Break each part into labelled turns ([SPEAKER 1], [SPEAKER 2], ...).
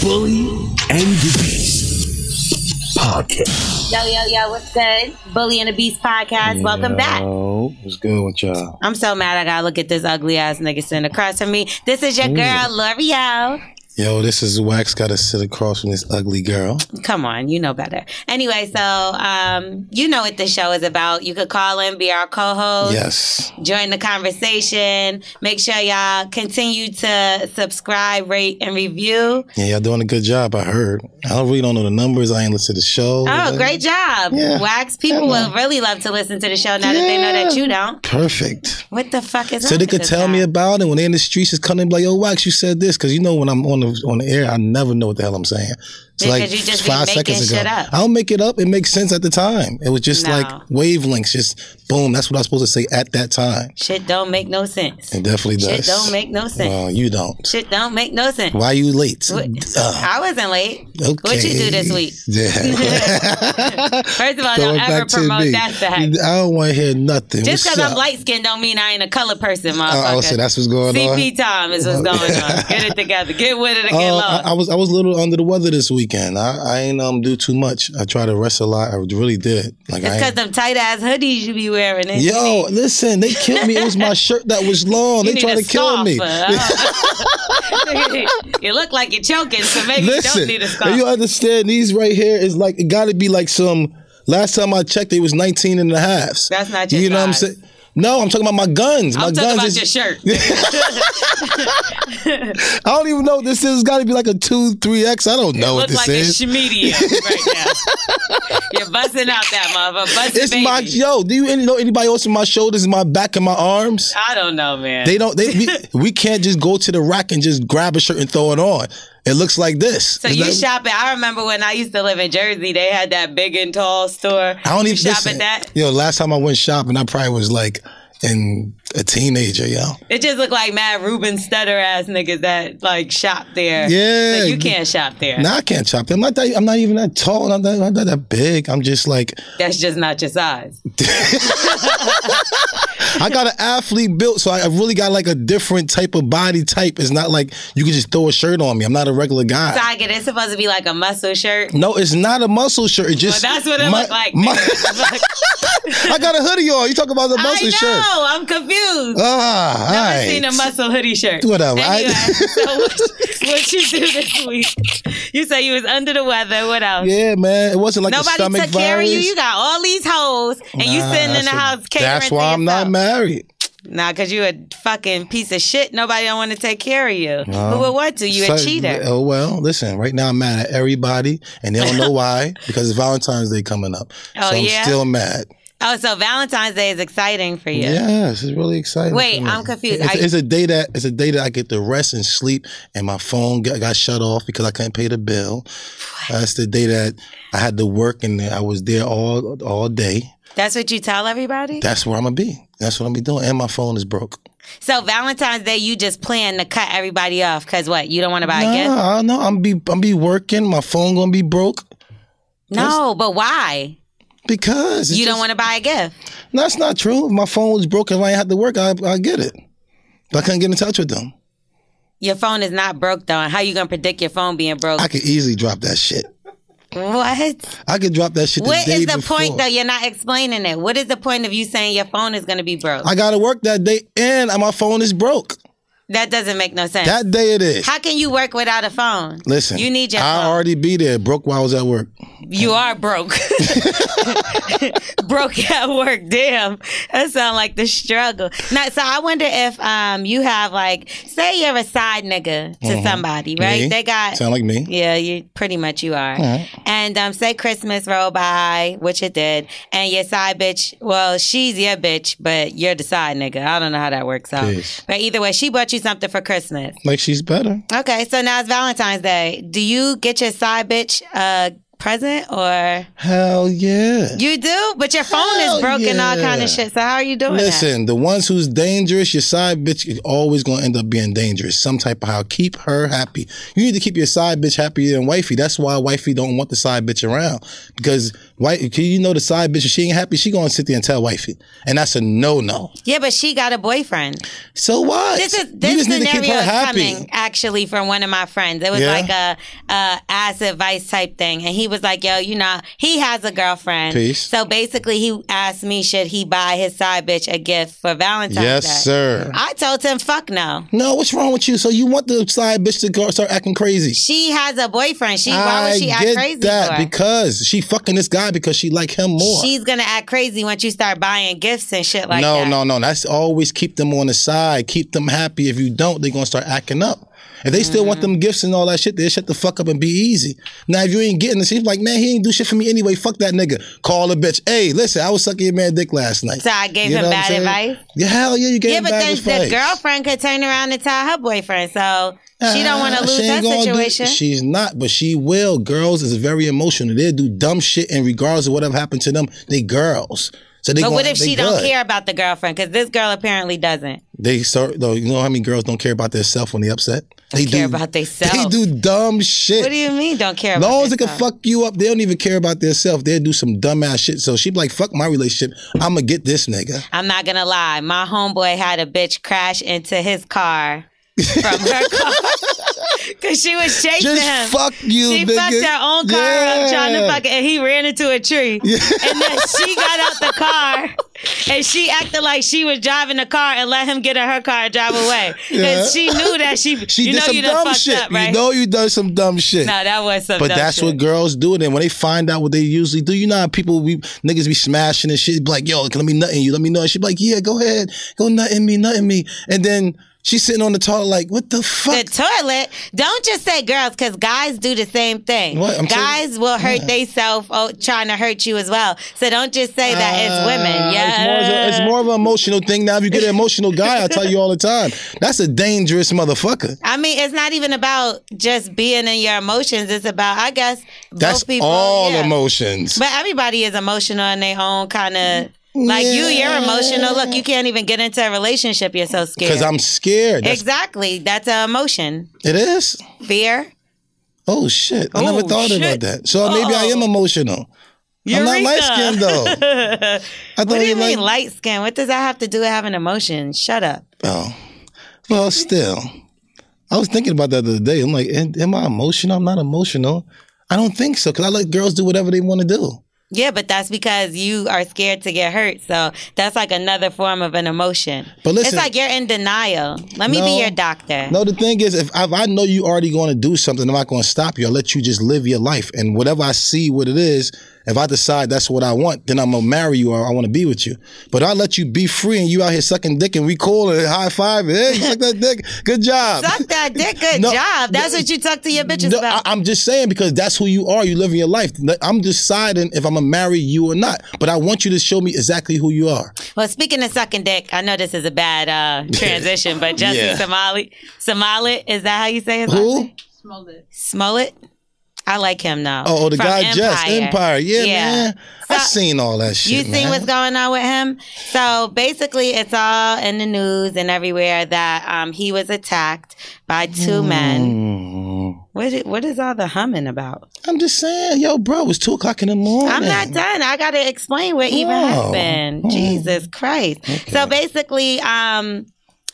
[SPEAKER 1] Bully and the Beast podcast.
[SPEAKER 2] Yo, yo, yo, what's good? Bully and the Beast podcast. Welcome back.
[SPEAKER 3] Yo, What's good with y'all?
[SPEAKER 2] I'm so mad I gotta look at this ugly ass nigga sitting across from me. This is your girl, L'Oreal.
[SPEAKER 3] Yo, this is Wax. Got to sit across from this ugly girl.
[SPEAKER 2] Come on, you know better. Anyway, so um, you know what the show is about. You could call in, be our co host.
[SPEAKER 3] Yes.
[SPEAKER 2] join the conversation. Make sure y'all continue to subscribe, rate, and review.
[SPEAKER 3] Yeah, y'all doing a good job. I heard. I don't really don't know the numbers. I ain't listened to the show.
[SPEAKER 2] Oh, great job.
[SPEAKER 3] Yeah.
[SPEAKER 2] Wax, people
[SPEAKER 3] Yeah.
[SPEAKER 2] will really love to listen to the show now that they know that
[SPEAKER 3] Yeah.
[SPEAKER 2] you don't.
[SPEAKER 3] Perfect.
[SPEAKER 2] What the fuck is
[SPEAKER 3] So
[SPEAKER 2] up
[SPEAKER 3] they
[SPEAKER 2] with
[SPEAKER 3] could
[SPEAKER 2] this
[SPEAKER 3] tell
[SPEAKER 2] guy?
[SPEAKER 3] me about it when they in the streets. Is coming like, yo, Wax, you said this because you know when I'm on the on the air, I never know what the hell I'm saying. It's
[SPEAKER 2] Because
[SPEAKER 3] like
[SPEAKER 2] you just be
[SPEAKER 3] five
[SPEAKER 2] making
[SPEAKER 3] seconds
[SPEAKER 2] shit
[SPEAKER 3] ago.
[SPEAKER 2] up.
[SPEAKER 3] I don't make it up. It makes sense at the time. It was just
[SPEAKER 2] No.
[SPEAKER 3] like wavelengths. Just boom. That's what I was supposed to say at that time.
[SPEAKER 2] Shit don't make no sense.
[SPEAKER 3] It definitely does.
[SPEAKER 2] Shit don't make no sense.
[SPEAKER 3] Well, you don't.
[SPEAKER 2] Shit don't make no sense.
[SPEAKER 3] Why you late?
[SPEAKER 2] What-
[SPEAKER 3] Uh,
[SPEAKER 2] I wasn't late.
[SPEAKER 3] Okay.
[SPEAKER 2] What you do this week?
[SPEAKER 3] Yeah.
[SPEAKER 2] First of all,
[SPEAKER 3] Throw it
[SPEAKER 2] don't ever
[SPEAKER 3] back to
[SPEAKER 2] promote
[SPEAKER 3] me.
[SPEAKER 2] that fact.
[SPEAKER 3] I don't want to hear nothing.
[SPEAKER 2] Just
[SPEAKER 3] What's
[SPEAKER 2] because I'm
[SPEAKER 3] up?
[SPEAKER 2] light skinned don't mean I ain't a color person, motherfucker.
[SPEAKER 3] Oh, oh, so that's what's going on.
[SPEAKER 2] CP time is what's going on. Get it together. Get with it and get
[SPEAKER 3] Uh,
[SPEAKER 2] lost.
[SPEAKER 3] I, I was I was a little under the weather this weekend. I, I ain't um do too much. I try to rest a lot. I really did. Like
[SPEAKER 2] It's
[SPEAKER 3] I
[SPEAKER 2] because
[SPEAKER 3] ain't-
[SPEAKER 2] them tight ass hoodies you be wearing. It.
[SPEAKER 3] Yo, listen, they killed me. It was my shirt that was long.
[SPEAKER 2] you
[SPEAKER 3] they
[SPEAKER 2] need
[SPEAKER 3] tried
[SPEAKER 2] a
[SPEAKER 3] to kill
[SPEAKER 2] scarf,
[SPEAKER 3] me.
[SPEAKER 2] uh, you look like you're choking, so maybe you don't
[SPEAKER 3] Listen,
[SPEAKER 2] need a
[SPEAKER 3] if
[SPEAKER 2] scarf.
[SPEAKER 3] you understand these right here is like it got to be like some. Last time I checked, it was 19 and a half.
[SPEAKER 2] That's not your
[SPEAKER 3] You know what I'm
[SPEAKER 2] size.
[SPEAKER 3] saying? No, I'm talking about my guns. My
[SPEAKER 2] I'm talking
[SPEAKER 3] guns
[SPEAKER 2] about
[SPEAKER 3] is,
[SPEAKER 2] your shirt.
[SPEAKER 3] I don't even know what this is. Got to be like a two, three X. I don't know what
[SPEAKER 2] Look
[SPEAKER 3] this
[SPEAKER 2] like
[SPEAKER 3] is.
[SPEAKER 2] a schmedium right now. you're busting out that motherfucker. Busting
[SPEAKER 3] it's
[SPEAKER 2] baby.
[SPEAKER 3] my yo. Do you any- know anybody else in my shoulders, my back, and my arms?
[SPEAKER 2] I don't know, man.
[SPEAKER 3] They don't. They we, we can't just go to the rack and just grab a shirt and throw it on. It looks like this.
[SPEAKER 2] so
[SPEAKER 3] It's
[SPEAKER 2] you
[SPEAKER 3] like-
[SPEAKER 2] shop at? I remember when I used to live in Jersey, they had that big and tall store.
[SPEAKER 3] I don't
[SPEAKER 2] you
[SPEAKER 3] even
[SPEAKER 2] shop
[SPEAKER 3] listen,
[SPEAKER 2] at that.
[SPEAKER 3] Yo, last time I went shopping, I probably was like in a teenager. Yo,
[SPEAKER 2] It just looked like mad Ruben Stutter ass niggas that like shop there.
[SPEAKER 3] Yeah.
[SPEAKER 2] so you can't shop there.
[SPEAKER 3] now I can't shop. I'm not that. I'm not even that tall. I'm not, I'm not that big. I'm just like
[SPEAKER 2] That's just not your size.
[SPEAKER 3] I got an athlete built, so I I really got like a different type of body type. It's not like you can just throw a shirt on me. I'm not a regular guy.
[SPEAKER 2] So I get it's supposed to be like a muscle shirt.
[SPEAKER 3] No, it's not a muscle shirt. It
[SPEAKER 2] But
[SPEAKER 3] just
[SPEAKER 2] that's what it
[SPEAKER 3] my-
[SPEAKER 2] looked like.
[SPEAKER 3] my-
[SPEAKER 2] nigga.
[SPEAKER 3] I got a hoodie on. You talk about the
[SPEAKER 2] I
[SPEAKER 3] muscle
[SPEAKER 2] know.
[SPEAKER 3] shirt.
[SPEAKER 2] I'm confused.
[SPEAKER 3] Ah, all
[SPEAKER 2] Never
[SPEAKER 3] right.
[SPEAKER 2] seen a muscle hoodie shirt.
[SPEAKER 3] Whatever, I-
[SPEAKER 2] Anyway, so what, what you do this week? You say you was under the weather. What else?
[SPEAKER 3] Yeah, man. It wasn't like a
[SPEAKER 2] Nobody took
[SPEAKER 3] stomach
[SPEAKER 2] care of
[SPEAKER 3] virus.
[SPEAKER 2] you. You got all these hoes, and you
[SPEAKER 3] Nah,
[SPEAKER 2] sitting in
[SPEAKER 3] that's
[SPEAKER 2] the
[SPEAKER 3] a-
[SPEAKER 2] house catering
[SPEAKER 3] That's why
[SPEAKER 2] to
[SPEAKER 3] I'm not
[SPEAKER 2] yourself.
[SPEAKER 3] married.
[SPEAKER 2] Nah, cause you a fucking piece of shit. Nobody don't want to take care of you. Who would want to? You a
[SPEAKER 3] So-
[SPEAKER 2] cheater.
[SPEAKER 3] Oh well, listen. Right now I'm mad at everybody, and they don't know why because Valentine's Day coming up.
[SPEAKER 2] Oh,
[SPEAKER 3] so I'm
[SPEAKER 2] yeah?
[SPEAKER 3] still mad.
[SPEAKER 2] Oh, so Valentine's Day is exciting for you.
[SPEAKER 3] Yes, it's really exciting.
[SPEAKER 2] Wait,
[SPEAKER 3] for me.
[SPEAKER 2] I'm confused.
[SPEAKER 3] It's,
[SPEAKER 2] Are you-
[SPEAKER 3] it's a day that it's a day that I get to rest and sleep, and my phone got, got shut off because I couldn't pay the bill. That's the day that I had to work, and I was there all all day.
[SPEAKER 2] That's what you tell everybody.
[SPEAKER 3] That's where I'm gonna be. That's what I'm gonna be doing. And my phone is broke.
[SPEAKER 2] So Valentine's Day, you just plan to cut everybody off because what? You don't want to buy a gift?
[SPEAKER 3] Nah, I know. I'm be I'm be working. My phone gonna be broke
[SPEAKER 2] No, but why?
[SPEAKER 3] because it's
[SPEAKER 2] You don't
[SPEAKER 3] just-
[SPEAKER 2] want to buy a gift.
[SPEAKER 3] That's not true. If my phone was broken, if I ain't had to work, I I get it. But I couldn't get in touch with them.
[SPEAKER 2] Your phone is not broke though. And how you gonna predict your phone being broke?
[SPEAKER 3] I could easily drop that shit.
[SPEAKER 2] what?
[SPEAKER 3] I could drop that shit.
[SPEAKER 2] What
[SPEAKER 3] the day
[SPEAKER 2] is the
[SPEAKER 3] before.
[SPEAKER 2] point though? You're not explaining it. What is the point of you saying your phone is gonna be broke?
[SPEAKER 3] I gotta work that day, and my phone is broke.
[SPEAKER 2] that doesn't make no sense.
[SPEAKER 3] That day it is.
[SPEAKER 2] how can you work without a phone?
[SPEAKER 3] Listen,
[SPEAKER 2] you need your
[SPEAKER 3] I
[SPEAKER 2] phone.
[SPEAKER 3] already be there broke while I was at work.
[SPEAKER 2] you are broke. broke at work. Damn. That sounds like the struggle. Now, so I wonder if um you have like say you're a side nigga to somebody, right?
[SPEAKER 3] Mm-hmm. Me?
[SPEAKER 2] They got
[SPEAKER 3] sound like me.
[SPEAKER 2] yeah, you pretty much you are.
[SPEAKER 3] right.
[SPEAKER 2] And um, say Christmas rolled by, which it did, and your side bitch. Well, she's your bitch, but you're the side nigga. I don't know how that works out.
[SPEAKER 3] Yes.
[SPEAKER 2] But either way, she bought you something for Christmas.
[SPEAKER 3] Like she's better.
[SPEAKER 2] Okay, so now it's Valentine's Day. Do you get your side bitch a present or
[SPEAKER 3] Hell yeah.
[SPEAKER 2] you do? But your phone is
[SPEAKER 3] Hell
[SPEAKER 2] broken, and all
[SPEAKER 3] yeah.
[SPEAKER 2] kind of shit. So how are you doing that?
[SPEAKER 3] Listen, the ones who's dangerous, your side bitch is always gonna end up being dangerous. Some type of how. Keep her happy. You need to keep your side bitch happier than wifey. That's why wifey don't want the side bitch around because White, you know the side bitch, if she ain't happy, she gonna sit there and tell wifey. And that's a no no.
[SPEAKER 2] Yeah, but she got a boyfriend.
[SPEAKER 3] So what?
[SPEAKER 2] This is this scenario is coming actually from one of my friends. It was
[SPEAKER 3] Yeah.
[SPEAKER 2] like a, a ass advice type thing, and he was like, "Yo, you know, he has a girlfriend.
[SPEAKER 3] Peace.
[SPEAKER 2] So basically, he asked me, should he buy his side bitch a gift for Valentine's
[SPEAKER 3] Yes,
[SPEAKER 2] Day?
[SPEAKER 3] sir.
[SPEAKER 2] I told him, "Fuck no."
[SPEAKER 3] No, what's wrong with you? So you want the side bitch to go start acting crazy?
[SPEAKER 2] She has a boyfriend. She why would she
[SPEAKER 3] I
[SPEAKER 2] act
[SPEAKER 3] get
[SPEAKER 2] crazy
[SPEAKER 3] that
[SPEAKER 2] for?
[SPEAKER 3] because she fucking this guy because she like him more.
[SPEAKER 2] She's gonna act crazy once you start buying gifts and shit like
[SPEAKER 3] no,
[SPEAKER 2] that.
[SPEAKER 3] no, no. That's always keep them on the side. Keep them happy. If you don't, they're gonna start acting up. If they still
[SPEAKER 2] Mm-hmm.
[SPEAKER 3] want them gifts and all that shit, they shut the fuck up and be easy. Now, if you ain't getting this, he's like, man, he ain't do shit for me anyway. Fuck that nigga. Call the bitch. Hey, listen, I was sucking your man dick last night.
[SPEAKER 2] So I gave him
[SPEAKER 3] know what
[SPEAKER 2] bad
[SPEAKER 3] I'm saying?
[SPEAKER 2] advice?
[SPEAKER 3] Yeah, hell yeah, you gave
[SPEAKER 2] Yeah,
[SPEAKER 3] him
[SPEAKER 2] but
[SPEAKER 3] bad
[SPEAKER 2] then
[SPEAKER 3] advice.
[SPEAKER 2] the girlfriend could turn around and tell her boyfriend, so she don't want
[SPEAKER 3] Ah,
[SPEAKER 2] to lose
[SPEAKER 3] she
[SPEAKER 2] her
[SPEAKER 3] ain't gonna do-
[SPEAKER 2] situation.
[SPEAKER 3] she's not, but she will. Girls is very emotional. They do dumb shit, and regardless of whatever happened to them, they girls. So they
[SPEAKER 2] but
[SPEAKER 3] gonna-
[SPEAKER 2] what if
[SPEAKER 3] they
[SPEAKER 2] she don't
[SPEAKER 3] good.
[SPEAKER 2] care about the girlfriend? Because this girl apparently doesn't.
[SPEAKER 3] They start though. You know how many girls don't care about themselves when they upset? They
[SPEAKER 2] care about themselves.
[SPEAKER 3] They do dumb shit.
[SPEAKER 2] What do you mean? Don't care.
[SPEAKER 3] As
[SPEAKER 2] about
[SPEAKER 3] long as they can
[SPEAKER 2] themselves?
[SPEAKER 3] fuck you up, they don't even care about themselves. They'll do some dumb ass shit. So she be like, "Fuck my relationship. I'm gonna get this nigga."
[SPEAKER 2] I'm not gonna lie. My homeboy had a bitch crash into his car from her car because she was chasing
[SPEAKER 3] Just
[SPEAKER 2] him.
[SPEAKER 3] fuck you,
[SPEAKER 2] she
[SPEAKER 3] nigga.
[SPEAKER 2] fucked her own car up trying to
[SPEAKER 3] Yeah.
[SPEAKER 2] fuck it, and he ran into a tree. And then she got out the car, and she acted like she was driving the car and let him get in her car and drive away.
[SPEAKER 3] Yeah.
[SPEAKER 2] Because she knew that she,
[SPEAKER 3] She
[SPEAKER 2] you
[SPEAKER 3] did
[SPEAKER 2] know,
[SPEAKER 3] some
[SPEAKER 2] you done
[SPEAKER 3] dumb
[SPEAKER 2] fucked
[SPEAKER 3] shit.
[SPEAKER 2] up, right?
[SPEAKER 3] You know you done some dumb shit.
[SPEAKER 2] no, that was some.
[SPEAKER 3] But
[SPEAKER 2] dumb
[SPEAKER 3] that's
[SPEAKER 2] shit.
[SPEAKER 3] what girls do. And then when they find out what they usually do, you know how people be niggas be smashing and shit. Be like, yo, let me nut in you. Let me know. And she be like, yeah, go ahead, go nut in me, nut in me. And then she's sitting on the toilet like, what the
[SPEAKER 2] the
[SPEAKER 3] fuck?
[SPEAKER 2] toilet. Don't just say girls, because guys do the same thing.
[SPEAKER 3] What? I'm
[SPEAKER 2] guys will hurt theyself oh, trying to hurt you as well. So don't just say that it's
[SPEAKER 3] Ah,
[SPEAKER 2] women.
[SPEAKER 3] it's more, of a-
[SPEAKER 2] Yeah,
[SPEAKER 3] it's more of an emotional thing now. If you get an emotional guy, I tell you all the time, that's a dangerous motherfucker.
[SPEAKER 2] I mean, it's not even about just being in your emotions. It's about, I guess,
[SPEAKER 3] That's
[SPEAKER 2] both people.
[SPEAKER 3] all
[SPEAKER 2] yeah.
[SPEAKER 3] emotions.
[SPEAKER 2] But everybody is emotional in their own kind of. Like you, you're emotional. Look, you can't even get into a relationship. You're so scared.
[SPEAKER 3] Because I'm scared. That's,
[SPEAKER 2] exactly. That's an emotion.
[SPEAKER 3] it is.
[SPEAKER 2] Fear.
[SPEAKER 3] Oh shit! I never
[SPEAKER 2] Oh,
[SPEAKER 3] thought
[SPEAKER 2] shit.
[SPEAKER 3] about that. So maybe I am
[SPEAKER 2] Oh.
[SPEAKER 3] emotional. I'm
[SPEAKER 2] Eureka.
[SPEAKER 3] not light skinned though. I thought
[SPEAKER 2] What do you
[SPEAKER 3] you're
[SPEAKER 2] mean light skin? What does that have to do with having emotion? Shut up.
[SPEAKER 3] Oh, well, still, I was thinking about that the other day. I'm like, am, am I emotional? I'm not emotional. I don't think so because I let girls do whatever they want to do.
[SPEAKER 2] Yeah, but that's because you are scared to get hurt. So that's like another form of an emotion.
[SPEAKER 3] But listen-
[SPEAKER 2] it's like you're in denial. Let me
[SPEAKER 3] No.
[SPEAKER 2] be your doctor.
[SPEAKER 3] No, the thing is, if I, if I know you already going to do something, I'm not going to stop you. I'll let you just live your life. And whatever I see, what it is, if I decide that's what I want, then I'm going to marry you or I want to be with you. But I let you be free and you out here sucking dick and we cool and high five. Hey, suck that dick. Good job.
[SPEAKER 2] Suck that dick. Good
[SPEAKER 3] No.
[SPEAKER 2] job. That's what you talk to your bitches
[SPEAKER 3] No, I,
[SPEAKER 2] about.
[SPEAKER 3] I'm just saying because that's who you are. You live in your life. Like, I'm deciding if I'm gonna marry you or not. But I want you to show me exactly who you are.
[SPEAKER 2] well, speaking of sucking dick, I know this is a bad uh, transition, but Jesse
[SPEAKER 3] Yeah.
[SPEAKER 2] Somali, Somali, is that how you say his last
[SPEAKER 3] Who?
[SPEAKER 2] name? Smollett. I like him now.
[SPEAKER 3] Oh, the
[SPEAKER 2] From
[SPEAKER 3] guy Jess Empire. Yeah, man. I
[SPEAKER 2] So-
[SPEAKER 3] seen all that shit.
[SPEAKER 2] You seen
[SPEAKER 3] man.
[SPEAKER 2] what's going on with him? So basically, it's all in the news and everywhere that um, he was attacked by
[SPEAKER 3] Hmm.
[SPEAKER 2] two men.
[SPEAKER 3] Mm.
[SPEAKER 2] What is, what is all the humming about?
[SPEAKER 3] I'm just saying, yo, bro, it's two o'clock in the morning.
[SPEAKER 2] I'm not done. I gotta explain what even
[SPEAKER 3] Oh.
[SPEAKER 2] happened. Jesus Christ! So basically, um,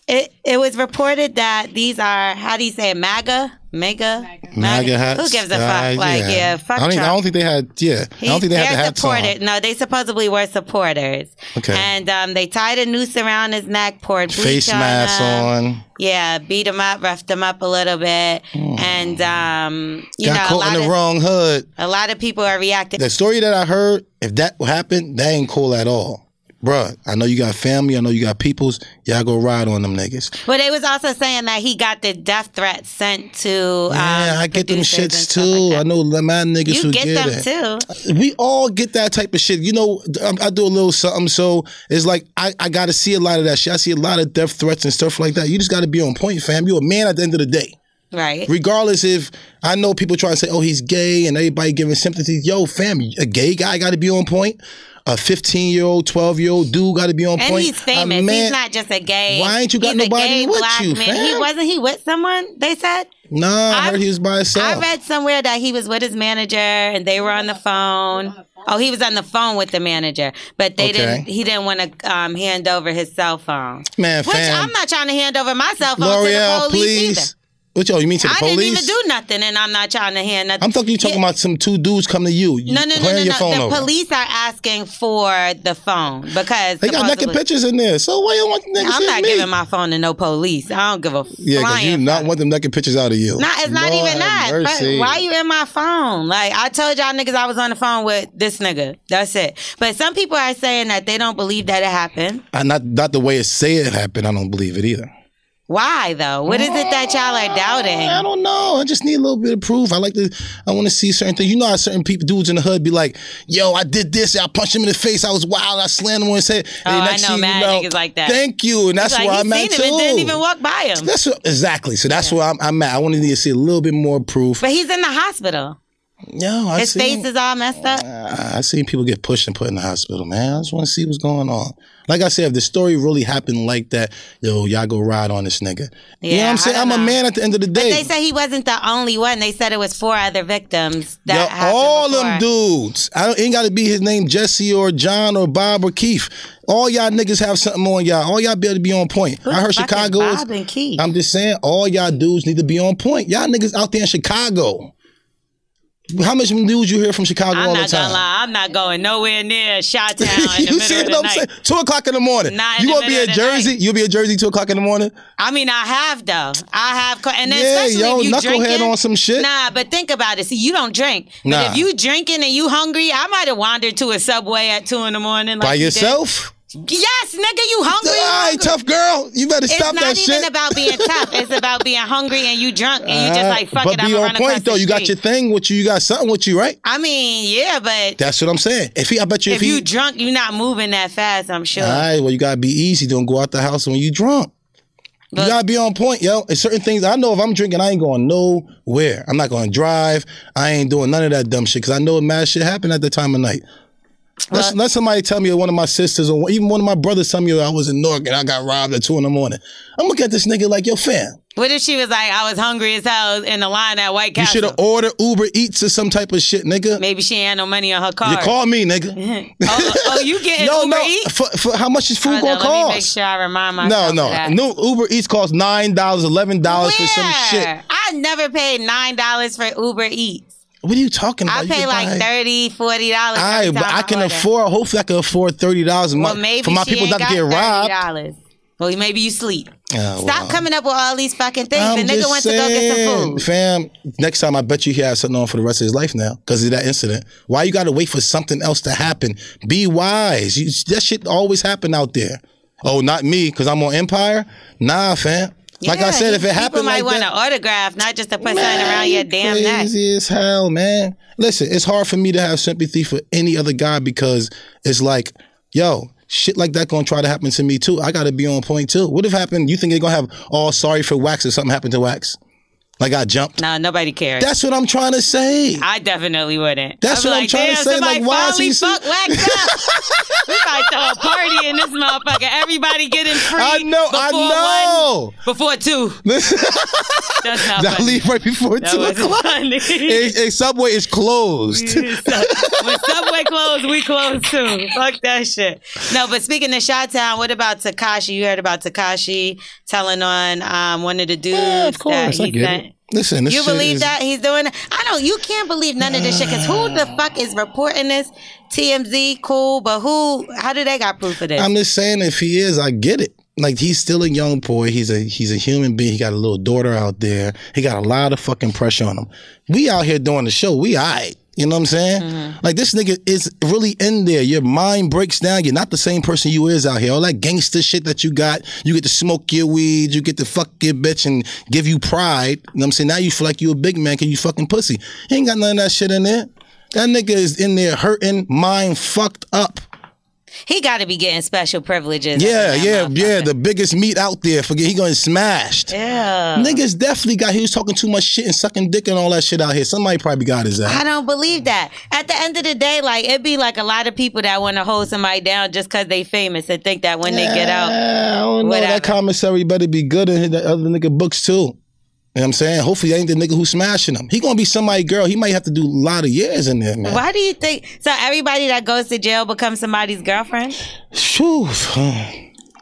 [SPEAKER 2] it it was reported that these are how do you say it? MAGA, mega,
[SPEAKER 3] MAGA hats.
[SPEAKER 2] Who gives a fuck?
[SPEAKER 3] uh,
[SPEAKER 2] like yeah, fuck
[SPEAKER 3] I don't, even- I
[SPEAKER 2] Trump.
[SPEAKER 3] don't think they had. Yeah, I
[SPEAKER 2] He-
[SPEAKER 3] don't think they
[SPEAKER 2] they're
[SPEAKER 3] had the hats on.
[SPEAKER 2] supported. No, they supposedly were supporters.
[SPEAKER 3] Okay.
[SPEAKER 2] And um, they tied a noose around his neck, poured bleach
[SPEAKER 3] Face
[SPEAKER 2] on
[SPEAKER 3] masks
[SPEAKER 2] him.
[SPEAKER 3] on.
[SPEAKER 2] Yeah, beat him up, roughed him up a little bit, and um, you
[SPEAKER 3] Oh. Got
[SPEAKER 2] know, a
[SPEAKER 3] caught
[SPEAKER 2] lot,
[SPEAKER 3] in the
[SPEAKER 2] of,
[SPEAKER 3] wrong hood.
[SPEAKER 2] a lot of people are reacting.
[SPEAKER 3] the story that I heard, if that happened, that ain't cool at all. Bruh, I know you got family, I know you got peoples, y'all go ride on them niggas.
[SPEAKER 2] But they was also saying that he got the death threat sent to.
[SPEAKER 3] Yeah,
[SPEAKER 2] um,
[SPEAKER 3] I get them
[SPEAKER 2] producers and
[SPEAKER 3] shits
[SPEAKER 2] stuff
[SPEAKER 3] too.
[SPEAKER 2] like
[SPEAKER 3] I
[SPEAKER 2] that.
[SPEAKER 3] know the mad niggas
[SPEAKER 2] You
[SPEAKER 3] who
[SPEAKER 2] get,
[SPEAKER 3] get,
[SPEAKER 2] them
[SPEAKER 3] it.
[SPEAKER 2] too.
[SPEAKER 3] We all get that type of shit. You know, um, I, I do a little something, so it's like I, I gotta see a lot of that shit. I see a lot of death threats and stuff like that. You just gotta be on point, fam. you a man at the end of the day.
[SPEAKER 2] Right.
[SPEAKER 3] Regardless if I know people try to say, oh, he's gay and everybody giving sympathies. Yo, fam, a gay guy got to be on point. A 15 year old, 12 year old dude got to be on
[SPEAKER 2] And
[SPEAKER 3] point.
[SPEAKER 2] he's
[SPEAKER 3] A
[SPEAKER 2] famous. he's
[SPEAKER 3] man-
[SPEAKER 2] not just a gay.
[SPEAKER 3] Why ain't you got
[SPEAKER 2] he's a
[SPEAKER 3] nobody
[SPEAKER 2] gay
[SPEAKER 3] with
[SPEAKER 2] black
[SPEAKER 3] you,
[SPEAKER 2] man. He
[SPEAKER 3] fam?
[SPEAKER 2] wasn't he with someone? They said.
[SPEAKER 3] Nah, I,
[SPEAKER 2] I-
[SPEAKER 3] heard he was by himself.
[SPEAKER 2] I read somewhere that he was with his manager and they were on the phone. Oh, he was on the phone with the manager, but they
[SPEAKER 3] Okay.
[SPEAKER 2] didn't. He didn't want to um, hand over his cell phone.
[SPEAKER 3] Man,
[SPEAKER 2] Which
[SPEAKER 3] fam.
[SPEAKER 2] I'm not trying to hand over my cell phone to
[SPEAKER 3] L'Oreal,
[SPEAKER 2] the police
[SPEAKER 3] please.
[SPEAKER 2] either.
[SPEAKER 3] What y'all, you mean to the
[SPEAKER 2] I
[SPEAKER 3] police?
[SPEAKER 2] didn't even do nothing, and I'm not trying to hand nothing.
[SPEAKER 3] I'm talking you talking
[SPEAKER 2] Yeah.
[SPEAKER 3] about some two dudes come to you. you
[SPEAKER 2] No, no, no,
[SPEAKER 3] hand
[SPEAKER 2] no,
[SPEAKER 3] your
[SPEAKER 2] no.
[SPEAKER 3] phone
[SPEAKER 2] The
[SPEAKER 3] over.
[SPEAKER 2] police are asking for the phone because
[SPEAKER 3] They got naked
[SPEAKER 2] supposedly-
[SPEAKER 3] pictures in there. So why you don't want the niggas
[SPEAKER 2] I'm
[SPEAKER 3] in
[SPEAKER 2] not
[SPEAKER 3] me?
[SPEAKER 2] giving my phone to no police. I don't give a
[SPEAKER 3] Yeah, because
[SPEAKER 2] flying
[SPEAKER 3] you not want them naked pictures out of you.
[SPEAKER 2] Not, it's not
[SPEAKER 3] Lord
[SPEAKER 2] even that.
[SPEAKER 3] have
[SPEAKER 2] But
[SPEAKER 3] mercy.
[SPEAKER 2] why you in my phone? Like I told y'all niggas, I was on the phone with this nigga. That's it. But some people are saying that they don't believe that it happened.
[SPEAKER 3] I, not not the way it said it happened. I don't believe it either.
[SPEAKER 2] Why though? What is it that y'all are
[SPEAKER 3] I
[SPEAKER 2] doubting?
[SPEAKER 3] don't know. I just need a little bit of proof. I like to. I want to see certain things. You know how certain people, dudes in the hood, be like, "Yo, I did this. I punched him in the face. I was wild. I slammed him on his head." And
[SPEAKER 2] Oh,
[SPEAKER 3] the
[SPEAKER 2] I
[SPEAKER 3] next
[SPEAKER 2] know
[SPEAKER 3] thing you
[SPEAKER 2] mad niggas like that.
[SPEAKER 3] Thank you, and that's
[SPEAKER 2] Like
[SPEAKER 3] where
[SPEAKER 2] he
[SPEAKER 3] I'm
[SPEAKER 2] seen
[SPEAKER 3] at
[SPEAKER 2] him
[SPEAKER 3] too.
[SPEAKER 2] and didn't even walk by him.
[SPEAKER 3] That's what, exactly. So that's where I'm, I'm at. I want to need to see a little bit more proof.
[SPEAKER 2] But he's in the hospital.
[SPEAKER 3] Yo, I
[SPEAKER 2] His
[SPEAKER 3] seen,
[SPEAKER 2] face is all messed up.
[SPEAKER 3] I I seen people get pushed and put in the hospital, man. I just want to see what's going on. Like I said, if the story really happened like that, yo, y'all go ride on this nigga. you know what
[SPEAKER 2] Yeah,
[SPEAKER 3] I'm saying?
[SPEAKER 2] I
[SPEAKER 3] I'm
[SPEAKER 2] don't
[SPEAKER 3] a
[SPEAKER 2] know.
[SPEAKER 3] man at the end of the day.
[SPEAKER 2] They say he wasn't the only one. They said it was four other victims that
[SPEAKER 3] Yo,
[SPEAKER 2] happened
[SPEAKER 3] all
[SPEAKER 2] before.
[SPEAKER 3] them dudes. I don't, ain't got to be his name Jesse or John or Bob or Keith. All y'all niggas have something on y'all. All y'all be able to be on point.
[SPEAKER 2] Who
[SPEAKER 3] I heard
[SPEAKER 2] the fuck is
[SPEAKER 3] Chicago. is-
[SPEAKER 2] Bob and Keith?
[SPEAKER 3] I'm just saying, all y'all dudes need to be on point. Y'all niggas out there in Chicago. How much dudes you hear from Chicago
[SPEAKER 2] I'm
[SPEAKER 3] all
[SPEAKER 2] not
[SPEAKER 3] the time?
[SPEAKER 2] gonna lie. I'm not going nowhere near Shot Town in the
[SPEAKER 3] you see what
[SPEAKER 2] middle of the
[SPEAKER 3] I'm
[SPEAKER 2] night.
[SPEAKER 3] saying? Two o'clock in the morning.
[SPEAKER 2] Not in
[SPEAKER 3] you
[SPEAKER 2] the
[SPEAKER 3] gonna be
[SPEAKER 2] middle
[SPEAKER 3] in
[SPEAKER 2] of the
[SPEAKER 3] Jersey?
[SPEAKER 2] night.
[SPEAKER 3] You'll be in Jersey two o'clock in the morning.
[SPEAKER 2] I mean, I have though. I have, co- and then
[SPEAKER 3] Yeah,
[SPEAKER 2] especially
[SPEAKER 3] yo,
[SPEAKER 2] if you
[SPEAKER 3] knucklehead
[SPEAKER 2] drinking
[SPEAKER 3] on some shit.
[SPEAKER 2] Nah, but think about it. See, you don't drink. But
[SPEAKER 3] Nah.
[SPEAKER 2] if you drinking and you hungry, I might have wandered to a subway at two in the morning like
[SPEAKER 3] By
[SPEAKER 2] you did.
[SPEAKER 3] yourself?
[SPEAKER 2] Yes, nigga, you hungry?
[SPEAKER 3] All
[SPEAKER 2] you
[SPEAKER 3] right,
[SPEAKER 2] hungry.
[SPEAKER 3] tough girl. You better
[SPEAKER 2] It's
[SPEAKER 3] stop
[SPEAKER 2] not
[SPEAKER 3] that
[SPEAKER 2] even
[SPEAKER 3] shit.
[SPEAKER 2] about being tough. It's about being hungry and you drunk and you just
[SPEAKER 3] Uh,
[SPEAKER 2] like fuck
[SPEAKER 3] but
[SPEAKER 2] it.
[SPEAKER 3] be
[SPEAKER 2] I'm
[SPEAKER 3] on
[SPEAKER 2] run across
[SPEAKER 3] point though.
[SPEAKER 2] the
[SPEAKER 3] You got your
[SPEAKER 2] street.
[SPEAKER 3] thing with you. You got something with you, right?
[SPEAKER 2] I mean, yeah, but
[SPEAKER 3] That's what I'm saying. If he, I bet you, if,
[SPEAKER 2] if you
[SPEAKER 3] he,
[SPEAKER 2] drunk, you're not moving that fast. I'm sure.
[SPEAKER 3] all right, well, you gotta be easy. Don't go out the house when you drunk.
[SPEAKER 2] Look.
[SPEAKER 3] you gotta be on point, yo. It's certain things I know. If I'm drinking, I ain't going nowhere. I'm not going to drive. I ain't doing none of that dumb shit because I know mad shit happened at the time of night. Let let somebody tell me or one of my sisters or even one of my brothers tell me I was in Newark and I got robbed at two in the morning. I'm looking at this nigga like, yo, fam,
[SPEAKER 2] What if she was like, I was hungry as hell in the line at White
[SPEAKER 3] you
[SPEAKER 2] Castle?
[SPEAKER 3] should have ordered Uber Eats or some type of shit, nigga.
[SPEAKER 2] Maybe she ain't had no money on her card.
[SPEAKER 3] You call me, nigga.
[SPEAKER 2] oh, oh, you getting
[SPEAKER 3] no,
[SPEAKER 2] Uber
[SPEAKER 3] no.
[SPEAKER 2] Eats?
[SPEAKER 3] For, for how much is food
[SPEAKER 2] Hold
[SPEAKER 3] gonna
[SPEAKER 2] on, Let me make
[SPEAKER 3] cost?
[SPEAKER 2] sure I remind
[SPEAKER 3] No,
[SPEAKER 2] myself. of
[SPEAKER 3] no.
[SPEAKER 2] that.
[SPEAKER 3] New Uber Eats costs nine dollars, eleven dollars for some shit.
[SPEAKER 2] Where? I never paid nine dollars for Uber Eats.
[SPEAKER 3] What are you talking about?
[SPEAKER 2] I
[SPEAKER 3] You
[SPEAKER 2] pay
[SPEAKER 3] can
[SPEAKER 2] like
[SPEAKER 3] buy-
[SPEAKER 2] thirty, forty dollars.
[SPEAKER 3] All right, but I can afford. Hopefully, I can afford thirty dollars a
[SPEAKER 2] Well,
[SPEAKER 3] month
[SPEAKER 2] maybe
[SPEAKER 3] for my
[SPEAKER 2] she
[SPEAKER 3] people
[SPEAKER 2] ain't
[SPEAKER 3] not to
[SPEAKER 2] got
[SPEAKER 3] get robbed.
[SPEAKER 2] $30. Well, maybe you sleep.
[SPEAKER 3] Oh,
[SPEAKER 2] Stop
[SPEAKER 3] well.
[SPEAKER 2] coming up with all these fucking things.
[SPEAKER 3] I'm
[SPEAKER 2] the nigga
[SPEAKER 3] just
[SPEAKER 2] went
[SPEAKER 3] saying,
[SPEAKER 2] to go get some food.
[SPEAKER 3] fam. Next time, I bet you he has something on for the rest of his life now because of that incident. Why you got to wait for something else to happen? Be wise. You, that shit always happen out there. Oh, not me because I'm on Empire. Nah, fam. like I
[SPEAKER 2] Yeah,
[SPEAKER 3] said, if it
[SPEAKER 2] people
[SPEAKER 3] happened
[SPEAKER 2] might
[SPEAKER 3] like
[SPEAKER 2] want
[SPEAKER 3] that,
[SPEAKER 2] an autograph, not just to put something
[SPEAKER 3] Man,
[SPEAKER 2] around
[SPEAKER 3] you
[SPEAKER 2] your damn neck.
[SPEAKER 3] crazy as hell, man. Listen, it's hard for me to have sympathy for any other guy because it's like, yo, shit like that gonna try to happen to me too. I gotta be on point too. What if happened? You think they're gonna have all sorry for wax if something happened to wax? Like I jumped.
[SPEAKER 2] No, nobody cares.
[SPEAKER 3] That's what I'm trying to say.
[SPEAKER 2] I definitely wouldn't.
[SPEAKER 3] That's
[SPEAKER 2] I'd be
[SPEAKER 3] what I'm
[SPEAKER 2] like,
[SPEAKER 3] trying to
[SPEAKER 2] Damn,
[SPEAKER 3] say,
[SPEAKER 2] Somebody
[SPEAKER 3] like, why is
[SPEAKER 2] finally
[SPEAKER 3] he so-
[SPEAKER 2] fuck waxed up? we about to throw a party in this motherfucker. Everybody getting free.
[SPEAKER 3] I know, I
[SPEAKER 2] before
[SPEAKER 3] know.
[SPEAKER 2] One, before two. That's not
[SPEAKER 3] I
[SPEAKER 2] funny.
[SPEAKER 3] leave right before
[SPEAKER 2] that
[SPEAKER 3] two
[SPEAKER 2] wasn't
[SPEAKER 3] o'clock.
[SPEAKER 2] funny.
[SPEAKER 3] A, a subway is closed.
[SPEAKER 2] when Subway closed, we closed too. Fuck that shit. No, but speaking of Shot Town, what about Takashi? You heard about Takashi telling on um, one of the dudes
[SPEAKER 3] Yeah, of
[SPEAKER 2] that
[SPEAKER 3] course,
[SPEAKER 2] he
[SPEAKER 3] I get
[SPEAKER 2] sent.
[SPEAKER 3] it. Listen, this
[SPEAKER 2] You
[SPEAKER 3] shit
[SPEAKER 2] believe
[SPEAKER 3] is-
[SPEAKER 2] that he's doing? it? I don't. You can't believe none of this shit. Cause who the fuck is reporting this? TMZ, cool, but who? How do they got proof of this?
[SPEAKER 3] I'm just saying, if he is, I get it. Like he's still a young boy. He's a he's a human being. He got a little daughter out there. He got a lot of fucking pressure on him. We out here doing the show. We alright. You know what I'm saying? Like this nigga is really in there. Your mind breaks down. You're not the same person you is out here. All that gangster shit that you got. You get to smoke your weed. You get to fuck your bitch and give you pride. You know what I'm saying? Now you feel like you a big man because you fucking pussy. He ain't got none of that shit in there. That nigga is in there hurting, mind fucked up.
[SPEAKER 2] He got to be getting special privileges.
[SPEAKER 3] Yeah, yeah, yeah. The biggest meat out there. Forget he going smashed.
[SPEAKER 2] yeah.
[SPEAKER 3] Niggas definitely got. He was talking too much shit and sucking dick and all that shit out here. Somebody probably got his
[SPEAKER 2] I
[SPEAKER 3] ass.
[SPEAKER 2] don't believe that. At the end of the day, like it'd be like a lot of people that want to hold somebody down just because they famous and think that when they get out,
[SPEAKER 3] Yeah, I don't know.
[SPEAKER 2] Whatever.
[SPEAKER 3] That commissary better be good in the other nigga books too. You know what I'm saying? Hopefully, that ain't the nigga who's smashing him. He gonna be somebody girl. He might have to do a lot of years in there, man.
[SPEAKER 2] why do you think so? Everybody that goes to jail becomes somebody's girlfriend.
[SPEAKER 3] Phew, huh.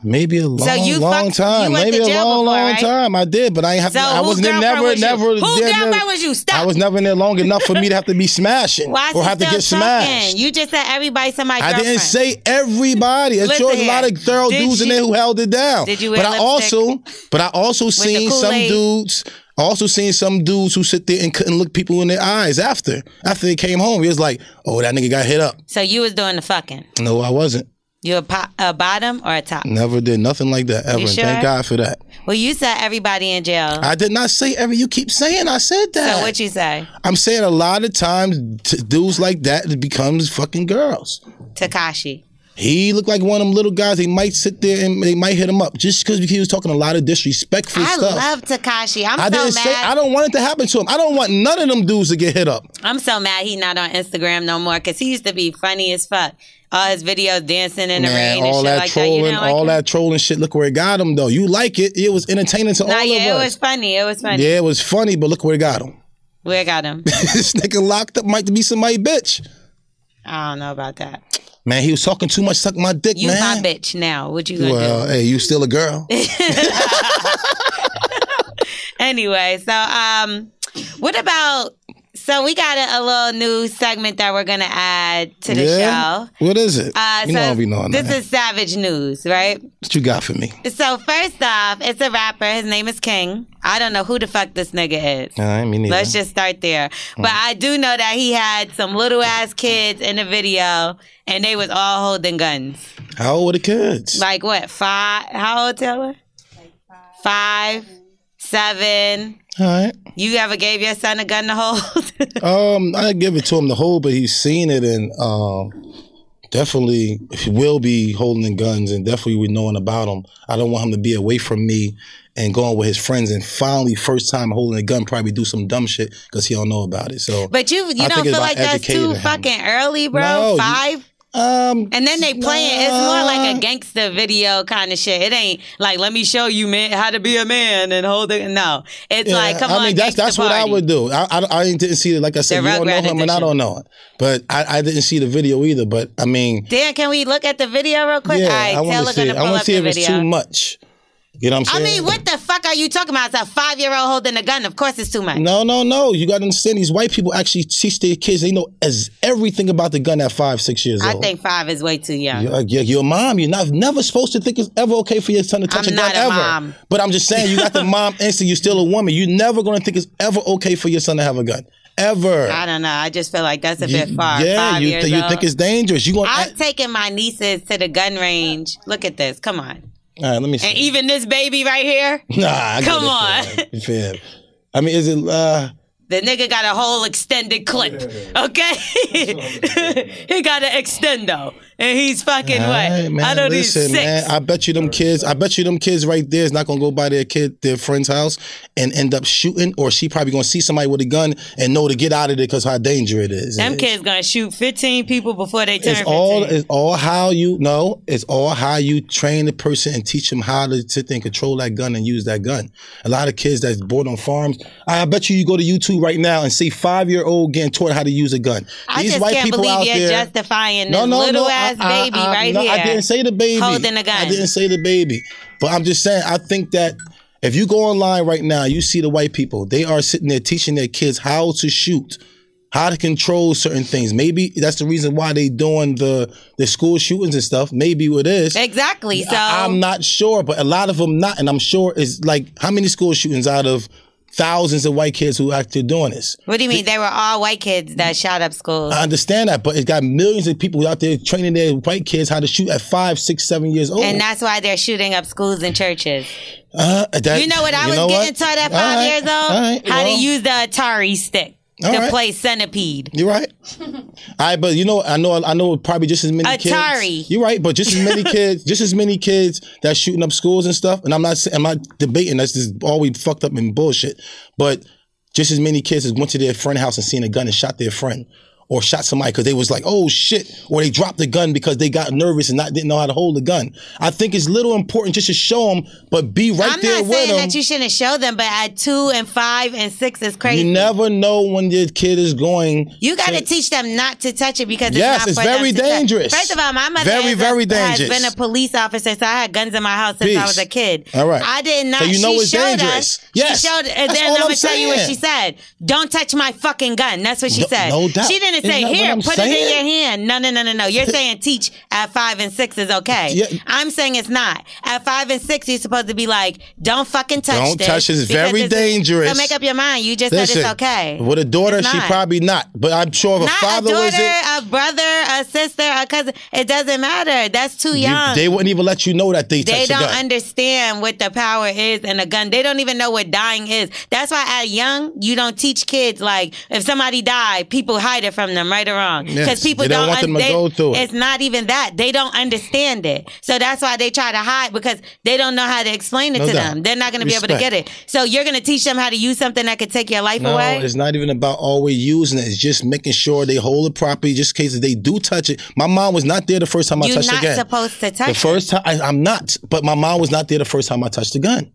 [SPEAKER 3] maybe a long,
[SPEAKER 2] you
[SPEAKER 3] long
[SPEAKER 2] fucked-
[SPEAKER 3] time.
[SPEAKER 2] you went
[SPEAKER 3] maybe
[SPEAKER 2] to
[SPEAKER 3] a
[SPEAKER 2] jail
[SPEAKER 3] long,
[SPEAKER 2] before,
[SPEAKER 3] long
[SPEAKER 2] right?
[SPEAKER 3] time. I did, but I ain't have.
[SPEAKER 2] So
[SPEAKER 3] I
[SPEAKER 2] who
[SPEAKER 3] was ne-
[SPEAKER 2] girlfriend
[SPEAKER 3] never,
[SPEAKER 2] was you?
[SPEAKER 3] never.
[SPEAKER 2] Who
[SPEAKER 3] there,
[SPEAKER 2] girlfriend
[SPEAKER 3] never-
[SPEAKER 2] was you? Stop.
[SPEAKER 3] I was never in there long enough for me to have to be smashing
[SPEAKER 2] Why is
[SPEAKER 3] or
[SPEAKER 2] he
[SPEAKER 3] have to
[SPEAKER 2] still
[SPEAKER 3] get
[SPEAKER 2] talking?
[SPEAKER 3] smashed.
[SPEAKER 2] You just said everybody somebody.
[SPEAKER 3] I
[SPEAKER 2] girlfriend.
[SPEAKER 3] didn't say everybody. It's
[SPEAKER 2] Listen
[SPEAKER 3] sure a lot
[SPEAKER 2] here.
[SPEAKER 3] of thorough
[SPEAKER 2] Did
[SPEAKER 3] dudes in
[SPEAKER 2] you-
[SPEAKER 3] there who held it down.
[SPEAKER 2] Did you wear
[SPEAKER 3] but I
[SPEAKER 2] lipstick?
[SPEAKER 3] also, but I also seen some
[SPEAKER 2] Kool-Aid?
[SPEAKER 3] dudes. I also seen some dudes who sit there and couldn't look people in their eyes after after they came home. He was like, "Oh, that nigga got hit up."
[SPEAKER 2] So you was doing the fucking.
[SPEAKER 3] No, I wasn't.
[SPEAKER 2] You a, po- a bottom or a top?
[SPEAKER 3] Never did nothing like that ever. and
[SPEAKER 2] sure?
[SPEAKER 3] Thank God for that.
[SPEAKER 2] Well, you said everybody in jail.
[SPEAKER 3] I did not say every. You keep saying I said that.
[SPEAKER 2] so what you say,
[SPEAKER 3] I'm saying a lot of times t- dudes like that it becomes fucking girls.
[SPEAKER 2] Takashi?
[SPEAKER 3] He looked like one of them little guys. They might sit there and they might hit him up just because he was talking a lot of disrespectful
[SPEAKER 2] I
[SPEAKER 3] stuff.
[SPEAKER 2] love Takashi. I'm
[SPEAKER 3] I
[SPEAKER 2] so
[SPEAKER 3] didn't
[SPEAKER 2] mad.
[SPEAKER 3] say I don't want it to happen to him. I don't want none of them dudes to get hit up.
[SPEAKER 2] I'm so mad he not on Instagram no more because he used to be funny as fuck. All his videos dancing in the
[SPEAKER 3] Man,
[SPEAKER 2] rain and
[SPEAKER 3] all
[SPEAKER 2] shit
[SPEAKER 3] that
[SPEAKER 2] like
[SPEAKER 3] trolling,
[SPEAKER 2] that. You know, like,
[SPEAKER 3] all that trolling shit. Look where it got him though. You like it? It was entertaining to
[SPEAKER 2] Nah,
[SPEAKER 3] all
[SPEAKER 2] yeah,
[SPEAKER 3] of
[SPEAKER 2] it
[SPEAKER 3] us.
[SPEAKER 2] was funny. It was funny.
[SPEAKER 3] yeah, it was funny, but look where it got him.
[SPEAKER 2] We got him.
[SPEAKER 3] this nigga locked up might be somebody bitch.
[SPEAKER 2] I don't know about that.
[SPEAKER 3] Man, he was talking too much. Suck my dick,
[SPEAKER 2] You
[SPEAKER 3] man.
[SPEAKER 2] my bitch now. What you gonna
[SPEAKER 3] Well,
[SPEAKER 2] do?
[SPEAKER 3] hey, you still a girl.
[SPEAKER 2] Anyway, so um, what about? So we got a, a little new segment that we're gonna add to the show.
[SPEAKER 3] What is it?
[SPEAKER 2] Uh,
[SPEAKER 3] you
[SPEAKER 2] so
[SPEAKER 3] know we know
[SPEAKER 2] this
[SPEAKER 3] that.
[SPEAKER 2] is Savage News, right?
[SPEAKER 3] what you got for me?
[SPEAKER 2] So first off, it's a rapper. His name is King. I don't know who the fuck this nigga is.
[SPEAKER 3] All right, me neither.
[SPEAKER 2] Let's just start there.
[SPEAKER 3] Hmm.
[SPEAKER 2] But I do know that he had some little ass kids in the video, and they was all holding guns.
[SPEAKER 3] How old were the kids?
[SPEAKER 2] Like what? Five? How old Taylor? Five, seven.
[SPEAKER 3] All right.
[SPEAKER 2] You ever gave your son a gun to hold?
[SPEAKER 3] Um, I give it to him the whole, but he's seen it and um, definitely will be holding guns and definitely we knowing about him. I don't want him to be away from me and going with his friends and finally first time holding a gun probably do some dumb shit because he don't know about it. So,
[SPEAKER 2] but you you
[SPEAKER 3] I
[SPEAKER 2] don't
[SPEAKER 3] think it's
[SPEAKER 2] feel
[SPEAKER 3] about
[SPEAKER 2] like that's
[SPEAKER 3] educating
[SPEAKER 2] too
[SPEAKER 3] him.
[SPEAKER 2] fucking early, bro?
[SPEAKER 3] No, you-
[SPEAKER 2] Five?
[SPEAKER 3] um,
[SPEAKER 2] And then they playing. It's more like a
[SPEAKER 3] nah.
[SPEAKER 2] gangster video kind of shit. It ain't like let me show you man how to be a man and hold it. No, it's
[SPEAKER 3] Yeah,
[SPEAKER 2] like come
[SPEAKER 3] I
[SPEAKER 2] on.
[SPEAKER 3] mean, that's
[SPEAKER 2] gangsta
[SPEAKER 3] that's what I
[SPEAKER 2] party.
[SPEAKER 3] would do. I, I, I didn't see it. Like I said,
[SPEAKER 2] The
[SPEAKER 3] you don't know
[SPEAKER 2] Rugrat
[SPEAKER 3] him, and I
[SPEAKER 2] edition.
[SPEAKER 3] don't know it. But I, I didn't see the video either. But I mean,
[SPEAKER 2] Dan, can we look at the video real quick?
[SPEAKER 3] yeah,
[SPEAKER 2] All
[SPEAKER 3] I
[SPEAKER 2] right,
[SPEAKER 3] want
[SPEAKER 2] Taylor
[SPEAKER 3] to see
[SPEAKER 2] gonna
[SPEAKER 3] it. I
[SPEAKER 2] pull
[SPEAKER 3] want
[SPEAKER 2] up
[SPEAKER 3] to see
[SPEAKER 2] the
[SPEAKER 3] if it's
[SPEAKER 2] video.
[SPEAKER 3] too much. You know what I'm
[SPEAKER 2] I
[SPEAKER 3] saying?
[SPEAKER 2] mean, what the fuck are you talking about? It's a five year old holding a gun. Of course, it's too much.
[SPEAKER 3] No, no, no. You got to understand. These white people actually teach their kids. They know as everything about the gun at five, six years
[SPEAKER 2] I
[SPEAKER 3] old.
[SPEAKER 2] think five is way too young.
[SPEAKER 3] Your, your, your mom, you're not never supposed to think it's ever okay for your son to touch
[SPEAKER 2] I'm
[SPEAKER 3] a gun
[SPEAKER 2] not a
[SPEAKER 3] ever.
[SPEAKER 2] mom.
[SPEAKER 3] But I'm just saying, you got the mom instinct. You're still a woman. You're never going to think it's ever okay for your son to have a gun ever.
[SPEAKER 2] I don't know. I just feel like that's a
[SPEAKER 3] You-
[SPEAKER 2] bit far.
[SPEAKER 3] Yeah,
[SPEAKER 2] five
[SPEAKER 3] you,
[SPEAKER 2] years
[SPEAKER 3] th- you
[SPEAKER 2] old.
[SPEAKER 3] think it's dangerous. You going
[SPEAKER 2] I'm taking my nieces to the gun range. Look at this. Come on.
[SPEAKER 3] all right? Let me see.
[SPEAKER 2] And even this baby right here,
[SPEAKER 3] nah, I get
[SPEAKER 2] Come
[SPEAKER 3] it, fam. Fam. I mean, is it? Uh,
[SPEAKER 2] The nigga got a whole extended clip, okay? he got an extendo, and he's fucking
[SPEAKER 3] all
[SPEAKER 2] what?
[SPEAKER 3] right, man,
[SPEAKER 2] I know these
[SPEAKER 3] listen,
[SPEAKER 2] six.
[SPEAKER 3] man. I bet you them kids. I bet you them kids right there is not gonna go by their kid, their friend's house, and end up shooting. Or she probably gonna see somebody with a gun and know to get out of there because how dangerous it is.
[SPEAKER 2] Them
[SPEAKER 3] It-
[SPEAKER 2] kids gonna shoot 15 people before they turn
[SPEAKER 3] It's all
[SPEAKER 2] 15.
[SPEAKER 3] it's all how you no, it's all how you train the person and teach them how to sit there and control that gun and use that gun. A lot of kids that's born on farms, I bet you you go to YouTube right now and see five year old getting taught how to use a gun.
[SPEAKER 2] I just can't believe you're justifying this little ass baby
[SPEAKER 3] I,
[SPEAKER 2] right
[SPEAKER 3] no,
[SPEAKER 2] here.
[SPEAKER 3] I didn't say the baby.
[SPEAKER 2] holding a gun.
[SPEAKER 3] I didn't say the baby. But I'm just saying, I think that if you go online right now, you see the white people. They are sitting there teaching their kids how to shoot, how to control certain things. Maybe that's the reason why they doing the the school shootings and stuff. Maybe it is.
[SPEAKER 2] exactly. So
[SPEAKER 3] I- I'm not sure, but a lot of them not, and I'm sure it's like how many school shootings out of thousands of white kids who actually doing this.
[SPEAKER 2] what do you mean? They were all white kids that shot up schools.
[SPEAKER 3] I understand that, but it's got millions of people out there training their white kids how to shoot at five, six, seven years old.
[SPEAKER 2] and that's why they're shooting up schools and churches.
[SPEAKER 3] Uh, that-
[SPEAKER 2] You know what I was
[SPEAKER 3] know
[SPEAKER 2] getting
[SPEAKER 3] what?
[SPEAKER 2] taught at
[SPEAKER 3] All
[SPEAKER 2] five
[SPEAKER 3] right,
[SPEAKER 2] years old?
[SPEAKER 3] all right,
[SPEAKER 2] How
[SPEAKER 3] well,
[SPEAKER 2] to use the Atari stick.
[SPEAKER 3] All
[SPEAKER 2] to
[SPEAKER 3] right.
[SPEAKER 2] play Centipede.
[SPEAKER 3] You're right. All right, but you know, I know, I know, probably just as many
[SPEAKER 2] Atari.
[SPEAKER 3] kids. You're right, but just as many kids, just as many kids that's shooting up schools and stuff. And I'm not, sa- I'm not debating. That's just all we fucked up in bullshit. But just as many kids has went to their friend house and seen a gun and shot their friend, or shot somebody because they was like, oh shit, or they dropped the gun because they got nervous and not didn't know how to hold the gun. I think it's little important just to show them, but be right
[SPEAKER 2] I'm
[SPEAKER 3] there
[SPEAKER 2] not
[SPEAKER 3] with
[SPEAKER 2] saying
[SPEAKER 3] them.
[SPEAKER 2] that you shouldn't show them, but at two and five and six is crazy.
[SPEAKER 3] you never know when your kid is going.
[SPEAKER 2] You got to teach them not to touch it because it's
[SPEAKER 3] Yes,
[SPEAKER 2] not
[SPEAKER 3] it's
[SPEAKER 2] for them
[SPEAKER 3] very
[SPEAKER 2] to touch.
[SPEAKER 3] dangerous.
[SPEAKER 2] First of all, my mother
[SPEAKER 3] Very,
[SPEAKER 2] is a-
[SPEAKER 3] very
[SPEAKER 2] has
[SPEAKER 3] dangerous.
[SPEAKER 2] been a police officer, so I had guns in my house since I
[SPEAKER 3] Peace.
[SPEAKER 2] was a kid.
[SPEAKER 3] All right.
[SPEAKER 2] I did not.
[SPEAKER 3] So you know
[SPEAKER 2] she
[SPEAKER 3] it's
[SPEAKER 2] showed
[SPEAKER 3] dangerous.
[SPEAKER 2] Us,
[SPEAKER 3] Yes.
[SPEAKER 2] she showed. And
[SPEAKER 3] That's
[SPEAKER 2] then
[SPEAKER 3] all
[SPEAKER 2] I'm gonna
[SPEAKER 3] I'm
[SPEAKER 2] tell you what
[SPEAKER 3] saying.
[SPEAKER 2] she said. Don't touch my fucking gun. That's what she
[SPEAKER 3] No-
[SPEAKER 2] said.
[SPEAKER 3] no doubt.
[SPEAKER 2] She didn't
[SPEAKER 3] Isn't
[SPEAKER 2] say
[SPEAKER 3] that what
[SPEAKER 2] here,
[SPEAKER 3] I'm
[SPEAKER 2] put it in
[SPEAKER 3] saying?
[SPEAKER 2] your hand. No, no, no, no, no. You're saying teach at five and six is okay.
[SPEAKER 3] Yeah.
[SPEAKER 2] I'm saying it's not. At five and six, you're supposed to be like, don't fucking touch.
[SPEAKER 3] Don't
[SPEAKER 2] this
[SPEAKER 3] touch it. It's
[SPEAKER 2] because
[SPEAKER 3] very
[SPEAKER 2] this is-
[SPEAKER 3] dangerous.
[SPEAKER 2] So make up your mind. You just said
[SPEAKER 3] Listen,
[SPEAKER 2] it's okay.
[SPEAKER 3] With a daughter,
[SPEAKER 2] It's
[SPEAKER 3] she
[SPEAKER 2] not.
[SPEAKER 3] probably not. But I'm sure if a
[SPEAKER 2] Not
[SPEAKER 3] father
[SPEAKER 2] a daughter,
[SPEAKER 3] was it,
[SPEAKER 2] a brother, a sister, a cousin. It doesn't matter. That's too
[SPEAKER 3] you-
[SPEAKER 2] young.
[SPEAKER 3] they wouldn't even let you know that they,
[SPEAKER 2] They
[SPEAKER 3] touched
[SPEAKER 2] don't
[SPEAKER 3] the gun.
[SPEAKER 2] understand what the power is in a gun. They don't even know what dying is. That's why at young, you don't teach kids like if somebody died, people hide it from them, right or wrong. Because
[SPEAKER 3] Yes,
[SPEAKER 2] people
[SPEAKER 3] they don't want
[SPEAKER 2] un-
[SPEAKER 3] them to
[SPEAKER 2] they-
[SPEAKER 3] go through it.
[SPEAKER 2] It's not even that. They don't understand it. So that's why they try to hide because they don't know how to explain it
[SPEAKER 3] No
[SPEAKER 2] to
[SPEAKER 3] doubt.
[SPEAKER 2] them. They're not going to be able to
[SPEAKER 3] Respect.
[SPEAKER 2] get it. So you're going to teach them how to use something that could take your life
[SPEAKER 3] no,
[SPEAKER 2] away.
[SPEAKER 3] it's not even about always using it. It's just making sure they hold it properly, just in case if they do touch it. My mom was not there the first time I
[SPEAKER 2] You're
[SPEAKER 3] touched
[SPEAKER 2] not
[SPEAKER 3] the gun.
[SPEAKER 2] supposed to touch
[SPEAKER 3] the first time I, I'm not, but my mom was not there the first time I touched the gun.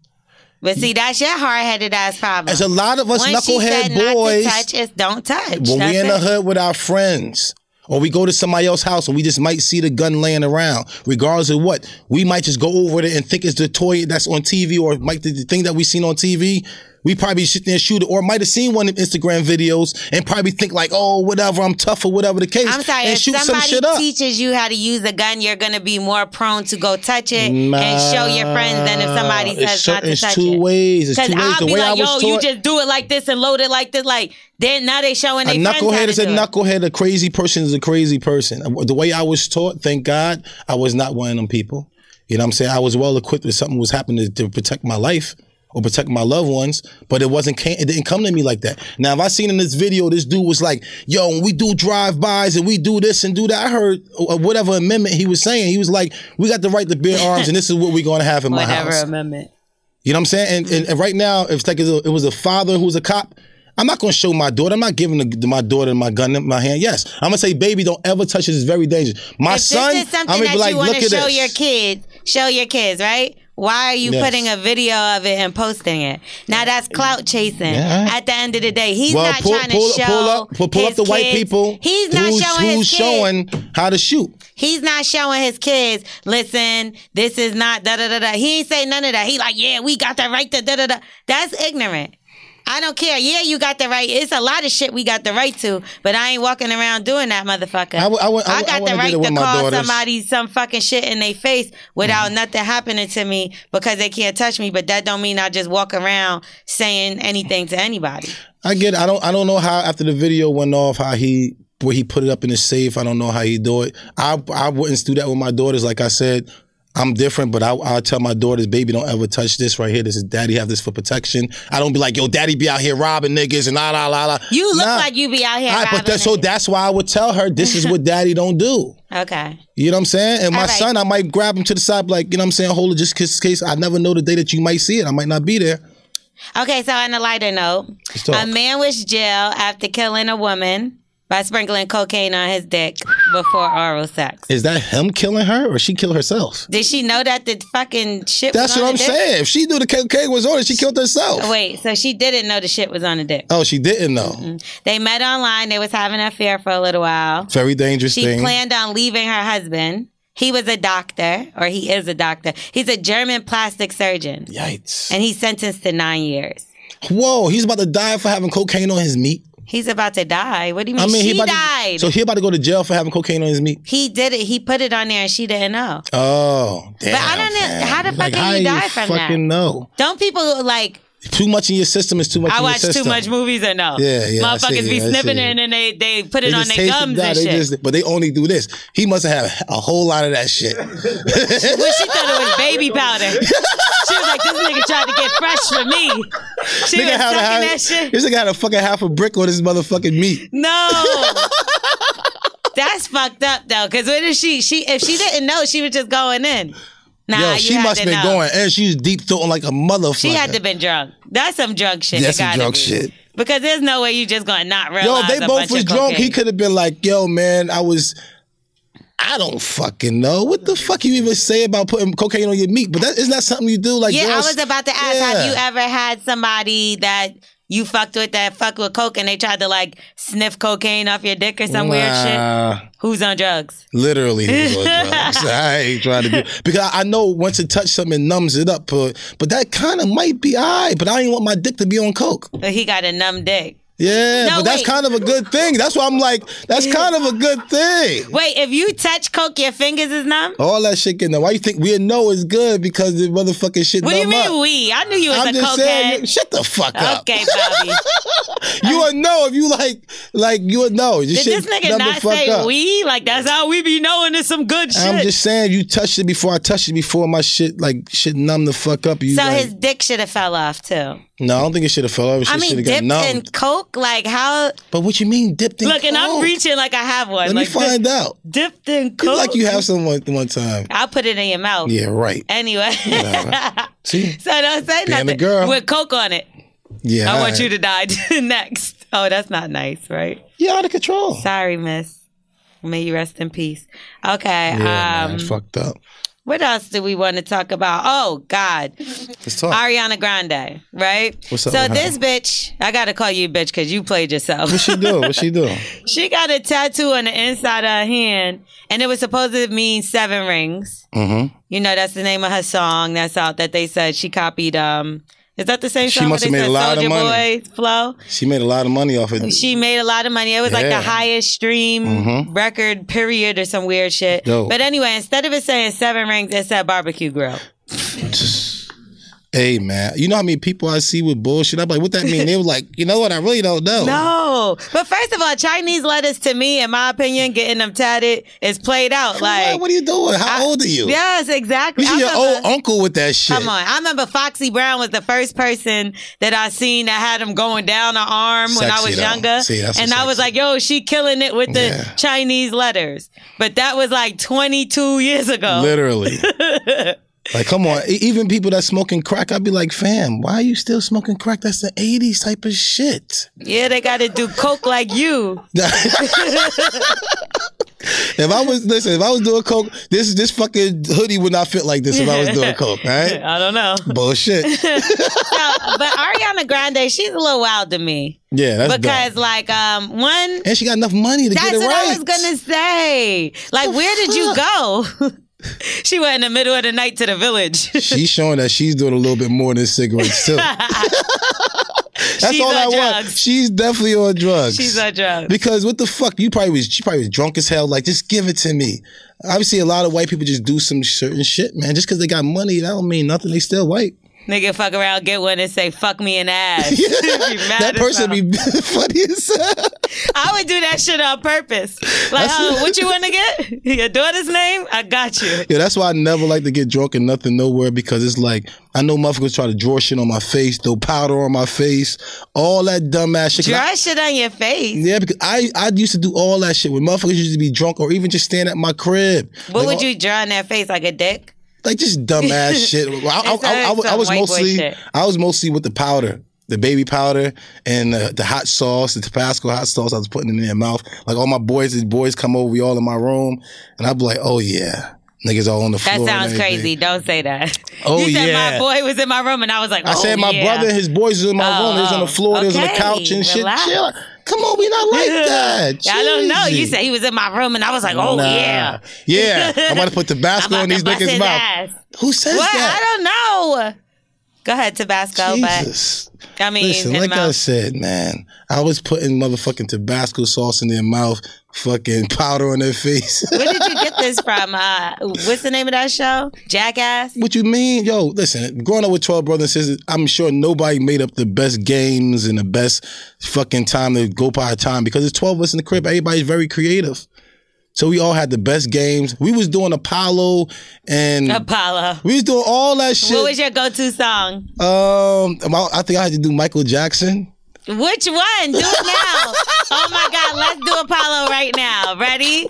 [SPEAKER 2] But see, that's your hard headed ass problem.
[SPEAKER 3] As a lot of us
[SPEAKER 2] when she said
[SPEAKER 3] knucklehead boys,
[SPEAKER 2] not to touch, it's don't touch.
[SPEAKER 3] when
[SPEAKER 2] That's
[SPEAKER 3] we in
[SPEAKER 2] it.
[SPEAKER 3] the hood with our friends or we go to somebody else's house and we just might see the gun laying around regardless of what we might just go over there and think it's the toy that's on tv or it might the, the thing that we seen on tv we probably sit there and shoot it or might have seen one of them instagram videos and probably think like oh whatever i'm tough or whatever the case
[SPEAKER 2] I'm sorry.
[SPEAKER 3] and
[SPEAKER 2] if
[SPEAKER 3] shoot some
[SPEAKER 2] somebody
[SPEAKER 3] shit up
[SPEAKER 2] teaches you how to use a gun, you're gonna be more prone to go touch it and show your friends than if somebody
[SPEAKER 3] Nah, it's
[SPEAKER 2] says
[SPEAKER 3] cer-
[SPEAKER 2] not to
[SPEAKER 3] it's
[SPEAKER 2] touch
[SPEAKER 3] two
[SPEAKER 2] it.
[SPEAKER 3] ways. It's two ways.
[SPEAKER 2] I'll
[SPEAKER 3] The
[SPEAKER 2] be
[SPEAKER 3] way I
[SPEAKER 2] like, yo,
[SPEAKER 3] was
[SPEAKER 2] you
[SPEAKER 3] taught-
[SPEAKER 2] just do it like this and load it like this. Like then now they showing
[SPEAKER 3] A
[SPEAKER 2] their friends how
[SPEAKER 3] knucklehead
[SPEAKER 2] to
[SPEAKER 3] is a
[SPEAKER 2] do it.
[SPEAKER 3] knucklehead. A crazy person is a crazy person. The way I was taught, thank God, I was not one of them people. You know what I'm saying? I was well equipped if something was happening to, to protect my life or protect my loved ones, but it wasn't. Came, it didn't come to me like that. Now, if I seen in this video, this dude was like, "Yo, when we do drive bys and we do this and do that," I heard uh, whatever amendment he was saying. He was like, "We got the right to bear arms, and this is what we're going to have in my
[SPEAKER 2] Whatever
[SPEAKER 3] house."
[SPEAKER 2] amendment.
[SPEAKER 3] You know what I'm saying? And,
[SPEAKER 2] Mm-hmm.
[SPEAKER 3] and, and right now, if it's like it was a father who was a cop, I'm not going to show my daughter. I'm not giving the, my daughter my gun in my hand. Yes, I'm going to say, baby, don't ever touch this. It's very dangerous. My
[SPEAKER 2] if
[SPEAKER 3] son,
[SPEAKER 2] this is
[SPEAKER 3] I'm
[SPEAKER 2] something
[SPEAKER 3] going to
[SPEAKER 2] that
[SPEAKER 3] be like,
[SPEAKER 2] you want
[SPEAKER 3] look
[SPEAKER 2] to
[SPEAKER 3] at
[SPEAKER 2] show
[SPEAKER 3] this.
[SPEAKER 2] your kids, show your kids, right? Why are you
[SPEAKER 3] Yes.
[SPEAKER 2] putting a video of it and posting it? Now that's clout chasing.
[SPEAKER 3] Yeah.
[SPEAKER 2] At the end of the day, he's
[SPEAKER 3] well,
[SPEAKER 2] not
[SPEAKER 3] pull,
[SPEAKER 2] trying
[SPEAKER 3] pull,
[SPEAKER 2] to show
[SPEAKER 3] pull up, pull, pull up
[SPEAKER 2] his
[SPEAKER 3] the white
[SPEAKER 2] kids-
[SPEAKER 3] people.
[SPEAKER 2] He's not
[SPEAKER 3] who's,
[SPEAKER 2] showing
[SPEAKER 3] who's
[SPEAKER 2] his kids.
[SPEAKER 3] showing how to shoot.
[SPEAKER 2] He's not showing his kids. Listen, this is not da da da da. He ain't say none of that. He like, yeah, we got the right to da da da. That's ignorant. I don't care. Yeah, you got the right. It's a lot of shit we got the right to, but I ain't walking around doing that, motherfucker.
[SPEAKER 3] I would- I would- I would- I
[SPEAKER 2] got
[SPEAKER 3] wanna
[SPEAKER 2] the
[SPEAKER 3] get
[SPEAKER 2] right
[SPEAKER 3] it with
[SPEAKER 2] to
[SPEAKER 3] my
[SPEAKER 2] call
[SPEAKER 3] daughters. Mm-hmm.
[SPEAKER 2] somebody some fucking shit in their face without nothing happening to me because they can't touch me. But that don't mean I just walk around saying anything to anybody.
[SPEAKER 3] I get. It. I don't. I don't know how after the video went off, how he where he put it up in his safe. I don't know how he do it. I I wouldn't do that with my daughters. Like I said, I'm different, but I I tell my daughters, baby, don't ever touch this right here. This is daddy have this for protection. I don't be like, yo, daddy be out here robbing niggas and la la la la.
[SPEAKER 2] You look
[SPEAKER 3] Nah.
[SPEAKER 2] like you be out here.
[SPEAKER 3] All right, but
[SPEAKER 2] robbing
[SPEAKER 3] that's so
[SPEAKER 2] niggas.
[SPEAKER 3] that's why I would tell her this is what daddy don't do.
[SPEAKER 2] okay.
[SPEAKER 3] You know what I'm saying? And my
[SPEAKER 2] All right.
[SPEAKER 3] son, I might grab him to the side, like, you know what I'm saying? Hold it just 'cause- case. I never know the day that you might see it. I might not be there.
[SPEAKER 2] Okay, so on a lighter note,
[SPEAKER 3] talk.
[SPEAKER 2] a man was jailed after killing a woman by sprinkling cocaine on his dick before oral sex.
[SPEAKER 3] Is that him killing her or she kill herself?
[SPEAKER 2] Did she know that the fucking shit
[SPEAKER 3] That's
[SPEAKER 2] was on
[SPEAKER 3] what
[SPEAKER 2] the
[SPEAKER 3] I'm
[SPEAKER 2] dick?
[SPEAKER 3] saying. If she knew the cocaine was on it, she killed herself.
[SPEAKER 2] Wait, so she didn't know the shit was on the dick.
[SPEAKER 3] Oh, she didn't know.
[SPEAKER 2] They met online. They was having an affair for a little while.
[SPEAKER 3] Very dangerous
[SPEAKER 2] She
[SPEAKER 3] thing.
[SPEAKER 2] planned on leaving her husband. He was a doctor, or he is a doctor. He's a German plastic surgeon,
[SPEAKER 3] Yikes.
[SPEAKER 2] and he's sentenced to nine years.
[SPEAKER 3] Whoa, he's about to die for having cocaine on his meat.
[SPEAKER 2] He's about to die. What do you mean?
[SPEAKER 3] I mean,
[SPEAKER 2] she
[SPEAKER 3] he about
[SPEAKER 2] died.
[SPEAKER 3] To, so he about to go to jail for having cocaine on his meat.
[SPEAKER 2] He did it. He put it on there, and she didn't know.
[SPEAKER 3] Oh, damn.
[SPEAKER 2] I don't know-
[SPEAKER 3] fam.
[SPEAKER 2] how the fuck
[SPEAKER 3] like,
[SPEAKER 2] can
[SPEAKER 3] how
[SPEAKER 2] you die from that?
[SPEAKER 3] fucking know?
[SPEAKER 2] Don't people like
[SPEAKER 3] Too much in your system is too much.
[SPEAKER 2] I
[SPEAKER 3] in your
[SPEAKER 2] watch too
[SPEAKER 3] system.
[SPEAKER 2] much movies or no?
[SPEAKER 3] Yeah, yeah, I see,
[SPEAKER 2] Motherfuckers be
[SPEAKER 3] yeah, I
[SPEAKER 2] sniffing
[SPEAKER 3] see.
[SPEAKER 2] it and then they, they put it on
[SPEAKER 3] just
[SPEAKER 2] their
[SPEAKER 3] taste it.
[SPEAKER 2] gums
[SPEAKER 3] Nah,
[SPEAKER 2] and
[SPEAKER 3] they
[SPEAKER 2] shit.
[SPEAKER 3] just- but they only do this. He must have had a whole lot of that shit.
[SPEAKER 2] Well, she thought it was baby powder. she was like, this nigga tried to get fresh for me. She was
[SPEAKER 3] had a
[SPEAKER 2] sucking
[SPEAKER 3] half,
[SPEAKER 2] that shit.
[SPEAKER 3] This nigga had a fucking half a brick on his motherfucking meat.
[SPEAKER 2] No. That's fucked up though, because what if she she if she didn't know she was just going in? Nah,
[SPEAKER 3] Yo,
[SPEAKER 2] you
[SPEAKER 3] she
[SPEAKER 2] had
[SPEAKER 3] must
[SPEAKER 2] to
[SPEAKER 3] been
[SPEAKER 2] know.
[SPEAKER 3] going, and she was deep throating like a motherfucker.
[SPEAKER 2] She had to been drunk. That's some drunk shit.
[SPEAKER 3] That's
[SPEAKER 2] It
[SPEAKER 3] some
[SPEAKER 2] gotta
[SPEAKER 3] drunk
[SPEAKER 2] be.
[SPEAKER 3] shit.
[SPEAKER 2] Because there's no way you just gonna not realize.
[SPEAKER 3] Yo, if they
[SPEAKER 2] a
[SPEAKER 3] both
[SPEAKER 2] bunch
[SPEAKER 3] was
[SPEAKER 2] of
[SPEAKER 3] drunk, he
[SPEAKER 2] cocaine.
[SPEAKER 3] could have been like, "Yo, man, I was." I don't fucking know what the fuck you even say about putting cocaine on your meat, but that is not something you do. Like,
[SPEAKER 2] Yeah, I
[SPEAKER 3] girls-
[SPEAKER 2] was about to ask. Have you
[SPEAKER 3] Yeah.
[SPEAKER 2] ever had somebody that you fucked with that fucked with coke and they tried to like sniff cocaine off your dick or some weird shit?
[SPEAKER 3] Nah.
[SPEAKER 2] Who's on drugs?
[SPEAKER 3] Literally, he was on drugs. I ain't trying to do because I know once it touch something, it numbs it up. But but that kind of might be alright. But I ain't want my dick to be on coke.
[SPEAKER 2] But he got a numb dick.
[SPEAKER 3] Yeah,
[SPEAKER 2] No,
[SPEAKER 3] but that's
[SPEAKER 2] wait.
[SPEAKER 3] kind of a good thing. That's why I'm like, that's kind of a good thing.
[SPEAKER 2] Wait, if you touch coke, your fingers is numb.
[SPEAKER 3] All that shit getting there. Why you think we know is good because the motherfucking shit
[SPEAKER 2] What do you
[SPEAKER 3] numb
[SPEAKER 2] mean
[SPEAKER 3] up?
[SPEAKER 2] we? I knew you was
[SPEAKER 3] I'm
[SPEAKER 2] a
[SPEAKER 3] just saying,
[SPEAKER 2] cokehead.
[SPEAKER 3] shut the fuck up.
[SPEAKER 2] Okay, Bobby.
[SPEAKER 3] You would know if you like, like you would know.
[SPEAKER 2] Did this nigga not say we? Like that's how we be knowing it's some good shit.
[SPEAKER 3] I'm just saying, you touched it before I touched it before my shit like shit numb the fuck up. You
[SPEAKER 2] so
[SPEAKER 3] like-
[SPEAKER 2] his dick should have fell off too.
[SPEAKER 3] No, I don't think it should have fell off. It
[SPEAKER 2] I
[SPEAKER 3] should
[SPEAKER 2] mean,
[SPEAKER 3] have got
[SPEAKER 2] dipped
[SPEAKER 3] numbed.
[SPEAKER 2] in coke. Like how?
[SPEAKER 3] But what you mean dipped in
[SPEAKER 2] Look, and I'm
[SPEAKER 3] coke?
[SPEAKER 2] reaching like I have one.
[SPEAKER 3] Let
[SPEAKER 2] like
[SPEAKER 3] me find
[SPEAKER 2] dip-
[SPEAKER 3] out.
[SPEAKER 2] Dipped in
[SPEAKER 3] You
[SPEAKER 2] coke.
[SPEAKER 3] like you have some one, one time.
[SPEAKER 2] I'll put it in your mouth.
[SPEAKER 3] Yeah, right.
[SPEAKER 2] Anyway.
[SPEAKER 3] See?
[SPEAKER 2] so don't say
[SPEAKER 3] Being a
[SPEAKER 2] nothing.
[SPEAKER 3] girl.
[SPEAKER 2] With coke on it.
[SPEAKER 3] Yeah.
[SPEAKER 2] I
[SPEAKER 3] all
[SPEAKER 2] want
[SPEAKER 3] right.
[SPEAKER 2] you to die next. Oh, that's not nice, right?
[SPEAKER 3] You're out of control.
[SPEAKER 2] Sorry, miss. May you rest in peace. Okay.
[SPEAKER 3] yeah, man,
[SPEAKER 2] um,
[SPEAKER 3] it's fucked up.
[SPEAKER 2] what else do we want to talk about? Oh God,
[SPEAKER 3] Let's talk.
[SPEAKER 2] Ariana Grande, right?
[SPEAKER 3] What's up
[SPEAKER 2] so
[SPEAKER 3] with her?
[SPEAKER 2] this bitch, I gotta call you bitch because you played yourself.
[SPEAKER 3] What she do? What she do?
[SPEAKER 2] she got a tattoo on the inside of her hand, and it was supposed to mean seven rings.
[SPEAKER 3] Mm-hmm.
[SPEAKER 2] You know, that's the name of her song. That's out that they said she copied. Um, is that the same
[SPEAKER 3] She
[SPEAKER 2] song? where
[SPEAKER 3] must have
[SPEAKER 2] they
[SPEAKER 3] made
[SPEAKER 2] said
[SPEAKER 3] a lot of
[SPEAKER 2] Soulja
[SPEAKER 3] money.
[SPEAKER 2] Boy flow.
[SPEAKER 3] She made a lot of money off it.
[SPEAKER 2] Oh, She made a lot of money. It was like the
[SPEAKER 3] Yeah. Mm-hmm.
[SPEAKER 2] highest stream record period or some weird shit.
[SPEAKER 3] Dope.
[SPEAKER 2] But anyway, instead of it saying seven rings, it said barbecue grill.
[SPEAKER 3] hey man, you know how many people I see with bullshit? I'm like, what that mean? they were like, you know what? I really don't know.
[SPEAKER 2] No, but first of all, Chinese letters to me, in my opinion, getting them tatted is played out.
[SPEAKER 3] Why?
[SPEAKER 2] Like,
[SPEAKER 3] What are you doing? How old are you?
[SPEAKER 2] yes, exactly.
[SPEAKER 3] You see
[SPEAKER 2] I
[SPEAKER 3] your
[SPEAKER 2] remember-
[SPEAKER 3] old uncle with that shit.
[SPEAKER 2] Come on. I remember Foxy Brown was the first person that I seen that had him going down her arm when I
[SPEAKER 3] Sexy,
[SPEAKER 2] was
[SPEAKER 3] though.
[SPEAKER 2] younger.
[SPEAKER 3] See, that's
[SPEAKER 2] and
[SPEAKER 3] what's
[SPEAKER 2] I was
[SPEAKER 3] sexy.
[SPEAKER 2] like, yo, she killing it with the
[SPEAKER 3] Yeah.
[SPEAKER 2] Chinese letters. But that was like 22 years ago.
[SPEAKER 3] Literally. like, come on. E- Even people that smoking crack, I'd be like, fam, why are you still smoking crack? That's the 80s type of shit.
[SPEAKER 2] Yeah, they got to do coke like you.
[SPEAKER 3] if I was listen, if I was doing coke, this this fucking hoodie would not fit like this if I was doing coke, right?
[SPEAKER 2] I don't know.
[SPEAKER 3] Bullshit.
[SPEAKER 2] So, but Ariana Grande, she's a little wild to me
[SPEAKER 3] Yeah, that's
[SPEAKER 2] because,
[SPEAKER 3] dumb.
[SPEAKER 2] like, um, one.
[SPEAKER 3] And she got enough money to
[SPEAKER 2] That's
[SPEAKER 3] get it
[SPEAKER 2] what
[SPEAKER 3] right.
[SPEAKER 2] I was gonna say. Like, where did you go? she went in the middle of the night to the village.
[SPEAKER 3] She's showing that she's doing a little bit more than cigarettes too. That's
[SPEAKER 2] She's
[SPEAKER 3] all
[SPEAKER 2] on
[SPEAKER 3] I want.
[SPEAKER 2] drugs.
[SPEAKER 3] She's definitely on drugs.
[SPEAKER 2] She's on drugs.
[SPEAKER 3] Because what the fuck? You probably was she probably was drunk as hell. Like, just give it to me. Obviously, a lot of white people just do some certain shit, man. Just because they got money, that don't mean nothing. They still white.
[SPEAKER 2] Nigga, fuck around, get one and say "fuck me in the ass." Be mad
[SPEAKER 3] that
[SPEAKER 2] as
[SPEAKER 3] person
[SPEAKER 2] hell.
[SPEAKER 3] be funny as hell.
[SPEAKER 2] I would do that shit on purpose. Like,
[SPEAKER 3] That's-
[SPEAKER 2] oh, what you want to get? Your daughter's name? I got you.
[SPEAKER 3] Yeah, that's why I never like to get drunk and nothing nowhere because it's like I know motherfuckers try to draw shit on my face, throw powder on my face, all that dumbass shit. 'Cause I-
[SPEAKER 2] Dry shit on your face.
[SPEAKER 3] yeah, because I, I used to do all that shit when motherfuckers used to be drunk or even just stand at my crib. Like,
[SPEAKER 2] What would
[SPEAKER 3] all-
[SPEAKER 2] you draw on that face like a dick?
[SPEAKER 3] like just dumbass shit. I, I,
[SPEAKER 2] It's
[SPEAKER 3] I- I was- I
[SPEAKER 2] some
[SPEAKER 3] was
[SPEAKER 2] white boy
[SPEAKER 3] mostly
[SPEAKER 2] shit.
[SPEAKER 3] I was mostly with the powder, the baby powder, and uh, the hot sauce, the Tabasco hot sauce. I was putting in their mouth. Like all my boys, the boys come over, we all in my room, and I'd be like, oh yeah, niggas all on the floor.
[SPEAKER 2] That
[SPEAKER 3] and
[SPEAKER 2] sounds
[SPEAKER 3] everything.
[SPEAKER 2] crazy. Don't say that.
[SPEAKER 3] Oh,
[SPEAKER 2] you said my
[SPEAKER 3] yeah.
[SPEAKER 2] boy was in my room, and I was like,
[SPEAKER 3] I
[SPEAKER 2] oh,
[SPEAKER 3] said my
[SPEAKER 2] yeah.
[SPEAKER 3] brother and his boys was in my
[SPEAKER 2] Oh,
[SPEAKER 3] room. They was on the
[SPEAKER 2] oh.
[SPEAKER 3] floor. They was on the
[SPEAKER 2] Okay,
[SPEAKER 3] couch and
[SPEAKER 2] relax.
[SPEAKER 3] shit. Chill. Come on, we not like that.
[SPEAKER 2] I don't know. You
[SPEAKER 3] Jeezy.
[SPEAKER 2] said he was in my room, and I was like, oh
[SPEAKER 3] Nah.
[SPEAKER 2] yeah.
[SPEAKER 3] yeah. I'm about to put
[SPEAKER 2] I'm
[SPEAKER 3] Tabasco
[SPEAKER 2] about
[SPEAKER 3] in
[SPEAKER 2] to
[SPEAKER 3] these
[SPEAKER 2] bust
[SPEAKER 3] niggas'
[SPEAKER 2] his
[SPEAKER 3] mouth.
[SPEAKER 2] ass.
[SPEAKER 3] Who says
[SPEAKER 2] What?
[SPEAKER 3] that?
[SPEAKER 2] I don't know. Go ahead, Tabasco.
[SPEAKER 3] Jesus.
[SPEAKER 2] But I mean,
[SPEAKER 3] Listen,
[SPEAKER 2] in the
[SPEAKER 3] like I
[SPEAKER 2] mouth.
[SPEAKER 3] said, man, I was putting motherfucking Tabasco sauce in their mouth, fucking powder on their face.
[SPEAKER 2] where did you get this from? Uh, what's the name of that show? Jackass.
[SPEAKER 3] What you mean? Yo, listen, growing up with 12 brothers and sisters, I'm sure nobody made up the best games and the best fucking time to go by time because it's 12 of us in the crib. Everybody's very creative. So we all had the best games. We was doing Apollo and
[SPEAKER 2] Apollo.
[SPEAKER 3] we was doing all that shit.
[SPEAKER 2] What was your go-to song?
[SPEAKER 3] um, I- I think I had to do Michael Jackson.
[SPEAKER 2] Which one? Do it now. oh my God, let's do Apollo right now. Ready?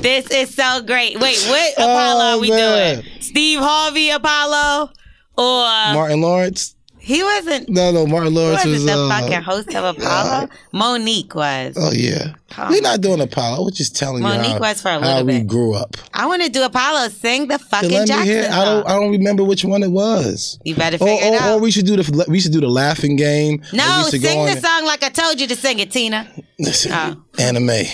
[SPEAKER 2] This is so great. Wait, what Apollo
[SPEAKER 3] Oh,
[SPEAKER 2] are we
[SPEAKER 3] man.
[SPEAKER 2] doing? Steve Harvey Apollo? Or
[SPEAKER 3] Martin Lawrence.
[SPEAKER 2] he wasn't
[SPEAKER 3] No, no, Martin
[SPEAKER 2] he
[SPEAKER 3] Lawrence
[SPEAKER 2] wasn't
[SPEAKER 3] was.
[SPEAKER 2] the
[SPEAKER 3] uh,
[SPEAKER 2] fucking host of Apollo. Monique was.
[SPEAKER 3] Oh yeah, we're not doing Apollo. We're just telling you
[SPEAKER 2] Monique
[SPEAKER 3] how,
[SPEAKER 2] was for a
[SPEAKER 3] how
[SPEAKER 2] little
[SPEAKER 3] we
[SPEAKER 2] bit.
[SPEAKER 3] grew up.
[SPEAKER 2] I want to do Apollo. Sing the fucking
[SPEAKER 3] let
[SPEAKER 2] Jackson.
[SPEAKER 3] me hear. I
[SPEAKER 2] song.
[SPEAKER 3] don't. I don't remember which one it was.
[SPEAKER 2] you better
[SPEAKER 3] Or,
[SPEAKER 2] figure
[SPEAKER 3] or-
[SPEAKER 2] it out.
[SPEAKER 3] or we should do the we should do the laughing game. and
[SPEAKER 2] no,
[SPEAKER 3] we should
[SPEAKER 2] sing
[SPEAKER 3] go on
[SPEAKER 2] the
[SPEAKER 3] and-
[SPEAKER 2] song like I told you to sing it, Tina.
[SPEAKER 3] Listen,
[SPEAKER 2] Oh.
[SPEAKER 3] anime.